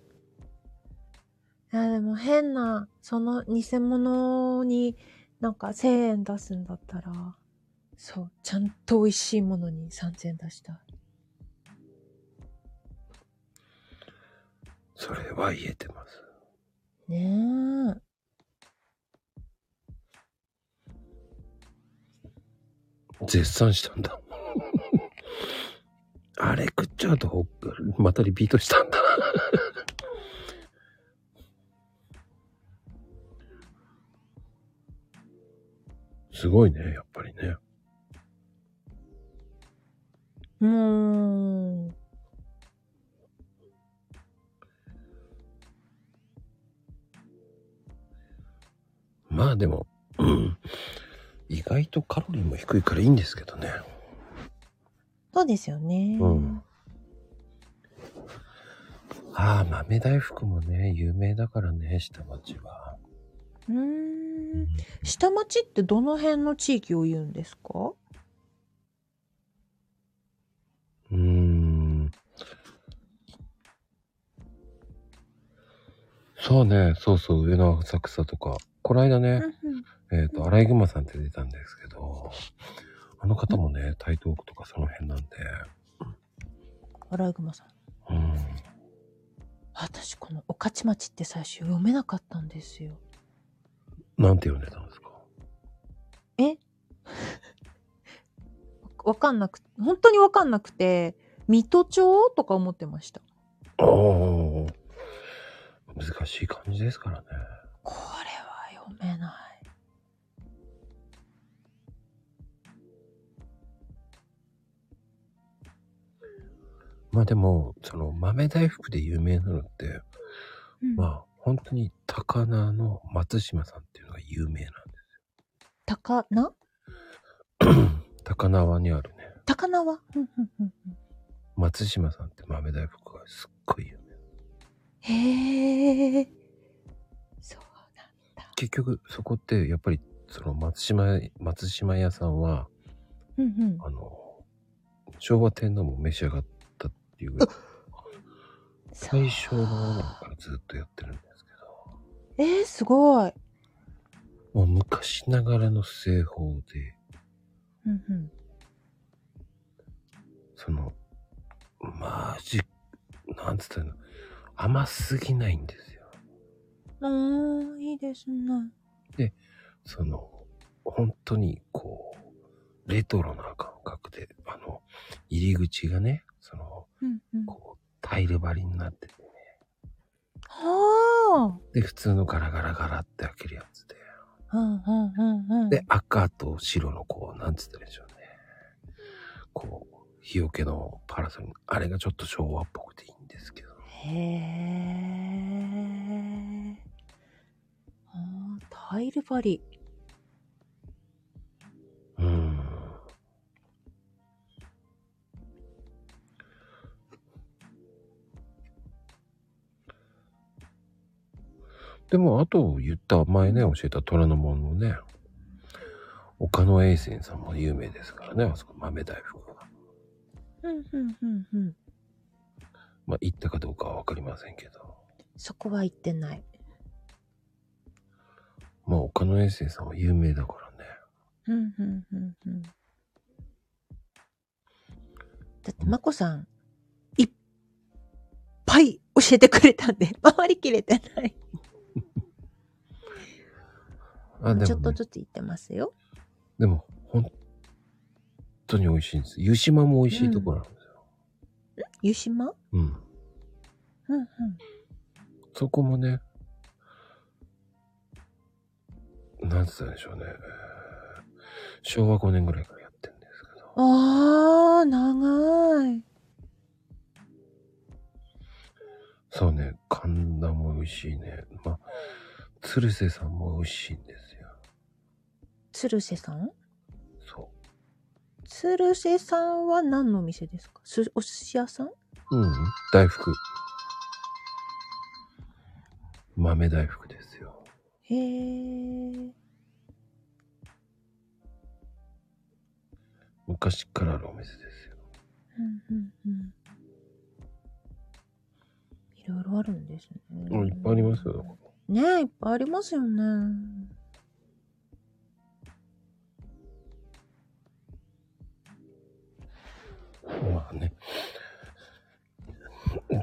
いや、でも変な、その偽物になんか1000円出すんだったら、そう、ちゃんと美味しいものに3000円出したい。それは言えてます。ねえ。絶賛したんだ。 あれ食っちゃうとほっ、またリピートしたんだ。すごいね、やっぱりね。うーん。まあでも、うん意外とカロリーも低いからいいんですけどね。そうですよね。うんああ、豆大福もね、有名だからね、下町は。うーん。下町ってどの辺の地域を言うんですかうーん。そうね、そうそう、上野浅草とか。こないだね、えっ、と、アライグマさんって出たんですけど、あの方もね、台東区とかその辺なんで、アライグマさん。うん。私この御徒町って最初読めなかったんですよ。なんて呼んでたんですかわかんなく、本当にわかんなくて、水戸町とか思ってました。ああ。難しい感じですからね。これは読めない。まあでも、その豆大福で有名なのって、うんまあ本当に高菜の松島さんっていうのが有名なん高菜 です。高菜湾にあるね、高菜は、うんうんうんうん松島さんって豆大福がすっごい有名。へえ。そうなんだ。結局そこってやっぱりその松島、松島屋さんは、うんうん。あの、昭和天皇も召し上がったっていうぐらい、そう大正の頃からずっとやってるんですけえー、すごい。ど、もう昔ながらの製法で、うんうん。その、まあじ、なんつったらいいの、甘すぎないんですよ。ああ、いいですね。その、本当にこう、レトロな感覚で、あの、入り口がね、その、うんうん。こう、タイル張りになってて、はで、普通のガラガラガラって開けるやつで、あ。うんうんうんうん。で、赤と白のこう、なんつったらいいんでしょうね。こう、日よけのパラソルに、あれがちょっと昭和っぽくていいんですけど。へえ。あータイル張り。うーん。でも、あと言った前ね、教えた虎ノ門のね、岡野栄泉さんも有名ですからね、あそこ豆大福が。うんうんうんうん。まあ、行ったかどうかはわかりませんけど。そこは行ってない。まあ、岡野栄泉さんは有名だからね。うんうんうんうん。だって、まこさん、いっぱい教えてくれたんで、回りきれてない。あ、でちょっも、とね、ずつ行ってますよ。でも、本当に美味しいんです。湯島も美味しいところなんですよ。湯島うんうんうん。そこもね、なんつったんでしょうね。昭和5年ぐらいからやってるんですけど。あー、長い。そうね、神田も美味しいね。まあ、鶴瀬さんも美味しいんですよ。鶴瀬さんそ鶴瀬さんは何のお店ですかすお寿司屋さんう。うん、大福。豆大福ですよ。へー。昔からあるお店ですよ。うんうんうん。いろいろあるんですね。うんいっぱいありますよ。ねえ、いっぱいありますよ ね。まあね。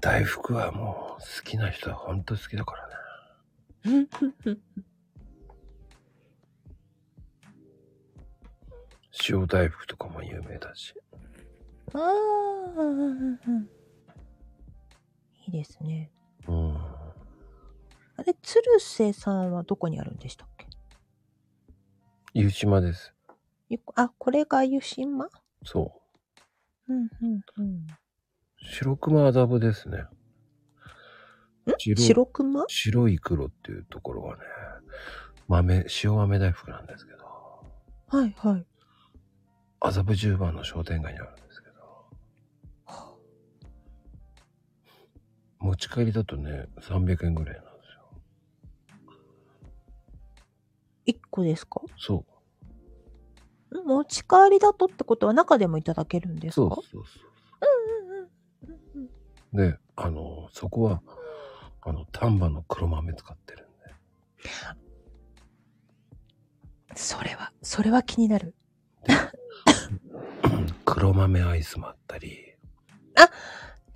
大福はもう好きな人は本当好きだからね。塩大福とかも有名だし。ああ、いいですね。うん。あれ、鶴瀬さんはどこにあるんでしたっけ湯島です。ゆあ、これが湯島そうんうんうん。う。白熊麻布ですね。白白熊白い黒っていうところはね、豆、塩飴大福なんですけど、はいはい。麻布十番の商店街にあるんですけど、持ち帰りだとね、300円ぐらいなんですよ。一個ですかそ持ち帰りだとってことは中でもいただけるんでう。すかそうそうそう。で、あの、そこは、あの、丹波の黒豆使ってるんで。それは、それは気になる。黒豆アイスもあったり、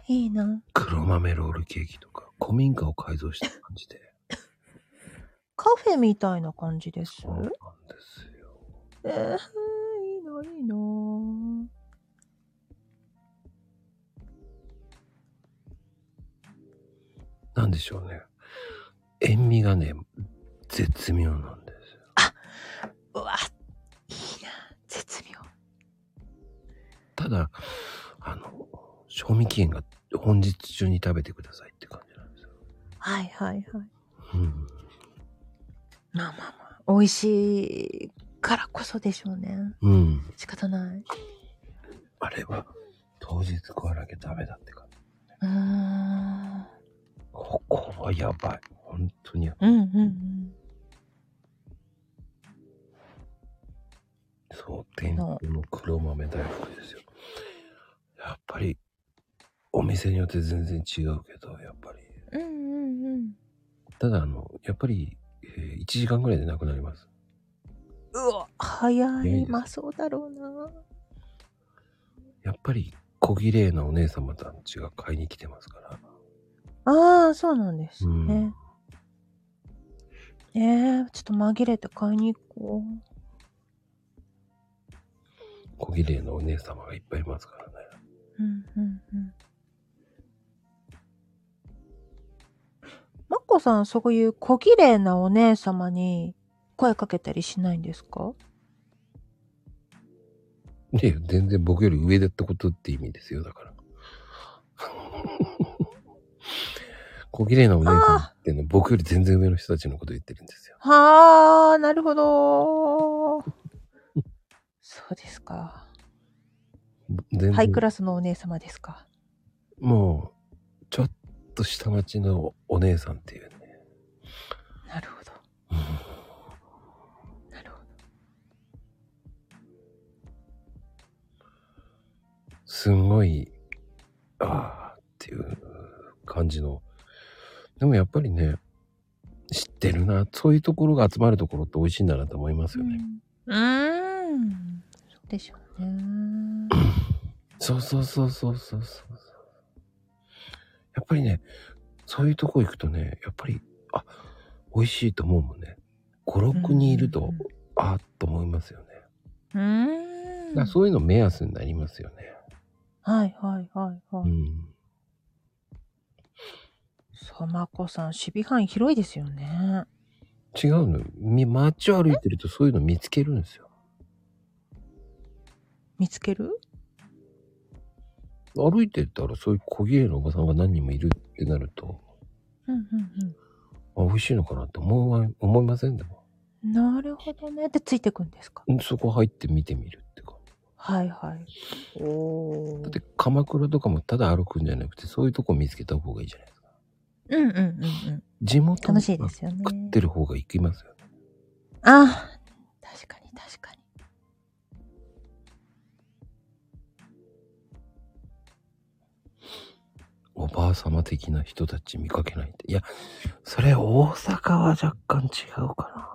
いいな。黒豆ロールケーキとか、古民家を改造した感じで。カフェみたいな感じですそうなんですよ。えー、いいな、いいな。なんでしょうね。塩味がね、絶妙なんですよ。うわ、いいな、絶妙。ただ、あの、賞味期限が本日中に食べてくださいって感じなんですよ。はいはいはい。うん。まあまあまあ、美味しいからこそでしょうね。うん。仕方ない。あれは、当日食わなきゃダメだって感じ。うーん。ここはやばい。本当に。うんうんうん。そう、天空の黒豆大福ですよ。やっぱり、お店によって全然違うけど、やっぱり。うんうんうん。ただ、あの、やっぱり、え1時間ぐらいでなくなります。うわ、早いいでい。すまあそうだろうな。やっぱり、小綺麗なお姉様たちが買いに来てますから。ああ、そうなんですうねん。。ええー、ちょっと紛れて買いに行こう。小綺麗なお姉様がいっぱいいますからね。うんうんうん。マッコさん、そういう小綺麗なお姉様に声かけたりしないんですかね全然僕より上だったことって意味ですよ、だから。 小綺麗なお姉様っていうのは僕より全然上の人たちのこと言ってるんですよ。はあ、なる ほど。そうですか。全ハ然イクラスのお姉様ですか。もう、ちょっと下町のお姉さんっていうね。なるほど。なるほど。すんごい、ああ、っていう感じの。でもやっぱりね、知ってるな。そういうところが集まるところって美味しいんだなと思いますよね。うーん。そうでしょうね。そうそうそうそうそうそう。やっぱりね、そういうとこ行くとね、やっぱり、あ、美味しいと思うもんね。5、6人いると、うんああ、と思いますよね。うーん。だからそういうの目安になりますよね。はいはいはいはうい。ん。さまこさん、守備範囲広いですよね。違うのよみ街を歩いてるとそういうの見つけるんですよ見つける歩いてたらそういう小綺麗なおばさんが何人もいるってなるとうんうんあ美味しいのかなって思わ思いませんでもうん。なるほどね。で、ついてくんですか。うんそこ入って見てみるってかはいはい。おだっー。て鎌倉とかもただ歩くんじゃなくてそういうとこ見つけた方がいいじゃないですかうんうんうんうん。地元楽がしい食ですよね。ってる方が行きますよねああ、確かに確かに。おばあ様的な人たち見かけないっていやそれ大阪は若干違うかな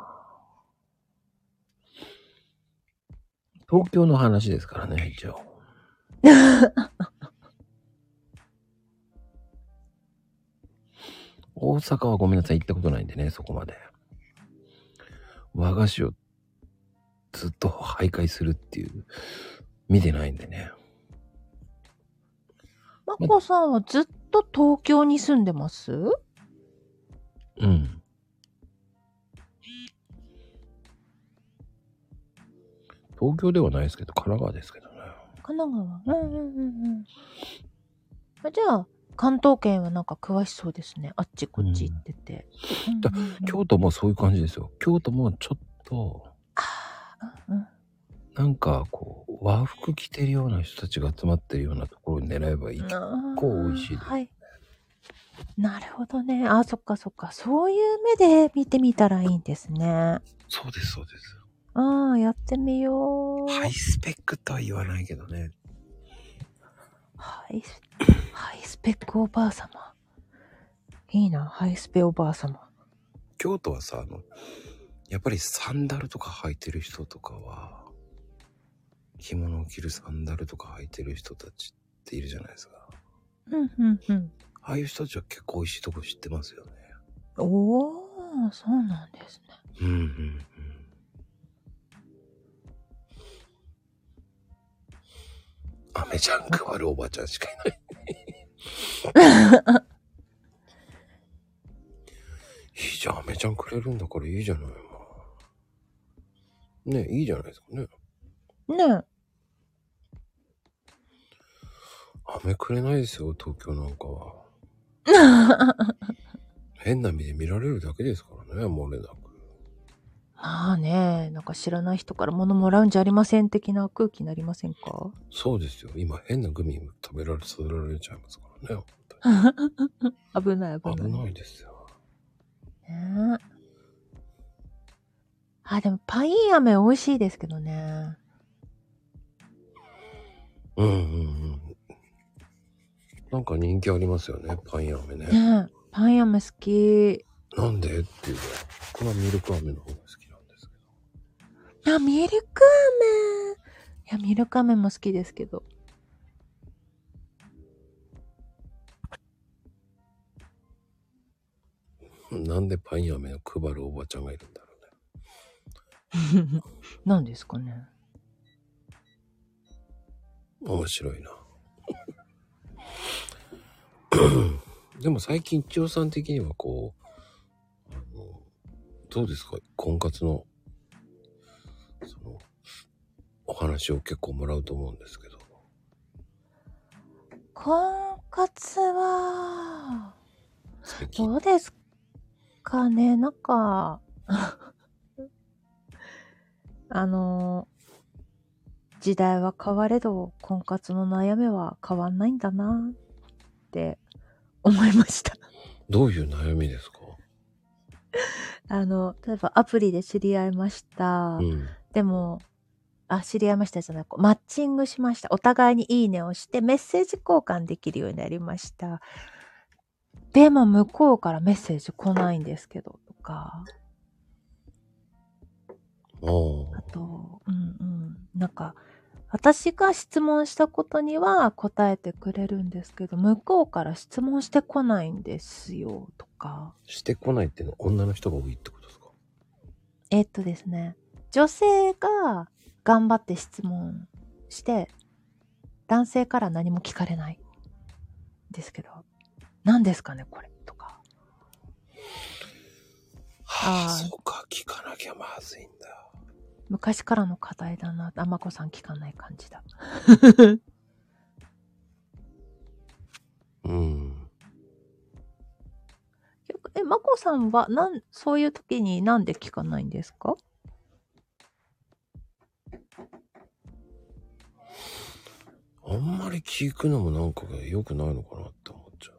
東京の話ですからね一応大阪はごめんなさい行ったことないんでねそこまで和菓子をずっと徘徊するっていう見てないんでねまこさんはずっと東京に住んでますうん東京ではないですけど神奈川ですけどね神奈川。うんうんうんうんあ。じゃあ、関東圏はなんか詳しそうですね。あっちこっち行ってて。だうんうんうん京都もそういう感じですよ京都もちょっとうんなんかこう和服着てるような人たちが集まってるようなところに狙えばいい、結構美味しいですはい。なるほどね。あ、そっかそっか。そういう目で見てみたらいいんですね。そうですそうですああ、やってみよう。ハイスペックとは言わないけどねハイス、ハイスペックおばあ様。いいな、ハイスペおばあ様。京都はさあのやっぱりサンダルとか履いてる人とかは着物を着るサンダルとか履いてる人たちっているじゃないですかうんうんうん。ああいう人たちは結構美味しいとこ知ってますよね。おー、そうなんですね。うんうんうん。アメちゃん変わるおばちゃんしかいない。いいじゃん、アメちゃんくれるんだからいいじゃない。まあねいいじゃないですかね。ねアメくれないですよ、東京なんかは。変な目で見られるだけですからね、漏れなく。まあね、なんか知らない人から物もらうんじゃありません的な空気になりませんかそうですよ。今変なグミ食べられ、育られちゃいますからね。危ない危危ない。ないですよ。ねあ、でもパイン飴美味しいですけどね。うんうんうん。なんか人気ありますよね、パイン飴ね。ねパイン飴好き。なんでっていうぐらい。これはミルク飴の方が好きなんですけど。あ、ミルク飴。いや、ミルク飴も好きですけど。なんでパイン飴を配るおばちゃんがいるんだろうね。何ですかね。面白いな。 でも最近、千代さん的にはこう、あの、どうですか婚活の、その、お話を結構もらうと思うんですけど。婚活は、最近どうですかね。なんか、 あの、時代は変われど、婚活の悩みは変わんないんだなって思いました。 どういう悩みですかあの、例えばアプリで知り合いました。うん。でも、あ、知り合いましたじゃない、こうマッチングしました。お互いにいいねをして、メッセージ交換できるようになりました。でも、向こうからメッセージ来ないんですけど、とか、ああと、うんうん、なんか、私が質問したことには答えてくれるんですけど、向こうから質問してこないんですよ、とか。あ、してこないっていうのは女の人が多いってことですかえっとですね、女性が頑張って質問して、男性から何も聞かれない。ですけど、何ですかね、これ。とか。はあ、あーそうか、聞かなきゃまずいんだ。昔からの課題だな。あまこさん聞かない感じだ。うん。逆え、まこさんは、なん、そういう時になんで聞かないんですかあんまり聞くのもなんか良くないのかなって思っちゃ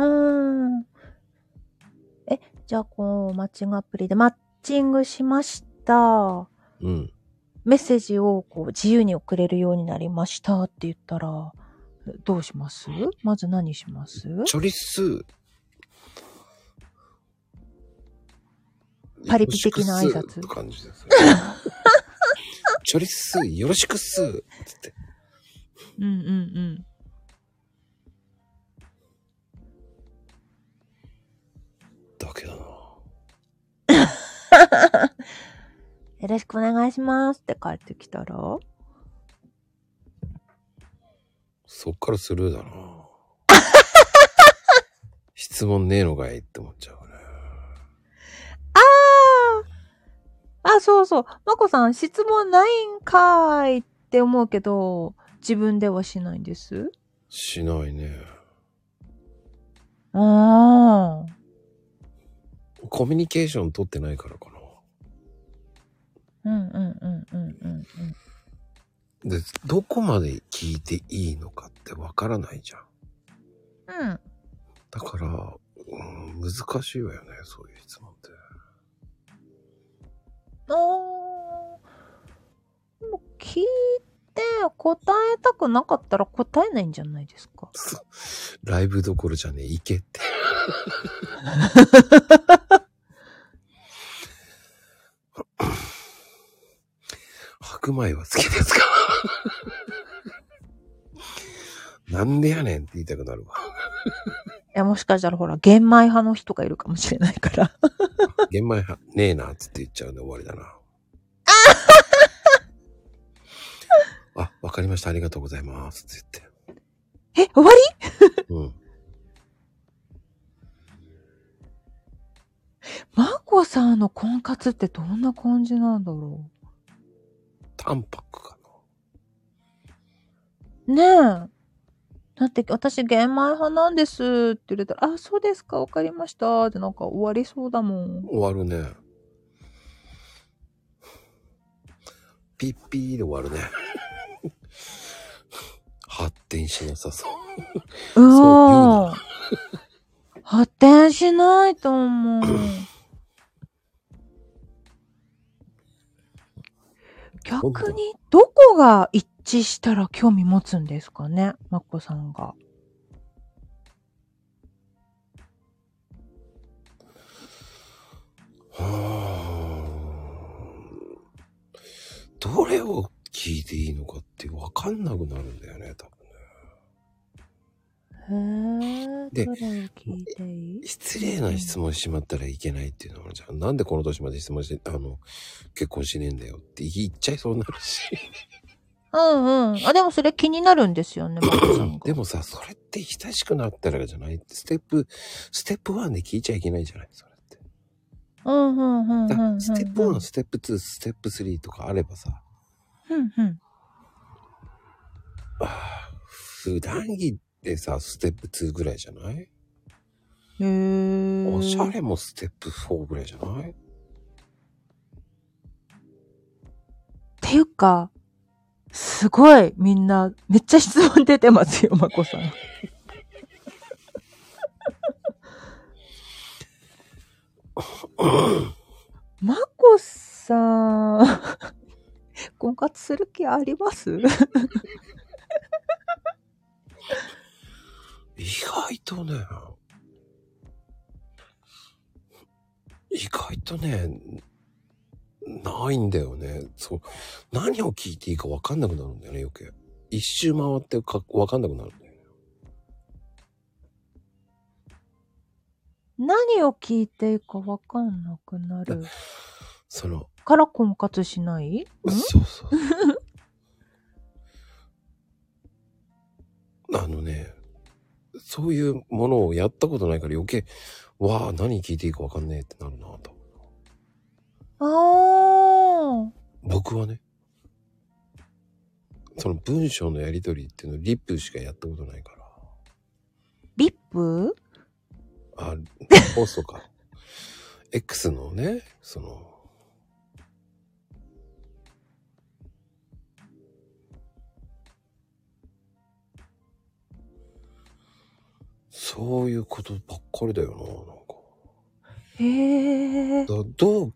う。うーん。え、じゃあ、こう、マッチングアプリでマッチングしました。うん。メッセージをこう自由に送れるようになりましたって言ったら、どうしますまず何しますチョリスパリピ的な挨拶よろしくっすって感じ ですね。チョリスよろしくっすっつって。うんうんうん。だけどな。よろしくお願いしますって帰ってきたらそっからスルー だな。質問ねえのかいって思っちゃうね。あ、そうそう。まこさん、質問ないんかーいって思うけど、自分ではしないんです。しないね。ああ。コミュニケーション取ってないからかな。うんうんうんうんうんうん。で、どこまで聞いていいのかってわからないじゃん。うん。だから、うん、難しいわよね、そういう質問って。あー。もう聞いて答えたくなかったら答えないんじゃないですか。ライブどころじゃねえ、行けって。白米は好きですかなんでやねんって言いたくなるわ。や、もしかしたらほら、玄米派の人がいるかもしれないから。玄米派、ねえなっつって言っちゃうんで終わりだな。あ、わかりました。ありがとうございます。ってえ、終わり言って。うん。マコさんの婚活ってどんな感じなんだろ淡白かう。ねえ。だって、私、玄米派なんですって言れたら、あ、そうですか、わかりました。ってなんか終わりそうだもんな。。終わるね。ピッピーで終わるね。発展しなさそう。うう言うわー発展しないと思 う。逆に、どこが一致したら興味持つんですかね、マコさんが。はあどれを聞いていいのかってわかんなくなるんだよね、多分ね。へー、でどれを聞いていい失礼な質問しちまったらいけないっていうのもあるじゃん。なんでこの年まで質問して、あの、結婚しねえんだよって言っちゃいそうになるし。うんうん。あ、でもそれ気になるんですよね、マコさんがで。もさ、それって親しくなったらじゃないステップ、ステップ1で聞いちゃいけないじゃないそれって。うんうんうんだうかんうらんうん。ステップ1、ステップ2、ステップ3とかあればさ、うんうん。ああ普段着ってさ、ステップ2ぐらいじゃないへー。おしゃれもステップ4ぐらいじゃないっていうか、すごい、みんな、めっちゃ質問出てますよ、まこ さん。まこさん、婚活する気あります意外とね、意外とね、ないんだよね。そう。何を聞いていいか分かんなくなるんだよね、余計。一周回ってか分かんなくなるんだよね。何を聞いていいかわかんなくなるその、から婚活しないんそうそう そう。あのね、そういうものをやったことないから余計、わあ、何聞いていいか分かんねえってなるなと。あー。僕はね、その文章のやりとりっていうのをリップしかやったことないから。リップあ、ポストか。X のね、その、そういうことばっかりだよな、へー。なんか。だどう、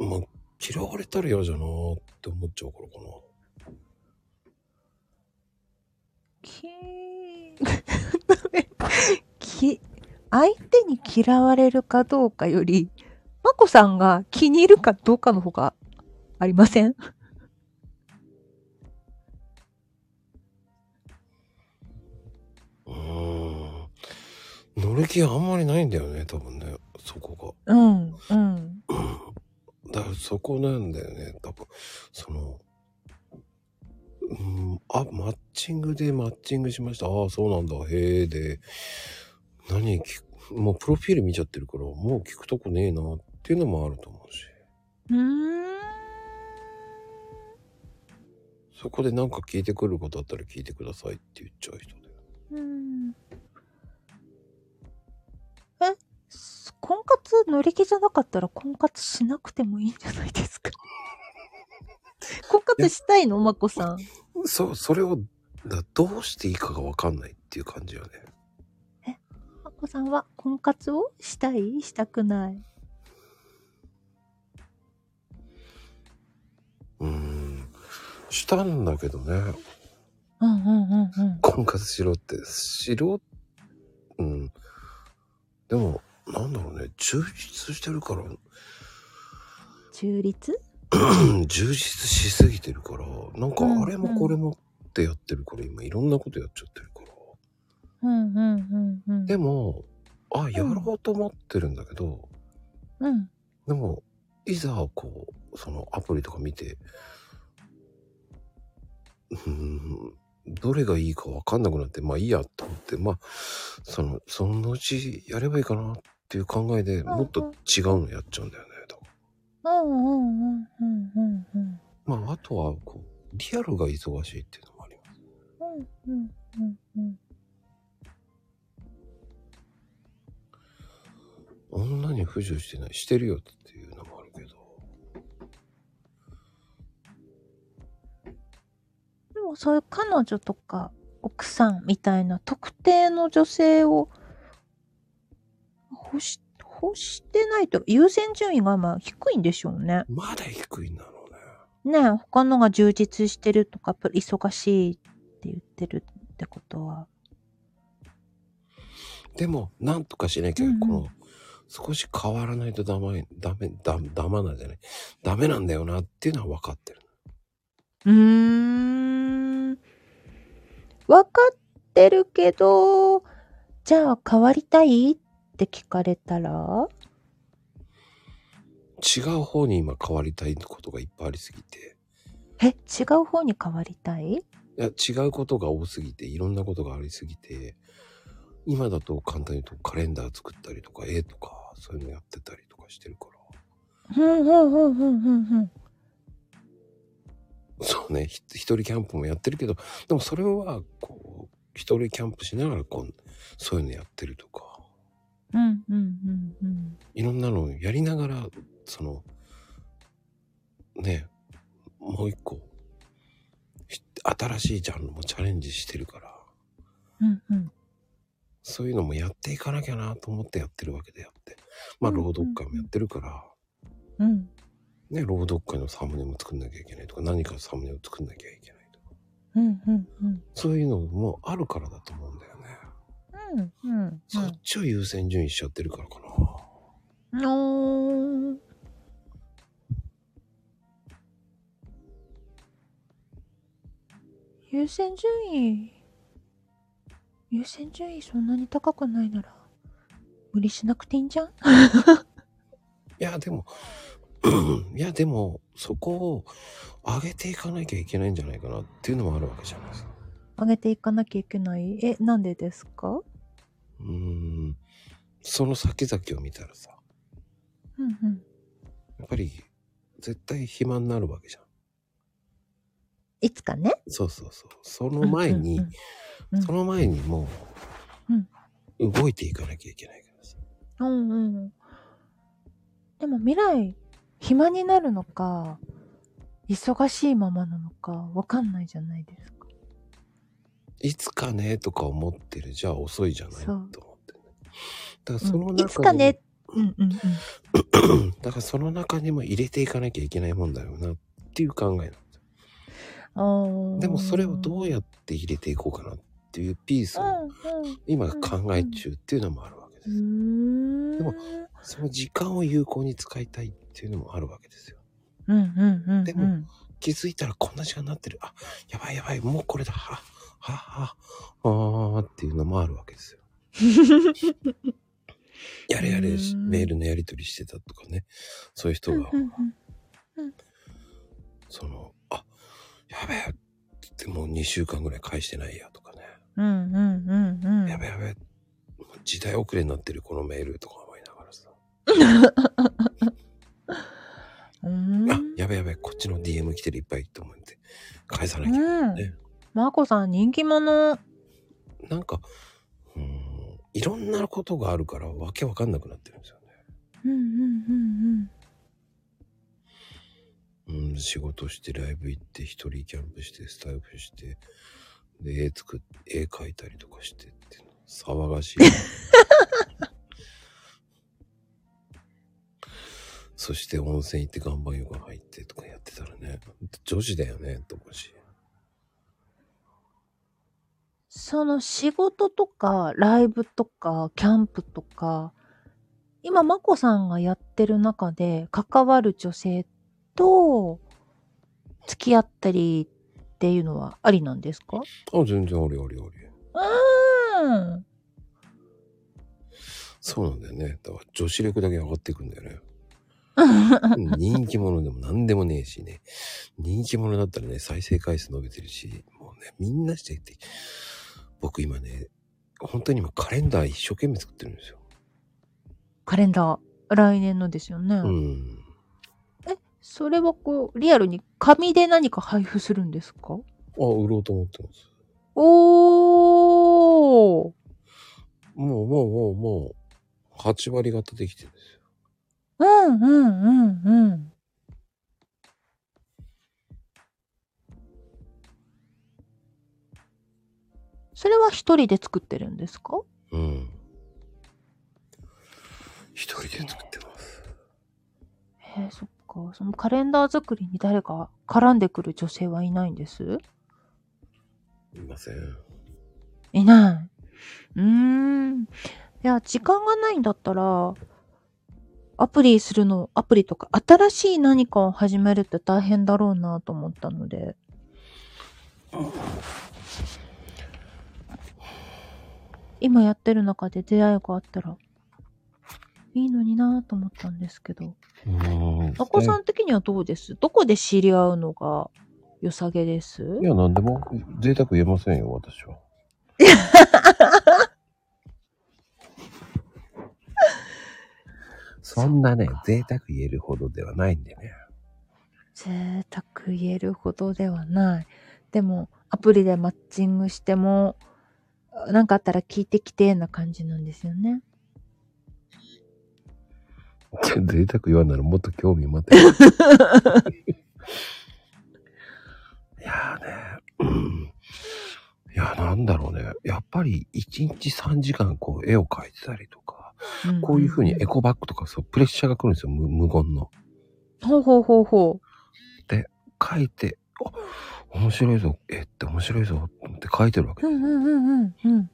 まあ、嫌われたら嫌じゃなーって思っちゃうからかな。き き相手に嫌われるかどうかより、まこさんが気に入るかどうかの方がありませんうーん。乗る気あんまりないんだよね、多分ね、そこが。うん、うん。だからそこなんだよね多分そのうんあマッチングでマッチングしましたああそうなんだへえで何聞くもうプロフィール見ちゃってるからもう聞くとこねえなっていうのもあると思うしうーん。そこで何か聞いてくることあったら聞いてくださいって言っちゃう人でうんえ、す婚活乗り気じゃなかったら婚活しなくてもいいんじゃないです か婚活したいのまこさん。そうそれをだどうしていいかが分かんないっていう感じよねまこさんは婚活をしたいしたくない。うんしたんだけどね うんうんうんうん。婚活しろって、しろ、うん。でも、なんだろうね、充実してるから、 中立充実しすぎてるから、なんかうんあれもこれもってやってるから、今いろんなことやっちゃってるから、ううんうんうんうん。でも、も、あ、やろうと思ってるんだけど、うん。でも、いざこう、そのアプリとか見て、うーん、どれがいいかわかんなくなって、まあいいやと思って、まあ、その、そのうちやればいいかなっていう考えでもっと違うのやっちゃうんだよね。だかうんうんうんうんうんうん。らまあ、あとは、こう、リアルが忙しいっていうのもあります。うんうんうんうん。女に不自由してない、してるよっていうのもあるけど、でもそういう彼女とか奥さんみたいな特定の女性を欲し、欲してないと優先順位がまあ低いんでしょうね。まだ低いんだろうね。ねえ他のが充実してるとか、プ忙しいって言ってるってことは。でも、なんとかしなきゃ、うんうんこの、少し変わらないとダメ、ダメ、ダメ、ダメなんじゃないダメなんだよなっていうのは分かってる。うーん。わかってるけど、じゃあ変わりたいって聞かれたら違う方に今変わりたいことがいっぱいありすぎて、え、違う方に変わりたいいや、違うことが多すぎて、いろんなことがありすぎて、今だと簡単に言うとカレンダー作ったりとか、絵とか、そういうのやってたりとかしてるから。うんうんうんうんうんそうね、ひ一人キャンプもやってるけど、でもそれは、こう、一人キャンプしながら、こう、そういうのやってるとか。うん。うんうんうんうん。いろんなのをやりながら、その、ねえ、もう一個、ひ新しいジャンルもチャレンジしてるから、うんうん。そういうのもやっていかなきゃなと思ってやってるわけであって。まあ、うんうんう朗ん読会もやってるから、うんね、朗読会のサムネも作んなきゃいけないとか、何かサムネを作んなきゃいけないとか、うんうんうん。そういうのもあるからだと思うんだよね。うんうんそっちを優先順位しちゃってるからかな。うん。おー優先順位優先順位そんなに高くないなら無理しなくていいんじゃんいや、でも、いや、でも、そこを上げていかなきゃいけないんじゃないかなっていうのもあるわけじゃないですか。上げていかなきゃいけない。え、なんでですかうーん。その先々を見たらさ、うんうん。やっぱり、絶対暇になるわけじゃん。いつかね。そうそうそう。その前に、うんうんうんその前にもう、動いていかなきゃいけないからさ。うんうん。でも未来、暇になるのか、忙しいままなのか、わかんないじゃないですか。いつかね、とか思ってる。じゃあ遅いじゃないとそ思っうてね。だからその中に、うんいつかね、うんうんうん。だからその中にも入れていかなきゃいけないもんだよなっていう考えなんですよあーでもそれをどうやって入れていこうかなっていうピースをう今考え中っていうのもあるわけです。んうん。でもうその時間を有効に使いたいっていうのもあるわけですよ。ーん、うんうんうんうん。でも気づいたらこんな時間になってる。あ、やばいやばい、もうこれだ。は、は、は、あーっていうのもあるわけです よ。やれやれし、うんメールのやり取りしてたとかね。そういう人がうん、うんうんその、あ、やべえ、ってもう2週間ぐらい返してないやとかね。うんうんうんうん。やべやべ、時代遅れになってるこのメールとか思いながらさ、うーん。あ、やべやべ、こっちの DM 来てるいっぱいと思って、返さなきゃいけない。うんね。マーコさん人気な者。んか、うーん、いろんなことがあるからわけわかんなくなってるんですよね。うんうんうんうん、仕事してライブ行って、一人キャンプして、スタイフして、で、絵作っ絵描いたりとかしてっていうの、騒がしい。そして温泉行って岩盤浴入ってとかやってたらね、女子だよね、と思うし。その仕事とか、ライブとか、キャンプとか、今、まこさんがやってる中で、関わる女性と、付き合ったりっていうのはありなんですかあ、全然ありありあり。うーうん。そうなんだよね。だから女子力だけ上がっていくんだよ ね。人気者でも何でもねえしね。人気者だったらね、再生回数伸びてるし、もうね、みんなしてって。僕今ね、本当に今カレンダー一生懸命作ってるんですよ。カレンダー、来年のですよね。うん。それはこう、リアルに紙で何か配布するんですあ、か売ろうと思ってます。おーもうもうもうもう、8割方できてるんですよ。うんうんうんうん。それは一人で作ってるんですかうん。一人で作ってます。へえ、そっか。そのカレンダー作りに誰か絡んでくる女性はいないんですいません。いない。うーん。いや、時間がないんだったら、アプリするの、アプリとか、新しい何かを始めるって大変だろうなと思ったので。今やってる中で出会いがあったら、いいのになと思ったんですけど。うん。あこさん的にはどうですどこで知り合うのが良さげですいや、何でも贅沢言えませんよ、私は。 そんなねそっか、贅沢言えるほどではないんでね。贅沢言えるほどではない。でも、アプリでマッチングしても、なんかあったら聞いてきてな感じなんですよ ね。 贅沢言わんならもっと興味持 って。いやーね、うん。いや、なんだろうね。やっぱり1日3時間こう絵を描いてたりとか、こういうふうにエんコバッグとかそうプレッシャーが来るんですよ、無無言の。ほうほうほうほ書いて、あ面白いぞ、えって面白いぞと思って書いてるわけう。う。んうんうんうんうん。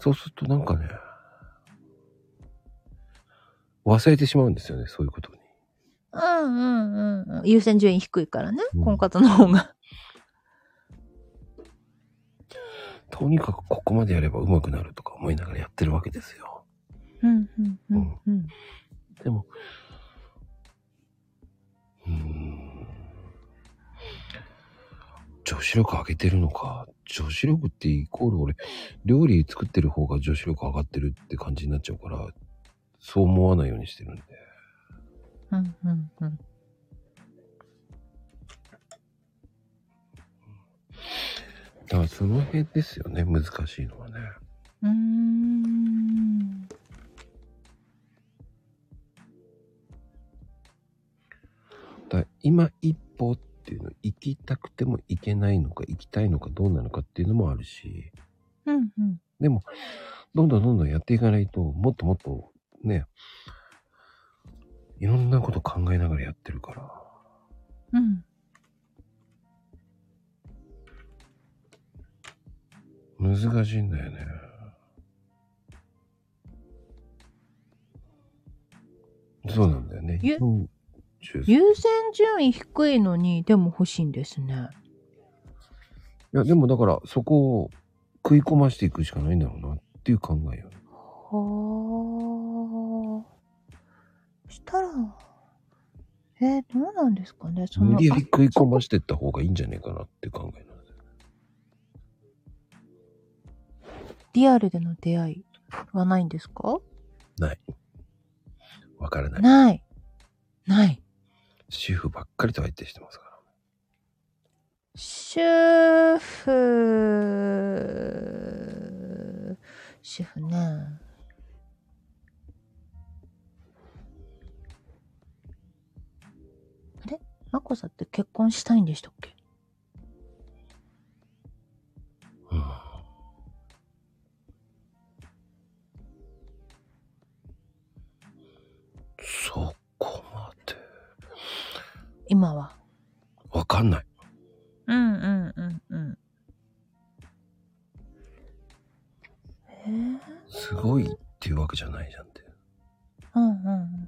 そうするとなんかね、忘れてしまうんですよね、そういうことに。うんうんうんうん。優先順位低いからね。うん婚活の方が。とにかくここまでやれば上手くなるとか思いながらやってるわけですよ。うんうんうんうん。でも、うーん。女子力上げてるのか。女子力ってイコール俺、料理作ってる方が女子力上がってるって感じになっちゃうから、そう思わないようにしてるんで。うんうんうん。だからその辺ですよね、難しいのはね。うーん。だから今一歩っていうの、行きたくても行けないのか、行きたいのかどうなのかっていうのもあるし、うんうん。でも、どんどんどんどんやっていかないと、もっともっとね、いろんなこと考えながらやってるから。うん。難しいんだよね。そうなんだよね。ゆ40い優先順位低いのに、でも欲しいんですね。や、でもだから、そこを食い込ましていくしかないんだろうなっていう考えよ。はあ。したら、えーどうなんですかねその無理やり食い込ましていった方がいいんじゃねえかなっていう考えなんだよ。リアルでの出会いはないんですかわからない。ない。ない。主婦ばっかりと相手してますから。主婦、主婦ね。あれマコさんって結婚したいんでしたっけうんそこまで。今は。わかんない。うんうんうんうん。えー、すごいっていうわけじゃないじゃんって。うんうんうん。い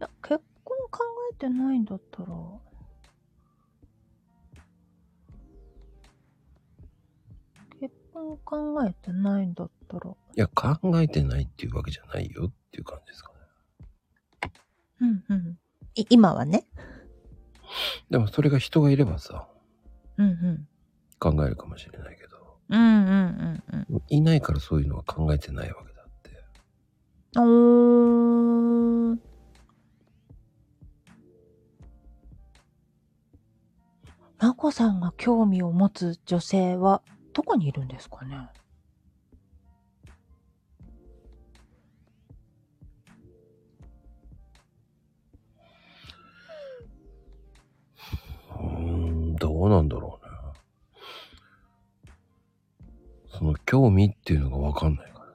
や、結婚考えてないんだったら。結うん考えてないんだったら。いや、考えてないっていうわけじゃないよっていう感じですかね。うんうん。い今はね。でもそれが人がいればさ、うんうん。考えるかもしれないけど、うんうんうんいないからそういうのは考えてないわけだって。うん。おー。まこさんが興味を持つ女性はどこにいるんですかねうーん、どうなんだろうね。その興味っていうのがわかんないからね。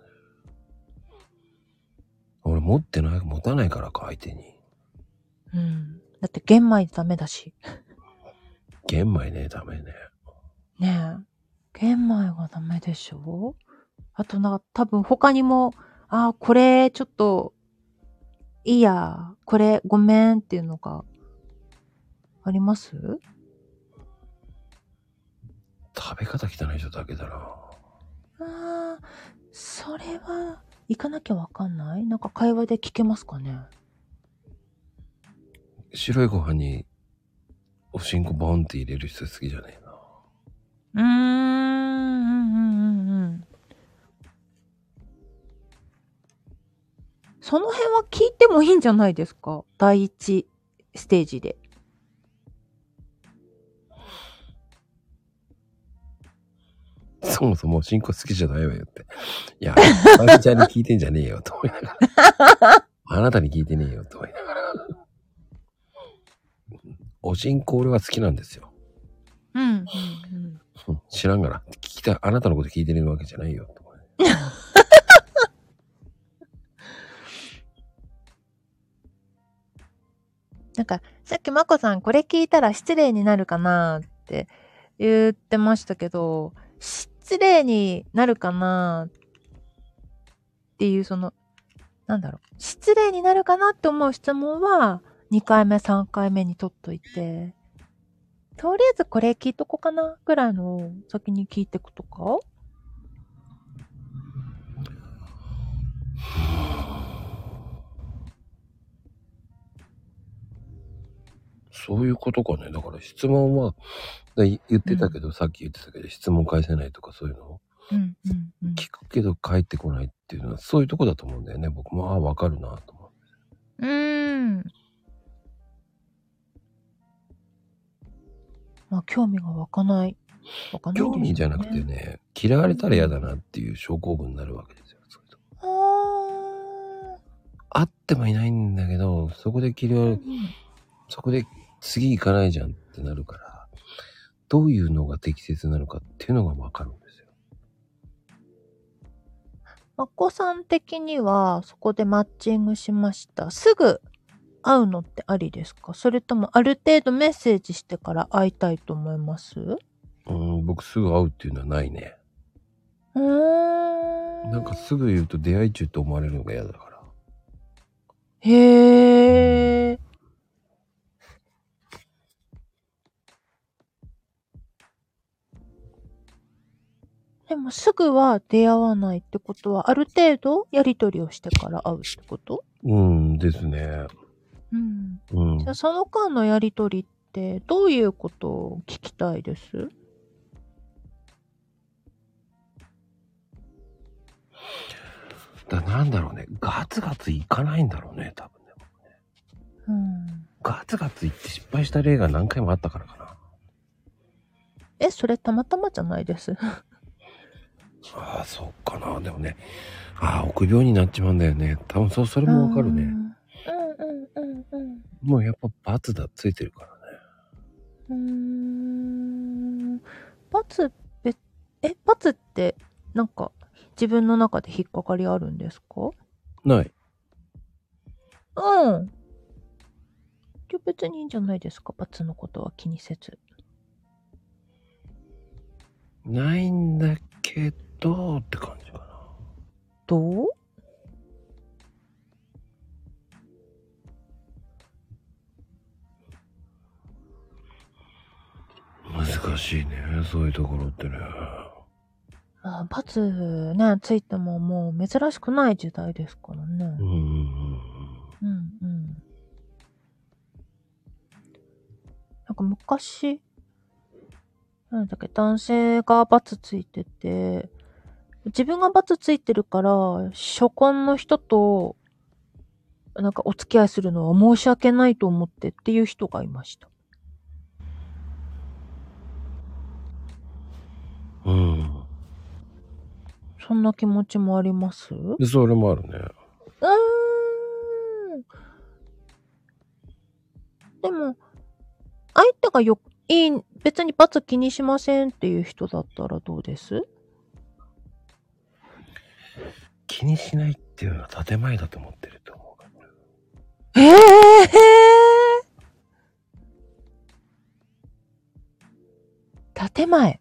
俺持ってない、持たないからか、相手に。うん。だって玄米ダメだし。玄米ね、ダメね。ねえ。玄米がダメでしょあとなんか多分他にも、ああ、これちょっと、いいや、これごめんっていうのが、あります食べ方汚い人だけだな。ああ、それは、行かなきゃわかんないなんか会話で聞けますかね白いご飯におしんこボンって入れる人好きじゃねえな。うーん、うん、うん、うん、うん。その辺は聞いてもいいんじゃないですか第一ステージで。 そもそもおしんこ好きじゃないわよって。いや、あゆみちゃんに聞いてんじゃねえよと思いながら。あなたに聞いてねえよと思いながら。おしんこ俺は好きなんですよ。うん、ううん、ん知らんから。聞きたい。あなたのこと聞いてるわけじゃないよと思いながら。なんか、さっきまこさんこれ聞いたら失礼になるかなって言ってましたけど、失礼になるかなっていうその、なんだろう、失礼になるかなって思う質問は、2回目、3回目に取っといて、とりあえずこれ聞いとこうかなぐらいのを先に聞いてくとかそういうことかね。だから質問は、だい言ってたけど、さっき言ってたけど、質問返せないとかそういうのうん、うん、うん。聞くけど返ってこないっていうのはそういうとこだと思うんだよね僕もああわかるなと思ううーん。まあ、興味が湧かない。湧かないですよ興ね味じゃなくて。ね嫌われたら嫌だなっていう症候群になるわけですよそういうとこああーってもいないんだけどそこで嫌わうれんそこで次行かないじゃんってなるからどういうのが適切なのかっていうのがわかるんですよまこさん的には、そこでマッチングしました。すぐ会うのってありですかそれとも、ある程度メッセージしてから会いたいと思いますううん僕すぐ会うっていうのはないねーん。なんかすぐ言うと出会い中って思われるのが嫌だからへえ。でもすぐは出会わないってことは、ある程度やりとりをしてから会うってことうんですねうん。うんじゃあその間のやりとりって、どういうことを聞きたいですだなんだろうねガツガツ行かないんだろうね多分ねうん。ガツガツ言って失敗した例が何回もあったからかな。え、それたまたまじゃないです。ああ、そっかな。でもね、ああ、臆病になっちまうんだよね。多分そう、それもわかるね。うんうんうんうん。もうやっぱ罰だ、ついてるからね。うーん罰べえ罰ってなんか自分の中で引っかかりあるんですかない。うんじゃあ別にいいんじゃないですか罰のことは気にせずないんだけど、って感じかな。どう難しいね、そういうところってね。ああバツね、ついてももう珍しくない時代ですからうね。んうんうんうん、うん。なんか昔、なんだっけ、男性がバツついてて、自分がバツついてるから、初婚の人と、なんかお付き合いするのは申し訳ないと思ってっていう人がいました。うんうんそんな気持ちもありますでそれもあるね。うーん。でも、相手がよ、いい、別に罰気にしませんっていう人だったらどうです気にしないっていうのは建前だと思ってると思うから。ええ建前。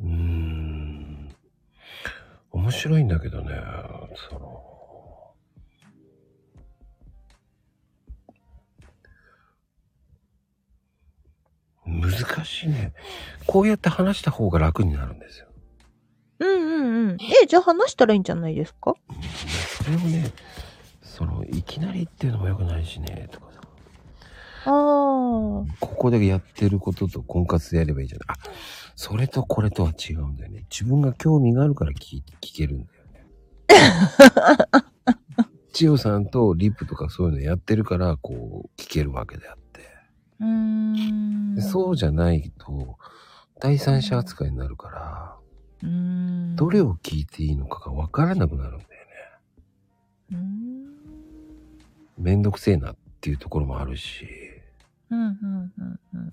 うーん。面白いんだけどね。その。難しいね。こうやって話した方が楽になるんですよ。うんうんうん。え、じゃあ話したらいいんじゃないですかそれをね、その、いきなりっていうのも良くないしね、とかさ。ああ。ここでやってることと婚活でやればいいじゃない。あ、それとこれとは違うんだよね。自分が興味があるから聞い聞けるんだよね。千代さんとリップとかそういうのやってるから、こう、聞けるわけであって。うーん。でそうじゃないと、第三者扱いになるから、うーん。どれを聞いていいのかがわからなくなるんだよね。うーん。めんどくせえなっていうところもあるし。うんうんうんうん。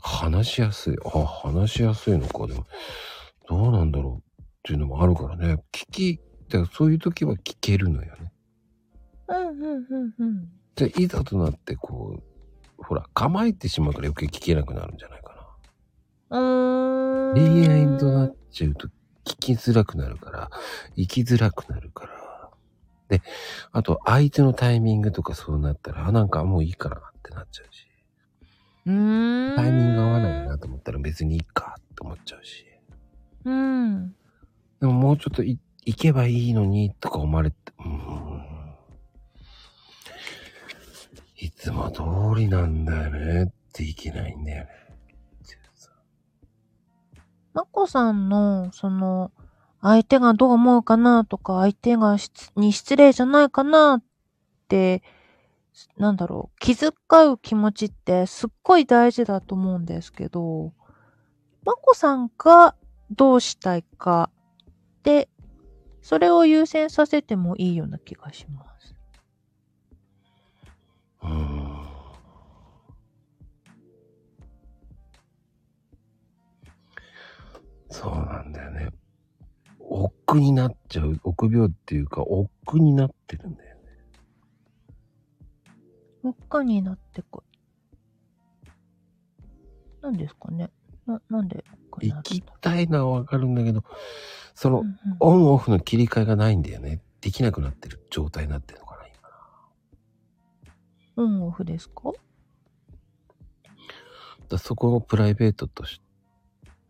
話しやすい。あ、話しやすいのか。でも、どうなんだろうっていうのもあるからね。聞き、だからそういう時は聞けるのよね。うんうんうんうん。で、いざとなって、こう、ほら、構えてしまうから余計聞けなくなるんじゃないかうな。ーん。恋愛となっちゃうと、聞きづらくなるから、生きづらくなるから。で、あと、相手のタイミングとかそうなったら、あ、なんかもういいかなってなっちゃうし。うーん。タイミング合わないなと思ったら別にいいかって思っちゃうし。うん。でももうちょっとい行けばいいのにとか思われて、うーん。いつも通りなんだよねっていけないんだよね。まこさんの、その、相手がどう思うかなとか、相手がしつに失礼じゃないかなって、なんだろう、気遣う気持ちってすっごい大事だと思うんですけど、まこさんがどうしたいかで、それを優先させてもいいような気がします。うーん。そうなんだよね。億劫になっちゃう、臆病っていうか、億劫になってるんだよね。真っ赤になってく。なんですかねな、なんで真っ赤にな行ってきたたいのはわかるんだけど、そのう、んうんオンオフの切り替えがないんだよね。できなくなってる状態になってるのかな、今。オンオフですかだからそこをプライベートとし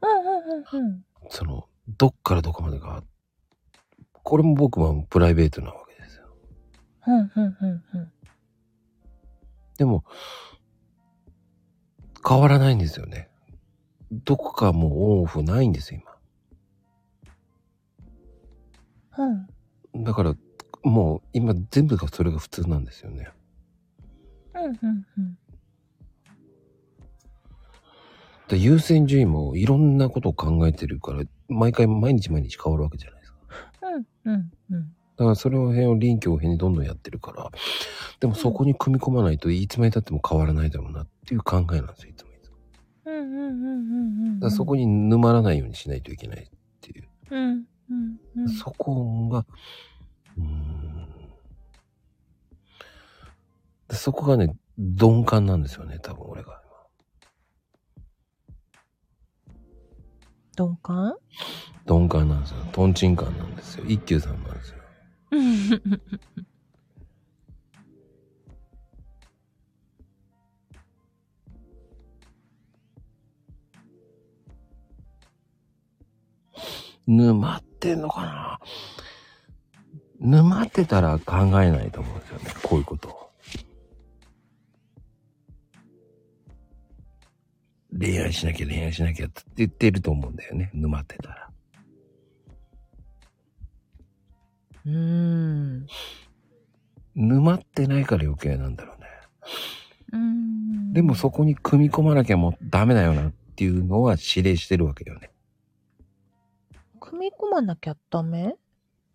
うんうんうんうん。そのどっからどこまでがこれも僕はプライベートなわけですようんうんうんうん。でも変わらないんですよねどこかもうオンオフないんですようん今だからもう今全部がそれが普通なんですよねうんうんうん。で優先順位もいろんなことを考えてるから毎回毎日毎日変わるわけじゃないですかうんうんうん。だからそれを辺を臨機応変にどんどんやってるからでもそこに組み込まないといつまでたっても変わらないだろうなっていう考えなんですよいつもいつもうんうんうんうんうん。だからそこに沼らないようにしないといけないっていう。うんうんうん。そこが、うーん。でそこがね、鈍感なんですよね、多分俺が。鈍感だ鈍感なんですよ。トンチンカンなんですよ。一休さんなんですよ。沼ってんのかな沼ってたら考えないと思うんですよね。こういうこと。恋愛しなきゃ恋愛しなきゃって言ってると思うんだよね。沼ってたら。うーん。沼ってないから余計なんだろうね。うんでもそこに組み込まなきゃもうダメだよなっていうのは指令してるわけよね。組み込まなきゃダメ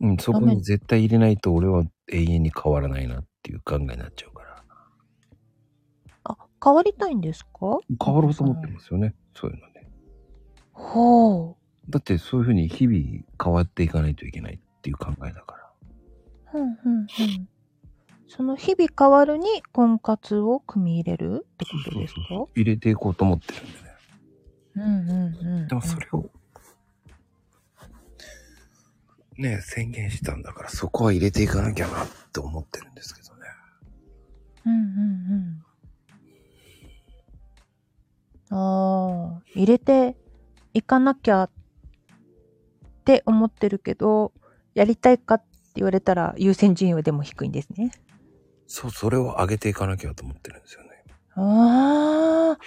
うん、そこに絶対入れないと俺は永遠に変わらないなっていう考えになっちゃうから。あ、変わりたいんですか変わろうと思ってますよね。そういうのね。ほう。だってそういうふうに日々変わっていかないといけないっていう考えだから。ふんふんふん。その日々変わるに婚活を組み入れるってことですかそう入れていこうと思ってるんでね。うんうんうんうん。でもそれを、ね、宣言したんだからそこは入れていかなきゃなって思ってるんですけどね。うんうんうん。ああ、入れていかなきゃって思ってるけど、やりたいかって言われたら優先順位はでも低いんですね。そう、それを上げていかなきゃと思ってるんですよね。ああ。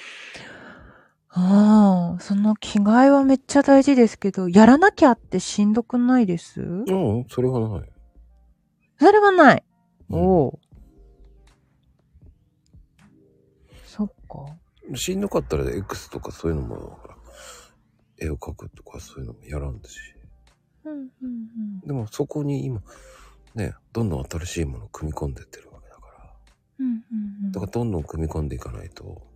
ああ、その着替えはめっちゃ大事ですけど、やらなきゃってしんどくないですうん、それはない。それはない。おおう。そっか。しんどかったら X とかそういうのも、絵を描くとかそういうのもやらんだし。うんうんうん。でもそこに今、ね、どんどん新しいものを組み込んでってるわけだから。うんうんうんだからどんどん組み込んでいかないと。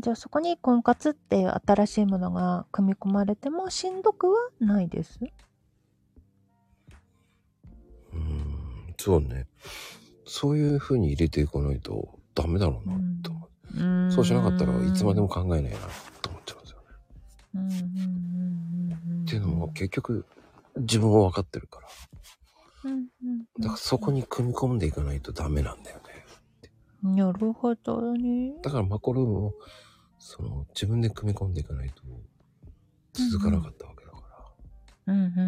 じゃあそこに婚活っていう新しいものが組み込まれてもしんどくはないです。うーん、そうね。そういう風に入れていかないとダメだろうなって思う。そうしなかったらいつまでも考えないなと思っちゃうんですよね。うんうんうんうんうん。っていうのは結局、自分は分かってるから。うんうんうんだからそこに組み込んでいかないとダメなんだよね。なるほどね。だからマコルームをその自分で組み込んでいかないと続かなかったわけだから、うんうんうん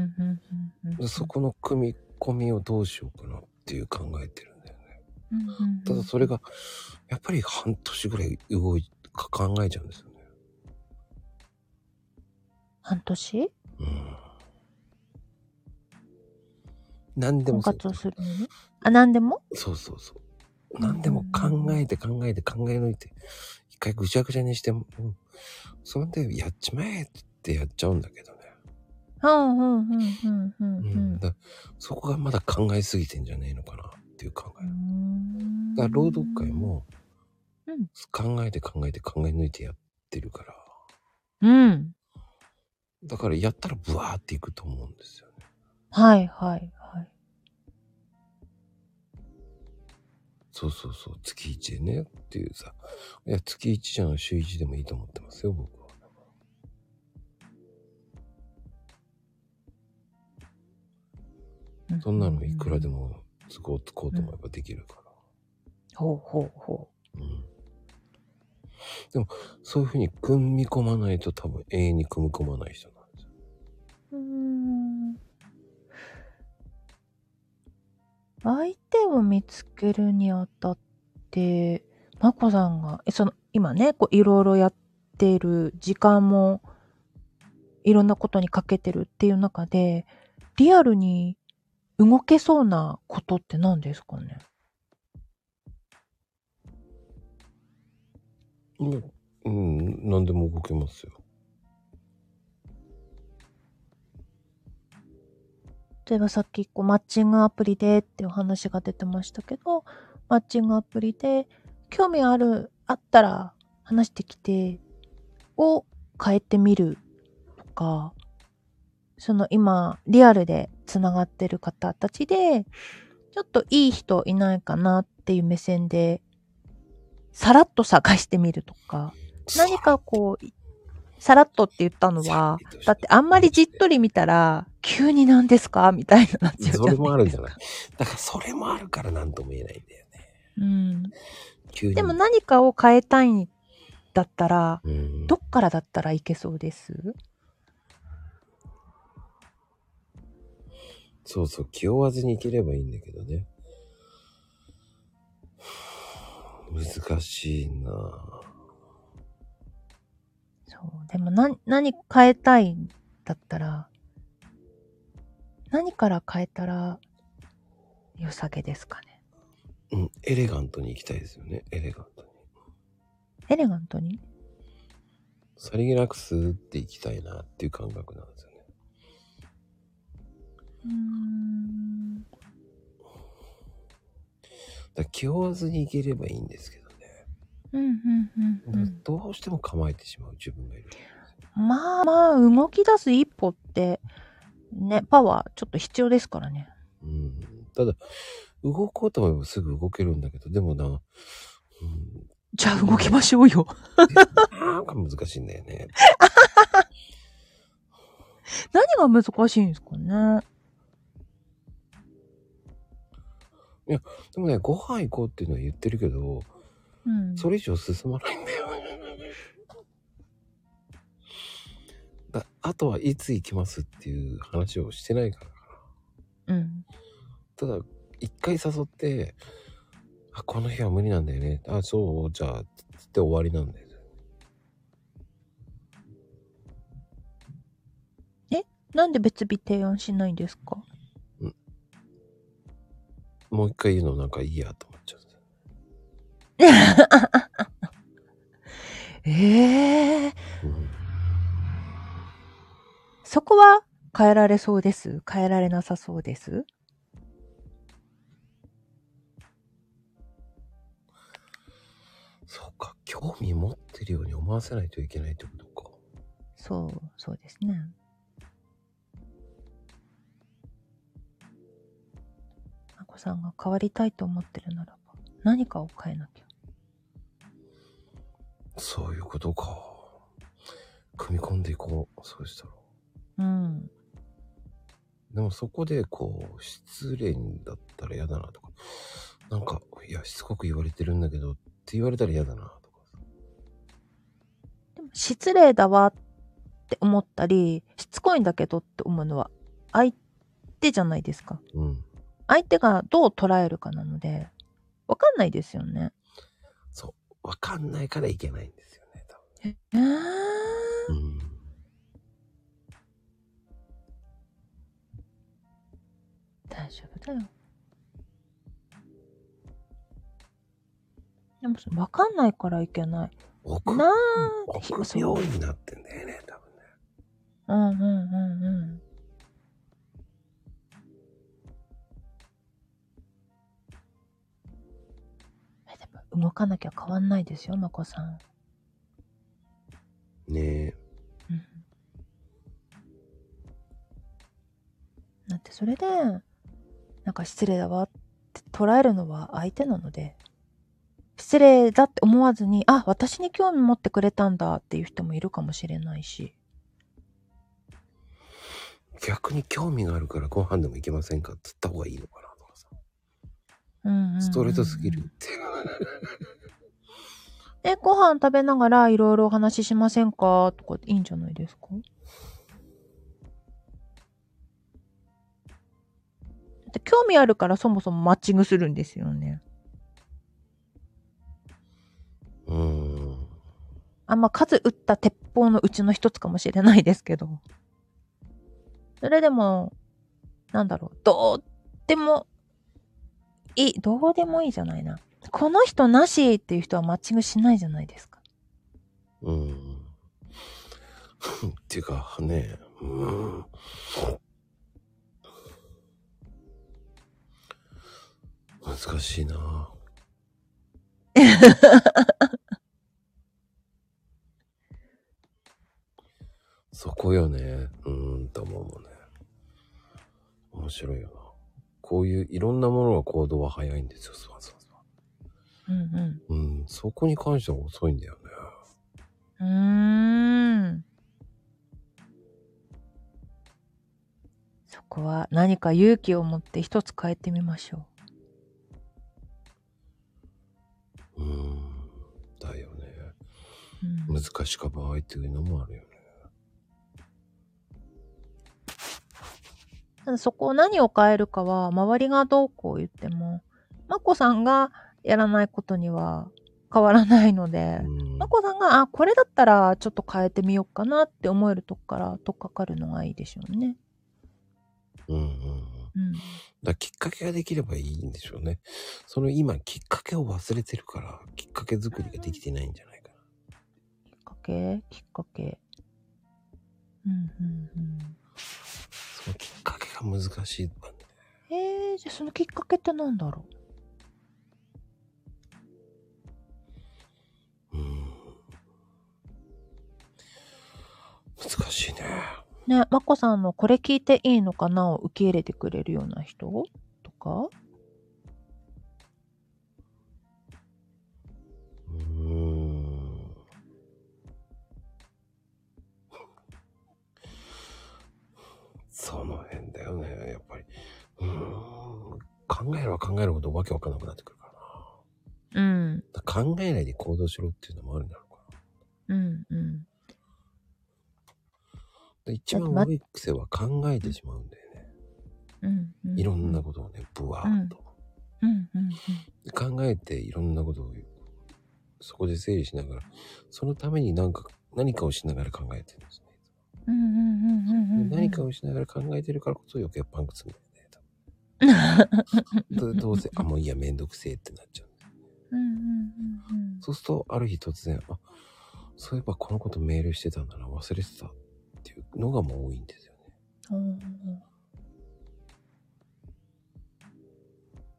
うんうん。でそこの組み込みをどうしようかなっていう考えてるんだよねうんうんうん。ただそれがやっぱり半年ぐらい動いか考えちゃうんですよね半年うん何でも婚そう活をするのね。あ、なんでもそうそうそう何でも考えて考えて考え抜いて一回ぐちゃぐちゃにしても、うん、それでやっちまえってやっちゃうんだけどねうんうんうんうんうんう、うんん。だそこがまだ考えすぎてんじゃねえのかなっていう考え。うーだかんら朗読会。も、うん考えて考えて考え抜いてやってるから、うん。だからやったらブワーっていくと思うんですよね。はいはいはい。そうそうそう、月1でねっていうさ、いや、月1じゃん、週1でもいいと思ってますよ、僕は。そんなのいくらでも。も都合つこうと思えばできるから。ほうほうほう。うん。でも、そういうふうに組み込まないと多分永遠に組み込まない人なんですよ。うーん相手を見つけるにあたって、まこさんが、えその、今ね、こう、いろいろやっている時間も、いろんなことにかけてるっていう中で、リアルに動けそうなことって何ですかねうん、うん、何でも動けますよ。例えばさっきこうマッチングアプリでっていう話が出てましたけどマッチングアプリで興味あるあったら話してきてを変えてみるとかその今リアルでつながってる方たちでちょっといい人いないかなっていう目線でさらっと探してみるとか何かこうさらっとって言ったのは、だってあんまりじっとり見たら、急に何ですかみたいになっちゃうじゃそないれもあるんじゃないいだからそれもあるから何とも言えないんだよね。うん。急に。でも何かを変えたいんだったら、うん、どっからだったらいけそうですそうそう、気負わずにいければいいんだけどね。難しいなぁそう。でもな、何変えたいんだったら、何から変えたら、良さげですかね。うん、エレガントに行きたいですよね。エレガントに。エレガントにさりげなくスーって行きたいなっていう感覚なんですよね。うーん。だから気負わずに行ければいいんですけどね。うん、うん、うん、うん。どうしても構えてしまう自分がいる。まあまあ、動き出す一歩って、ね、パワーちょっと必要ですからね。うん、ただ、動こうと思えばすぐ動けるんだけど、でもな、うん、じゃあ動きましょうよ。なんか難しいんだよね。 何が難しいんですかね。でもね、ご飯行こうっていうのは言ってるけど、うん。それ以上進まないんだよ。だあとはいつ行きますっていう話をしてないから。うん。ただ、一回誘って、あ、この日は無理なんだよね。あ、そう、じゃあ、つって終わりなんだよね。なんで別日提案しないんですかもう一回言うのなんかいいやと思っちゃうんですよええうんそこは変えられそうです。変えられなさそうです。そうか、興味持ってるように思わせないといけないってことか。そう、そうですね。まこさんが変わりたいと思ってるならば、何かを変えなきゃ。そういうことか。組み込んでいこう。そうしたら。うん。でもそこでこう、失礼だったら嫌だなとか、なんか、いや、しつこく言われてるんだけどって言われたら嫌だなとか。でも失礼だわって思ったり、しつこいんだけどって思うのは、相手じゃないですか。うん。相手がどう捉えるかなので、わかんないですよね。わかんないからいけないんですよね、えー多分。大丈夫だよ。でもその、わかんないからいけない。うん。臆な臆病になってんだよね、多分ね。あ。うんうんうんうん。えでも動かなきゃ変わんないですよ、まこさん。ねうんだってそれで、なんか失礼だわって捉えるのは相手なので、失礼だって思わずに、あ、私に興味持ってくれたんだっていう人もいるかもしれないし。え。逆に興味があるからご飯でも行けませんかっつった方がいいのかなとかさ。うんうんうんうんストレートすぎるって。え、ご飯食べながらいろいろお話ししませんかとかいいんじゃないですかだって興味あるからそもそもマッチングするんですよね。うーん。あんま数打った鉄砲のうちの一つかもしれないですけど。それでも、なんだろう、どうでもいい、どうでもいいじゃないな。この人なしっていう人はマッチングしないじゃないですか。うん。っていうかね、うん。難しいなそこよね。うーん、と思うもんね。面白いよな。こういういろんなものが行動は早いんですよ。そうそうそうんうん。う。うん、そこに関しては遅いんだよね。うーん。そこは何か勇気を持って一つ変えてみましょうーん。だよね。う。うん難しか場合っていうのもあるよね。ただそこを何を変えるかは、周りがどうこう言っても、まこさんがやらないことには変わらないので、うんま。こさんが、あ、これだったらちょっと変えてみようかなって思えるとこからとっかかるのがいいでしょうね。うんうんうん。うん。だからきっかけができればいいんでしょうね。その今、きっかけを忘れてるから、きっかけ作りができてないんじゃないかな。きっかけきっかけ。うんうんそのきっかけが難しいわね。うん。えー、じゃあそのきっかけってなんだろうん。難しいね。うね、まこさんのこれ聞いていいのかなを受け入れてくれるような人とかうーん。その辺だよね、やっぱり。うーん。考えれば考えるほどわけわかんなくなってくるからうん、な。だから考えないで行動しろっていうのもあるんだろうかな。うん、うん。で一番だってま悪い癖は考えてしまうんだよね。うん、うん。いろんなことをね、ブワーっと。うん、うん、で考えていろんなことをそこで整理しながら、そのために何か、何かをしながら考えてるんですね。うん。うん、うん、うん、うん。うん何か。をしながら考えてるからこそ余計パンクするんだよね多 分。どどうせ、あ、もういいや、めんどくせえってなっちゃう。うん、うん、うん、うん。そうすると、ある日突然、あ、そういえばこのことメールしてたんだな、忘れてたっていうのがもう多いんですよね。うん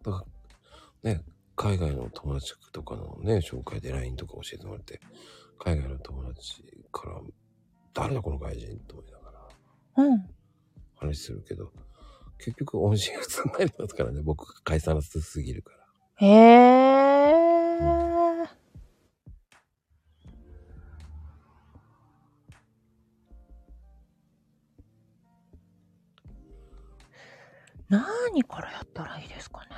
だから、ね、海外の友達とかのね、紹介で LINE とか教えてもらって、海外の友達から、誰だこの外人と思いながらうん。話するけど、結局音信不通になりますからね、僕が解散すぎるから。へえー。何からやったらいいですかね。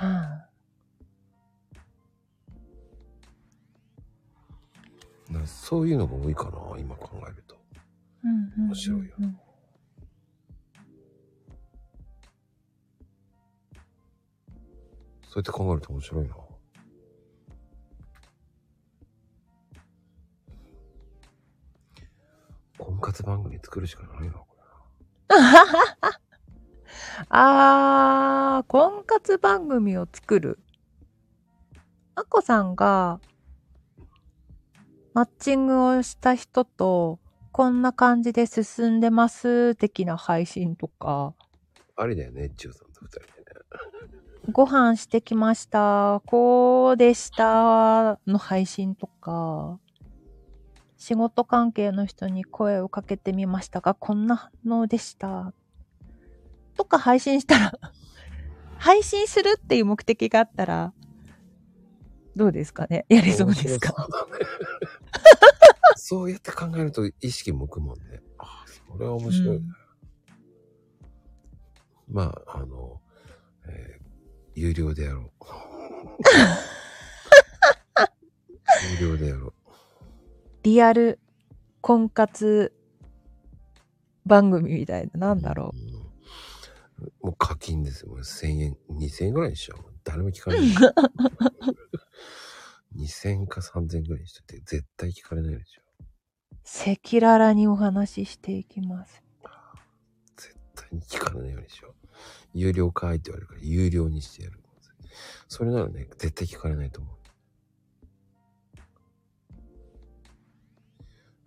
なそういうのが多いかな、今考えると。うんうんうんうん面白いよ。そうやって考えると面白いな。婚活番組作るしかないな、こあー、婚活番組を作る。あこさんが、マッチングをした人と、こんな感じで進んでます、的な配信とか、れ。ありだよね、千代さんと二人でね。ご飯してきました、こうでした、の配信とか、仕事関係の人に声をかけてみましたが、こんな反応でした、とか配信したら、 配信するっていう目的があったら、どうですかねやりそうですか面白そうだね そうやって考えると意識向くもんね。あそれは面白い。うんまあ、あの、えー有料でやろ う。有料でやろう。リアル婚活番組みたいな、なんだろう。うんもう課金ですよ。もう1000円、2000円ぐらいにしよう。誰も聞かない。2000か3000ぐらいにしといて、絶対聞かれないでしょ。赤裸々にお話ししていきます。絶対に聞かれないようにしよう。有料かいって言われるから、有料にしてやる。それならね、絶対聞かれないと思う。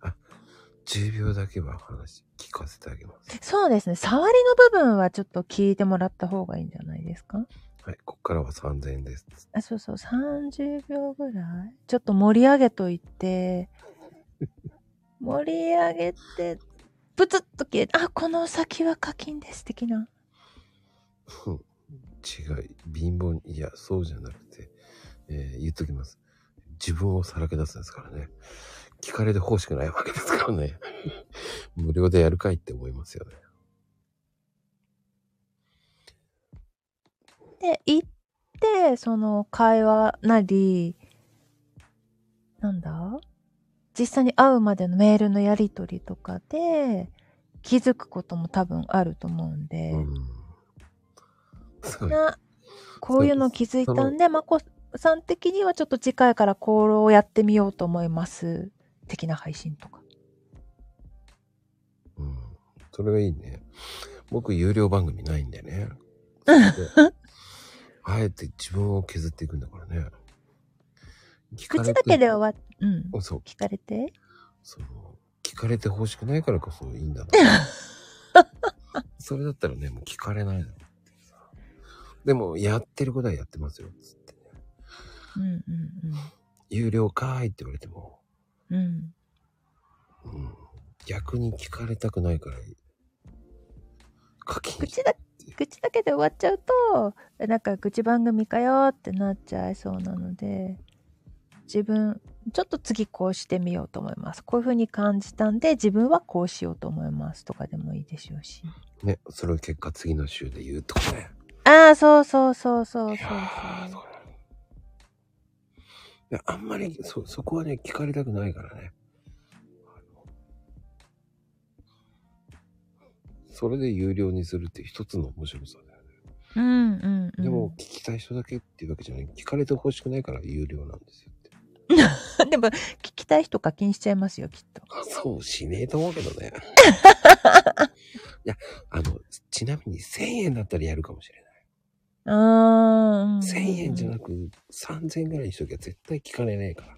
あ、10秒だけは話聞かせてあげます。そうですね。触りの部分はちょっと聞いてもらった方がいいんじゃないですかはい、こっからは3000円です。あ、そうそう。30秒ぐらいちょっと盛り上げといて、盛り上げて、プツッと消えて、あ、この先は課金です。的な。ふん 違い、貧乏に、いや、そうじゃなくて、えー言っときます。自分をさらけ出すんですからね。聞かれて欲しくないわけです からね。無料でやるかいって思いますよね。で、行って、その会話なり、なんだ実際に会うまでのメールのやりとりとかで、気づくことも多分あると思うんで、うん。そうねな、こういうの気づいたんで、まこさん的にはちょっと次回からこれをやってみようと思います。的な配信とか。うん。それがいいね。僕、有料番組ないんでね。 あえて自分を削っていくんだからね。聞かれ口てだけで終わっ、うん。そう、聞かれて。その、聞かれて欲しくないからこそいいんだな。それだったらね、もう聞かれないだろうってさ。でも、やってることはやってますよ、つってね。うんうん有料かーいって言われても、うん。うん。うん。逆に聞かれたくないから、課 金。口だ、口だけで終わっちゃうと、えなんか口番組かよってなっちゃいそうなので、自分、ちょっと次こうしてみようと思います。こういう風に感じたんで、自分はこうしようと思いますとかでもいいでしょうし。ね、それを結果次の週で言うとかね。ああ、そうそうそうそうそういやーそ。そううだね。あんまり、そ、そこはね、聞かれたくないからね。それで有料にするって一つの面白さだよね。うんうん、うん。でも、、聞きたい人だけっていうわけじゃない。聞かれてほしくないから有料なんですよって。 でも、聞きたい人課金しちゃいますよ、きっと。あそうしねえと思うけど ね。いや、あの、ちなみに1000円だったらやるかもしれない。ああ、うんうんうん。 1000円じゃなく3000円ぐらいにしときゃ絶対聞かれねえから。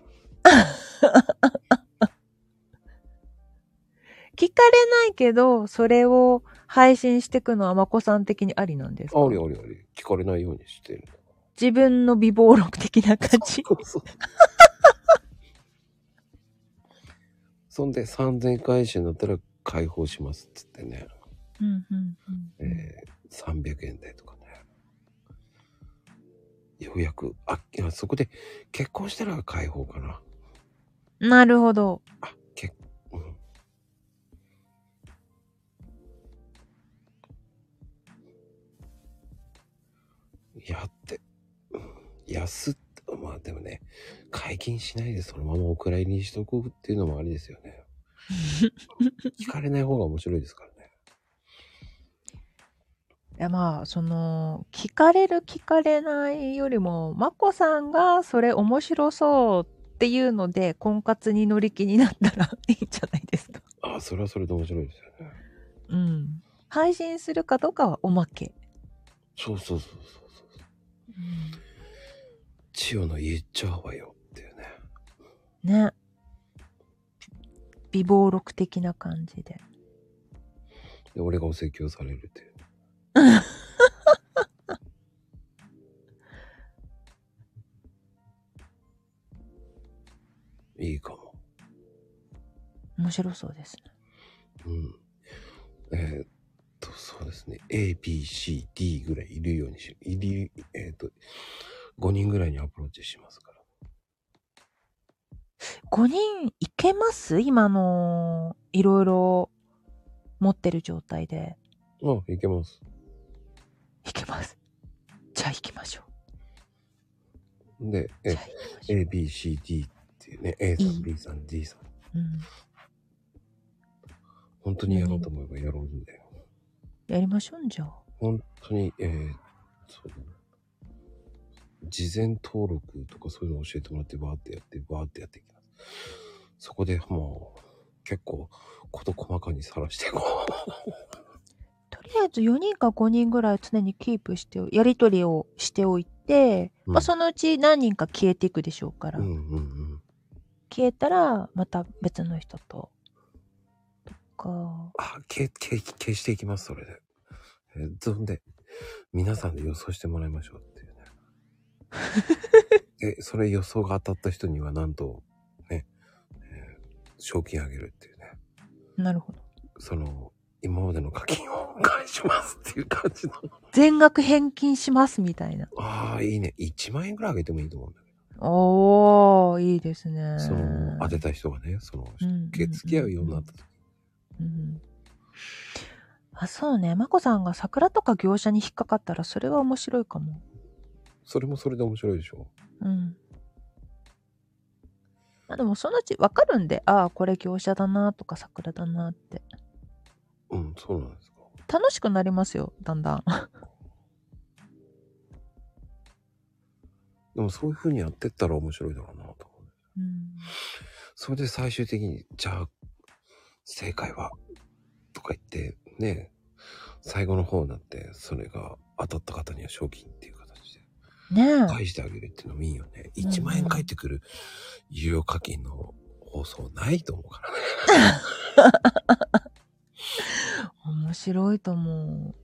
聞かれないけど、それを配信していくのはまこさん的にありなんですかありありあり。聞かれないようにしてる。自分の美貌録的な感じ。そうそう。 そんで3000回収になったら解放しますっつってね、 うんうんえー、300円台とかね。ようやく、あ、いやそこで結婚したら解放かな。うん。なるほど。あ、結うん。やって、うん安っ、まあでもね、解禁しないでそのままお蔵入りにしとくっていうのもありですよね。聞かれない方が面白いですからね。いやまあ、その、聞かれる聞かれないよりも、まこさんがそれ面白そうっていうので、婚活に乗り気になったらいいんじゃないですか。ああ、それはそれで面白いですよね。うん。配信するかどうかはおまけ。そうそうそうそうそう。千代の言っちゃうわよっていうね。ね。美貌録的な感じで。で、俺がお説教されるっていう。 いいかも。面白そうですね。うん。えーっと、そうですね。A, B, C, D ぐらいいるようにし、いる、えーっと、5人ぐらいにアプローチしますから。 5人いけます今の、いろいろ持ってる状態で。あ、いけます。いけます。じゃあ行きましょで、う。えじゃあ行きましょう。 A, B, C, D っていうね、A さいいん、B さん、D さん。うん本当にやろうと思えばやろうんだよ。やりましょうんじゃあ。本当に、えー、そうだね。事前登録とかそういうの教えてもらって、バーってやって、バーってやっていきます。そこでもう、結構、こと細かにさらしていこう。とりあえず4人か5人ぐらい常にキープして、やりとりをしておいて、うんまあそのうち何人か消えていくで しょうから。うんうんうん。消えたら、また別の人と。とか。あ、消え、消え、消えしていきます、それで。えー、そんで、皆さんで予想してもらいましょうっていうね。で、それ予想が当たった人には、なんと、ね、えー賞金あげるっていうね。なるほど。その、今までの課金を返しますっていう感じの。全額返金しますみたいな。ああ、いいね。1万円ぐらいあげてもいいと思うんだけおー、いいですね。ど、その、当てた人がね、その、うんうん付き合うようになった時。うんあ、そうね。まこさんが桜とか業者に引っかかったら、それは面白いかも。それもそれで面白いでしょ。うん。まあでもそのうちわかるんで、ああ、これ業者だなとか桜だなって。うん、そうなんですか。楽しくなりますよ、だんだん。でもそういう風にやってったら面白いだろうなと思う。うん。それで最終的に、じゃあ、正解はとか言って、ね、最後の方になって、それが当たった方には賞金っていう形でねえ。返してあげるっていうのもいいよね。1万円返ってくる有料課金の放送ないと思うからね。面白いと思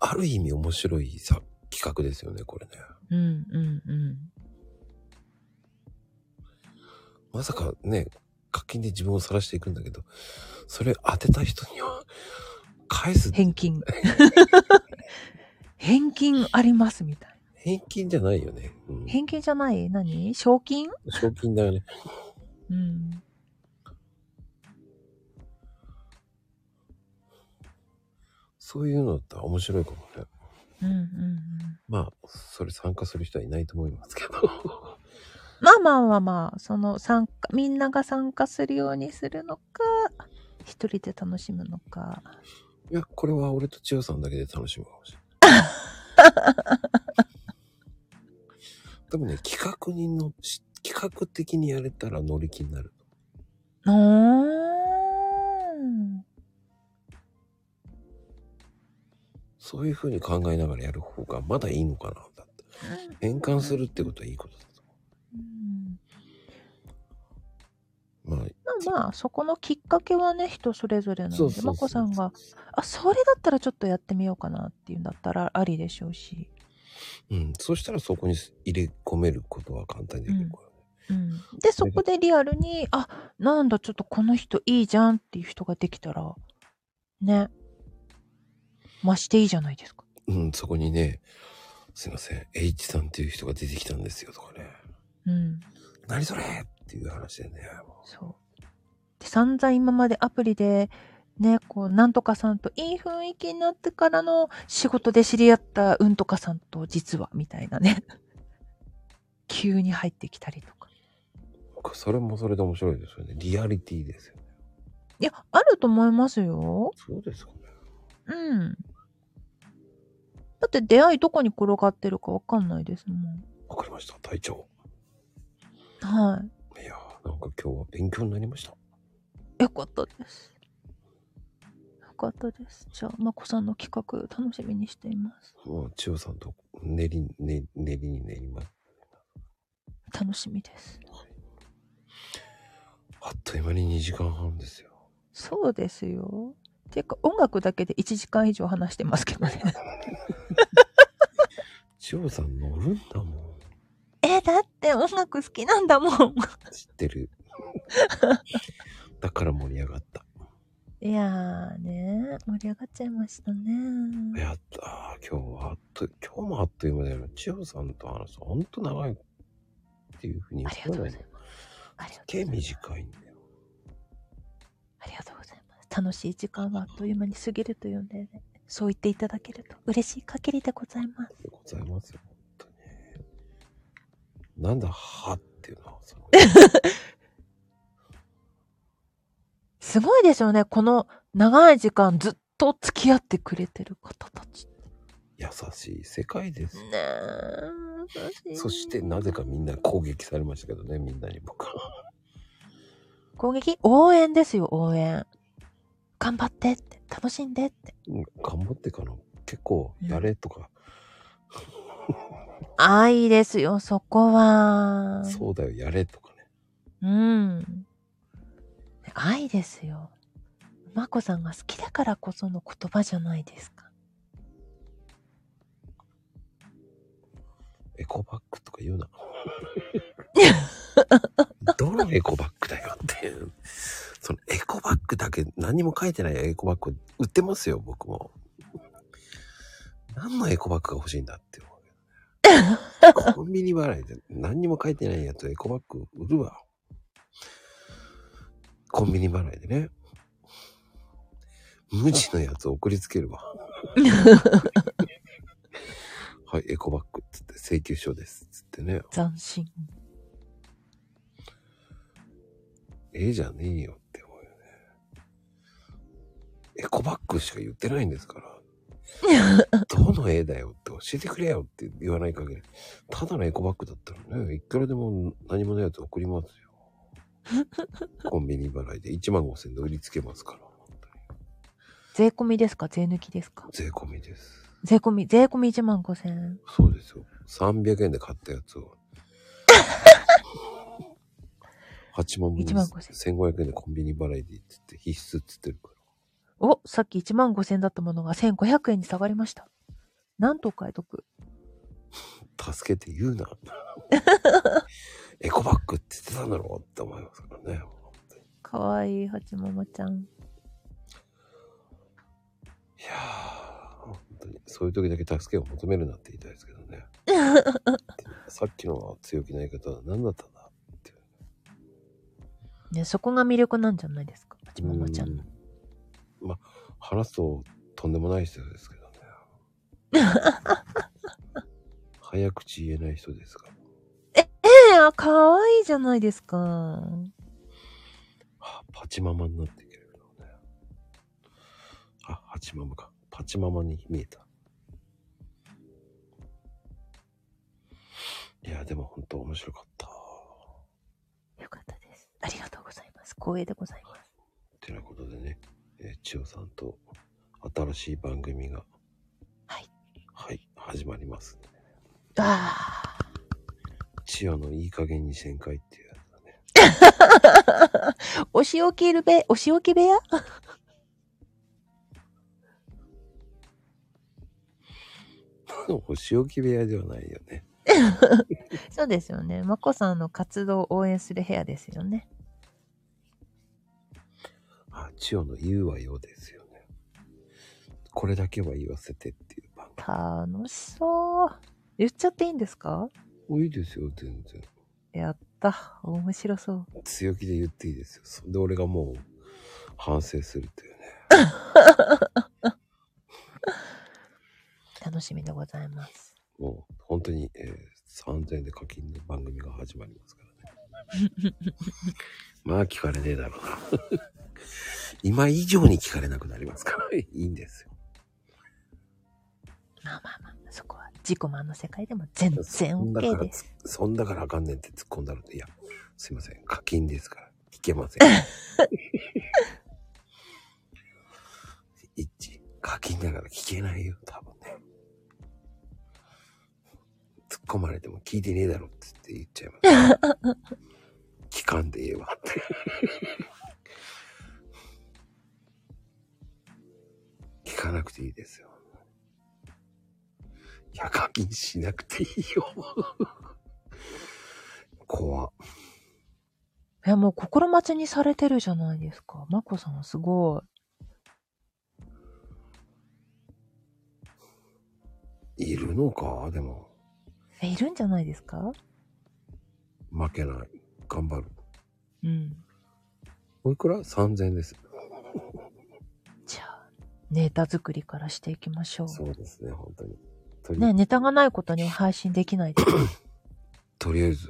ある意味面白いさ企画ですよね、これね。う。うんうんうん。まさかね、課金で自分を晒していくんだけど、それ当てた人には返す返金。 返金ありますみたいな。返金じゃないよね。うん、返金じゃない何賞金賞金だよね。うん。そういうのだったら面白いかもね。うんうんうん。まあ、それ参加する人はいないと思いますけど。まあまあまあまあ、その参加、みんなが参加するようにするのか、一人で楽しむのか。いや、これは俺と千代さんだけで楽しむかもしれない。 でもね、企画にの、し企画的にやれたら乗り気になる。うーん。そういう風に考えながらやる方がまだいいのかな。だって変換するってことはいいことだとうん思う。まあ、まあまあ、そこのきっかけはね、人それぞれなそのうそうで、そうまこさんが、あ、それだったらちょっとやってみようかなっていうんだったらありでしょうし。うん、そしたらそこに入れ込めることは簡単にできるからね。うん、で、そこでリアルに、あ、なんだ、ちょっとこの人いいじゃんっていう人ができたら、ね、増していいじゃないですか。うん、そこにね、すいません、H さんっていう人が出てきたんですよとかね。うん、何それっていう話でね。もそう。で、散々今までアプリで、ね、こう、なんとかさんといい雰囲気になってからの仕事で知り合ったうんとかさんと実は、みたいなね。 急に入ってきたりとか。うそれもそれで面白いですよね。リアリティですよね。いや、あると思いますよ。そうですかね。うん。だって出会いどこに転がってるかわかんないですもん。わかりました、隊長。はい。いやー、なんか今日は勉強になりました。よかったです。よかったです。じゃあ、まこさんの企画楽しみにしています。もう、千代さんと練り、ね、練りに練ります。楽しみです。あっという間に2時間半ですよ。そうですよ。ていうか、音楽だけで1時間以上話してますけどね。千代さん乗るんだもん。 え、だって音楽好きなんだもん。知ってる。だから盛り上がった。いやーね、盛り上がっちゃいましたね。やったー今日はあっと、今日もあっという間だよね。千代さんと話すとほんと長いっていうふうにありがとうございますす。ありがとけうございます。短いんだよ。ありがとうございます。楽しい時間はあっという間に過ぎるというんで、ね、そう言っていただけると嬉しい限りでございます。でございますよ、ほんとに。なんだ、はっていうのは、そのすごいですよね。この長い時間ずっと付き合ってくれてる方たち。優しい世界ですよ。ねえ。そして、なぜかみんな攻撃されましたけどね、みんなに僕は。攻撃応援ですよ、応援。頑張ってって、楽しんでって。うん頑張ってかな。結構、やれとか、愛ですよ、そこは。そうだよ、やれとかね。うん。愛ですよ。まこさんが好きだからこその言葉じゃないですか。エコバッグとか言うな。どのエコバッグだよっていう。そのエコバッグだけ何も書いてないエコバッグ売ってますよ、僕も。何のエコバッグが欲しいんだって思う。コンビニ払いで何にも書いてないやつエコバッグ売るわ。コンビニ払いでね。無地のやつ送りつけるわ。はい、エコバッグってつって、請求書です。つってね。斬新。ええじゃねえよって思うよね。エコバッグしか言ってないんですから。どの絵だよって教えてくれよって言わない限り、ただのエコバッグだったらね、いくらでも何もないやつ送りますよ。コンビニ払いで1万5千で売りつけますから。本当に税込みですか税抜きですか税込みです。税込み、税込み1万5千円。そうですよ。300円で買ったやつを。8万1万5000 1500円でコンビニ払いでいいっつって必須っつってるから。お、さっき1万5千円だったものが1500円に下がりました。なんとお買い得。助けて言うな。エコバッグって言ってたんだろうって思いますからね。かわいい、はちももちゃん。いやー、本当に、そういう時だけ助けを求めるなって言いたいですけどね。さっきのは強気な言い方は何だったんだって。ね、そこが魅力なんじゃないですか。はちももちゃんうの。んまあ、話すととんでもない人ですけどね。 早口言えない人ですから。ええあ、かわいいじゃないですか。はあパチママになってくるのね。あ、ハチママか。パチママに見えた。いや、でも本当面白かった。よかったです。ありがとうございます。光栄でございます。てなことでね、えー、千代さんと新しい番組が、はい。はい、始まります、ね。ああ。千代のいい加減に旋回っていうやつだね。お仕置きるべ、お仕置き部屋でも、仕置き部屋ではないよね。そうですよね。まこさんの活動を応援する部屋ですよね。あ、千代の言うはよですよね。これだけは言わせてっていう番楽しそう。言っちゃっていいんですか組。いいですよ、全然。やった。面白そう。強気で言っていいですよ。そんで俺がもう反省するっていうね。楽しみでございます。もう本当に、えー3000円で課金の番組が始まりますからね。まあ聞かれねえだろうな。 今以上に聞かれなくなりますから、いいんですよ。まあまあまあ、そこは自己満の世界でも全然 OK です。そんだからあかんねんって突っ込んだので、いや、すいません、課金ですから、聞けません。 一、課金だから聞けないよ、多分ね。突っ込まれても聞いてねえだろって言って言っちゃいます。聞 かんでええわ って。聞かなくていいですよ。いや、課金しなくていいよ。怖っいや、もう心待ちにされてるじゃないですか。まこさんすごいるのかでも、い。え、いるんじゃないですか負けない。頑張る。うん。おいくら ?3000 円です。じゃあ、ネタ作りからしていきましょそうですね、本当に。とう。り,、ね、ネタがないことには配信できない です。とりあえず、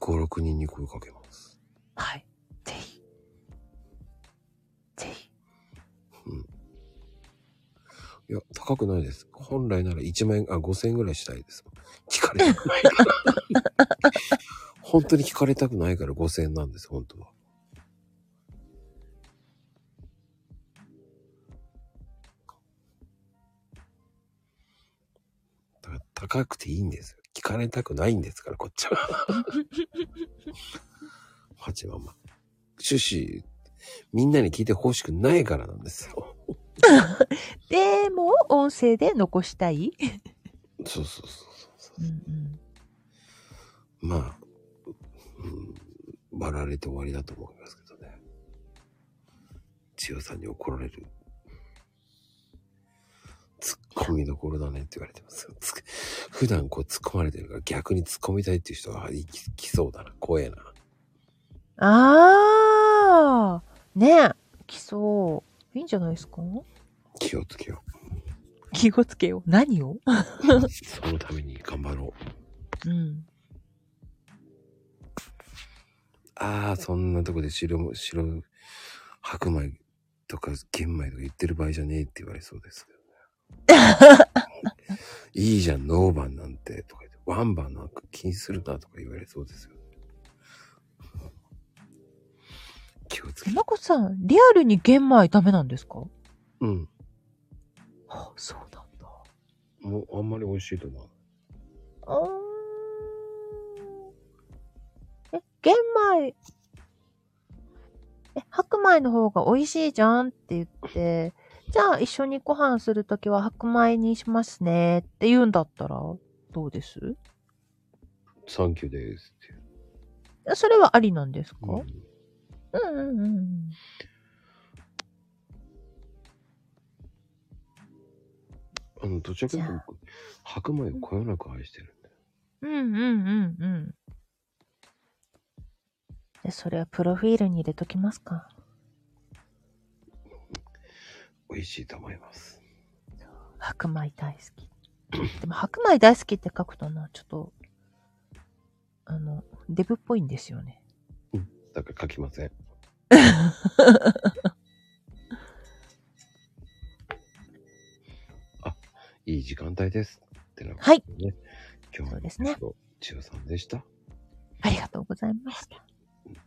5、6人に声かけます。はい。ぜひ。ぜひ。いや、高くないです。本来なら1万円、あ、5000円ぐらいしたいです。聞かれたくないから。本当に聞かれたくないから5000円なんです、本当は。だから高くていいんですよ。聞かれたくないんですから、こっちは。八番ま。趣旨、みんなに聞いてほしくないからなんですよ。でも、音声で残したい。そうそうそうそうそう。うんうん。まあ、うん、割られて終わりだと思いますけどね。千代さんに怒られる。突っ込みどころだねって言われてます。つ普段こう突っ込まれてるから逆に突っ込みたいっていう人がいききそうだな。怖えな。あー。ねえ。来そう。いいんじゃないですか気をつけよう。気をつけよう。何をそのために頑張ろう。うん。ああ、そんなとこで白も、白、白米とか玄米とか言ってる場合じゃねえって言われそうですけどね。いいじゃん、ノーバンなんて、とか言って、ワンバンなんか気にするなとか言われそうですよね。気をつけえ、。まこさん、リアルに玄米ダメなんですかうん。あ、そうなんだ。もうあんまり美味しいと思う。あーえ、玄米、え、白米の方が美味しいじゃんって言って、じゃあ一緒にご飯するときは白米にしますねって言うんだったら、どうですサンキューですっていう。えそれはありなんですか、うんうんうんうん。あの、どちらかというと僕、白米をこよなく愛してるんで。うんうんうんうん。えそれはプロフィールに入れときますか美味しいと思います。白米大好き。で も白米大好きって書くとな、ちょっと、あの、デブっぽいんですよね。だから書きませ ん。あ、いい時間帯です。ってな、ね。はい。今日そのうですね。千代さんでした。ありがとうございました。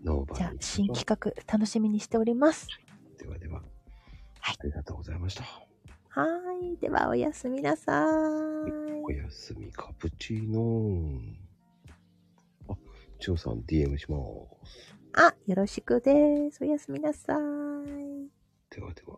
ノーバじゃあー、新企画楽しみにしております。ではでは、はいありがとうございました。はーい。では、おやすみなさーい。おやすみカプチーノー。あ、千代さん DM します。あ、よろしくです。おやすみなさーい。ではでは。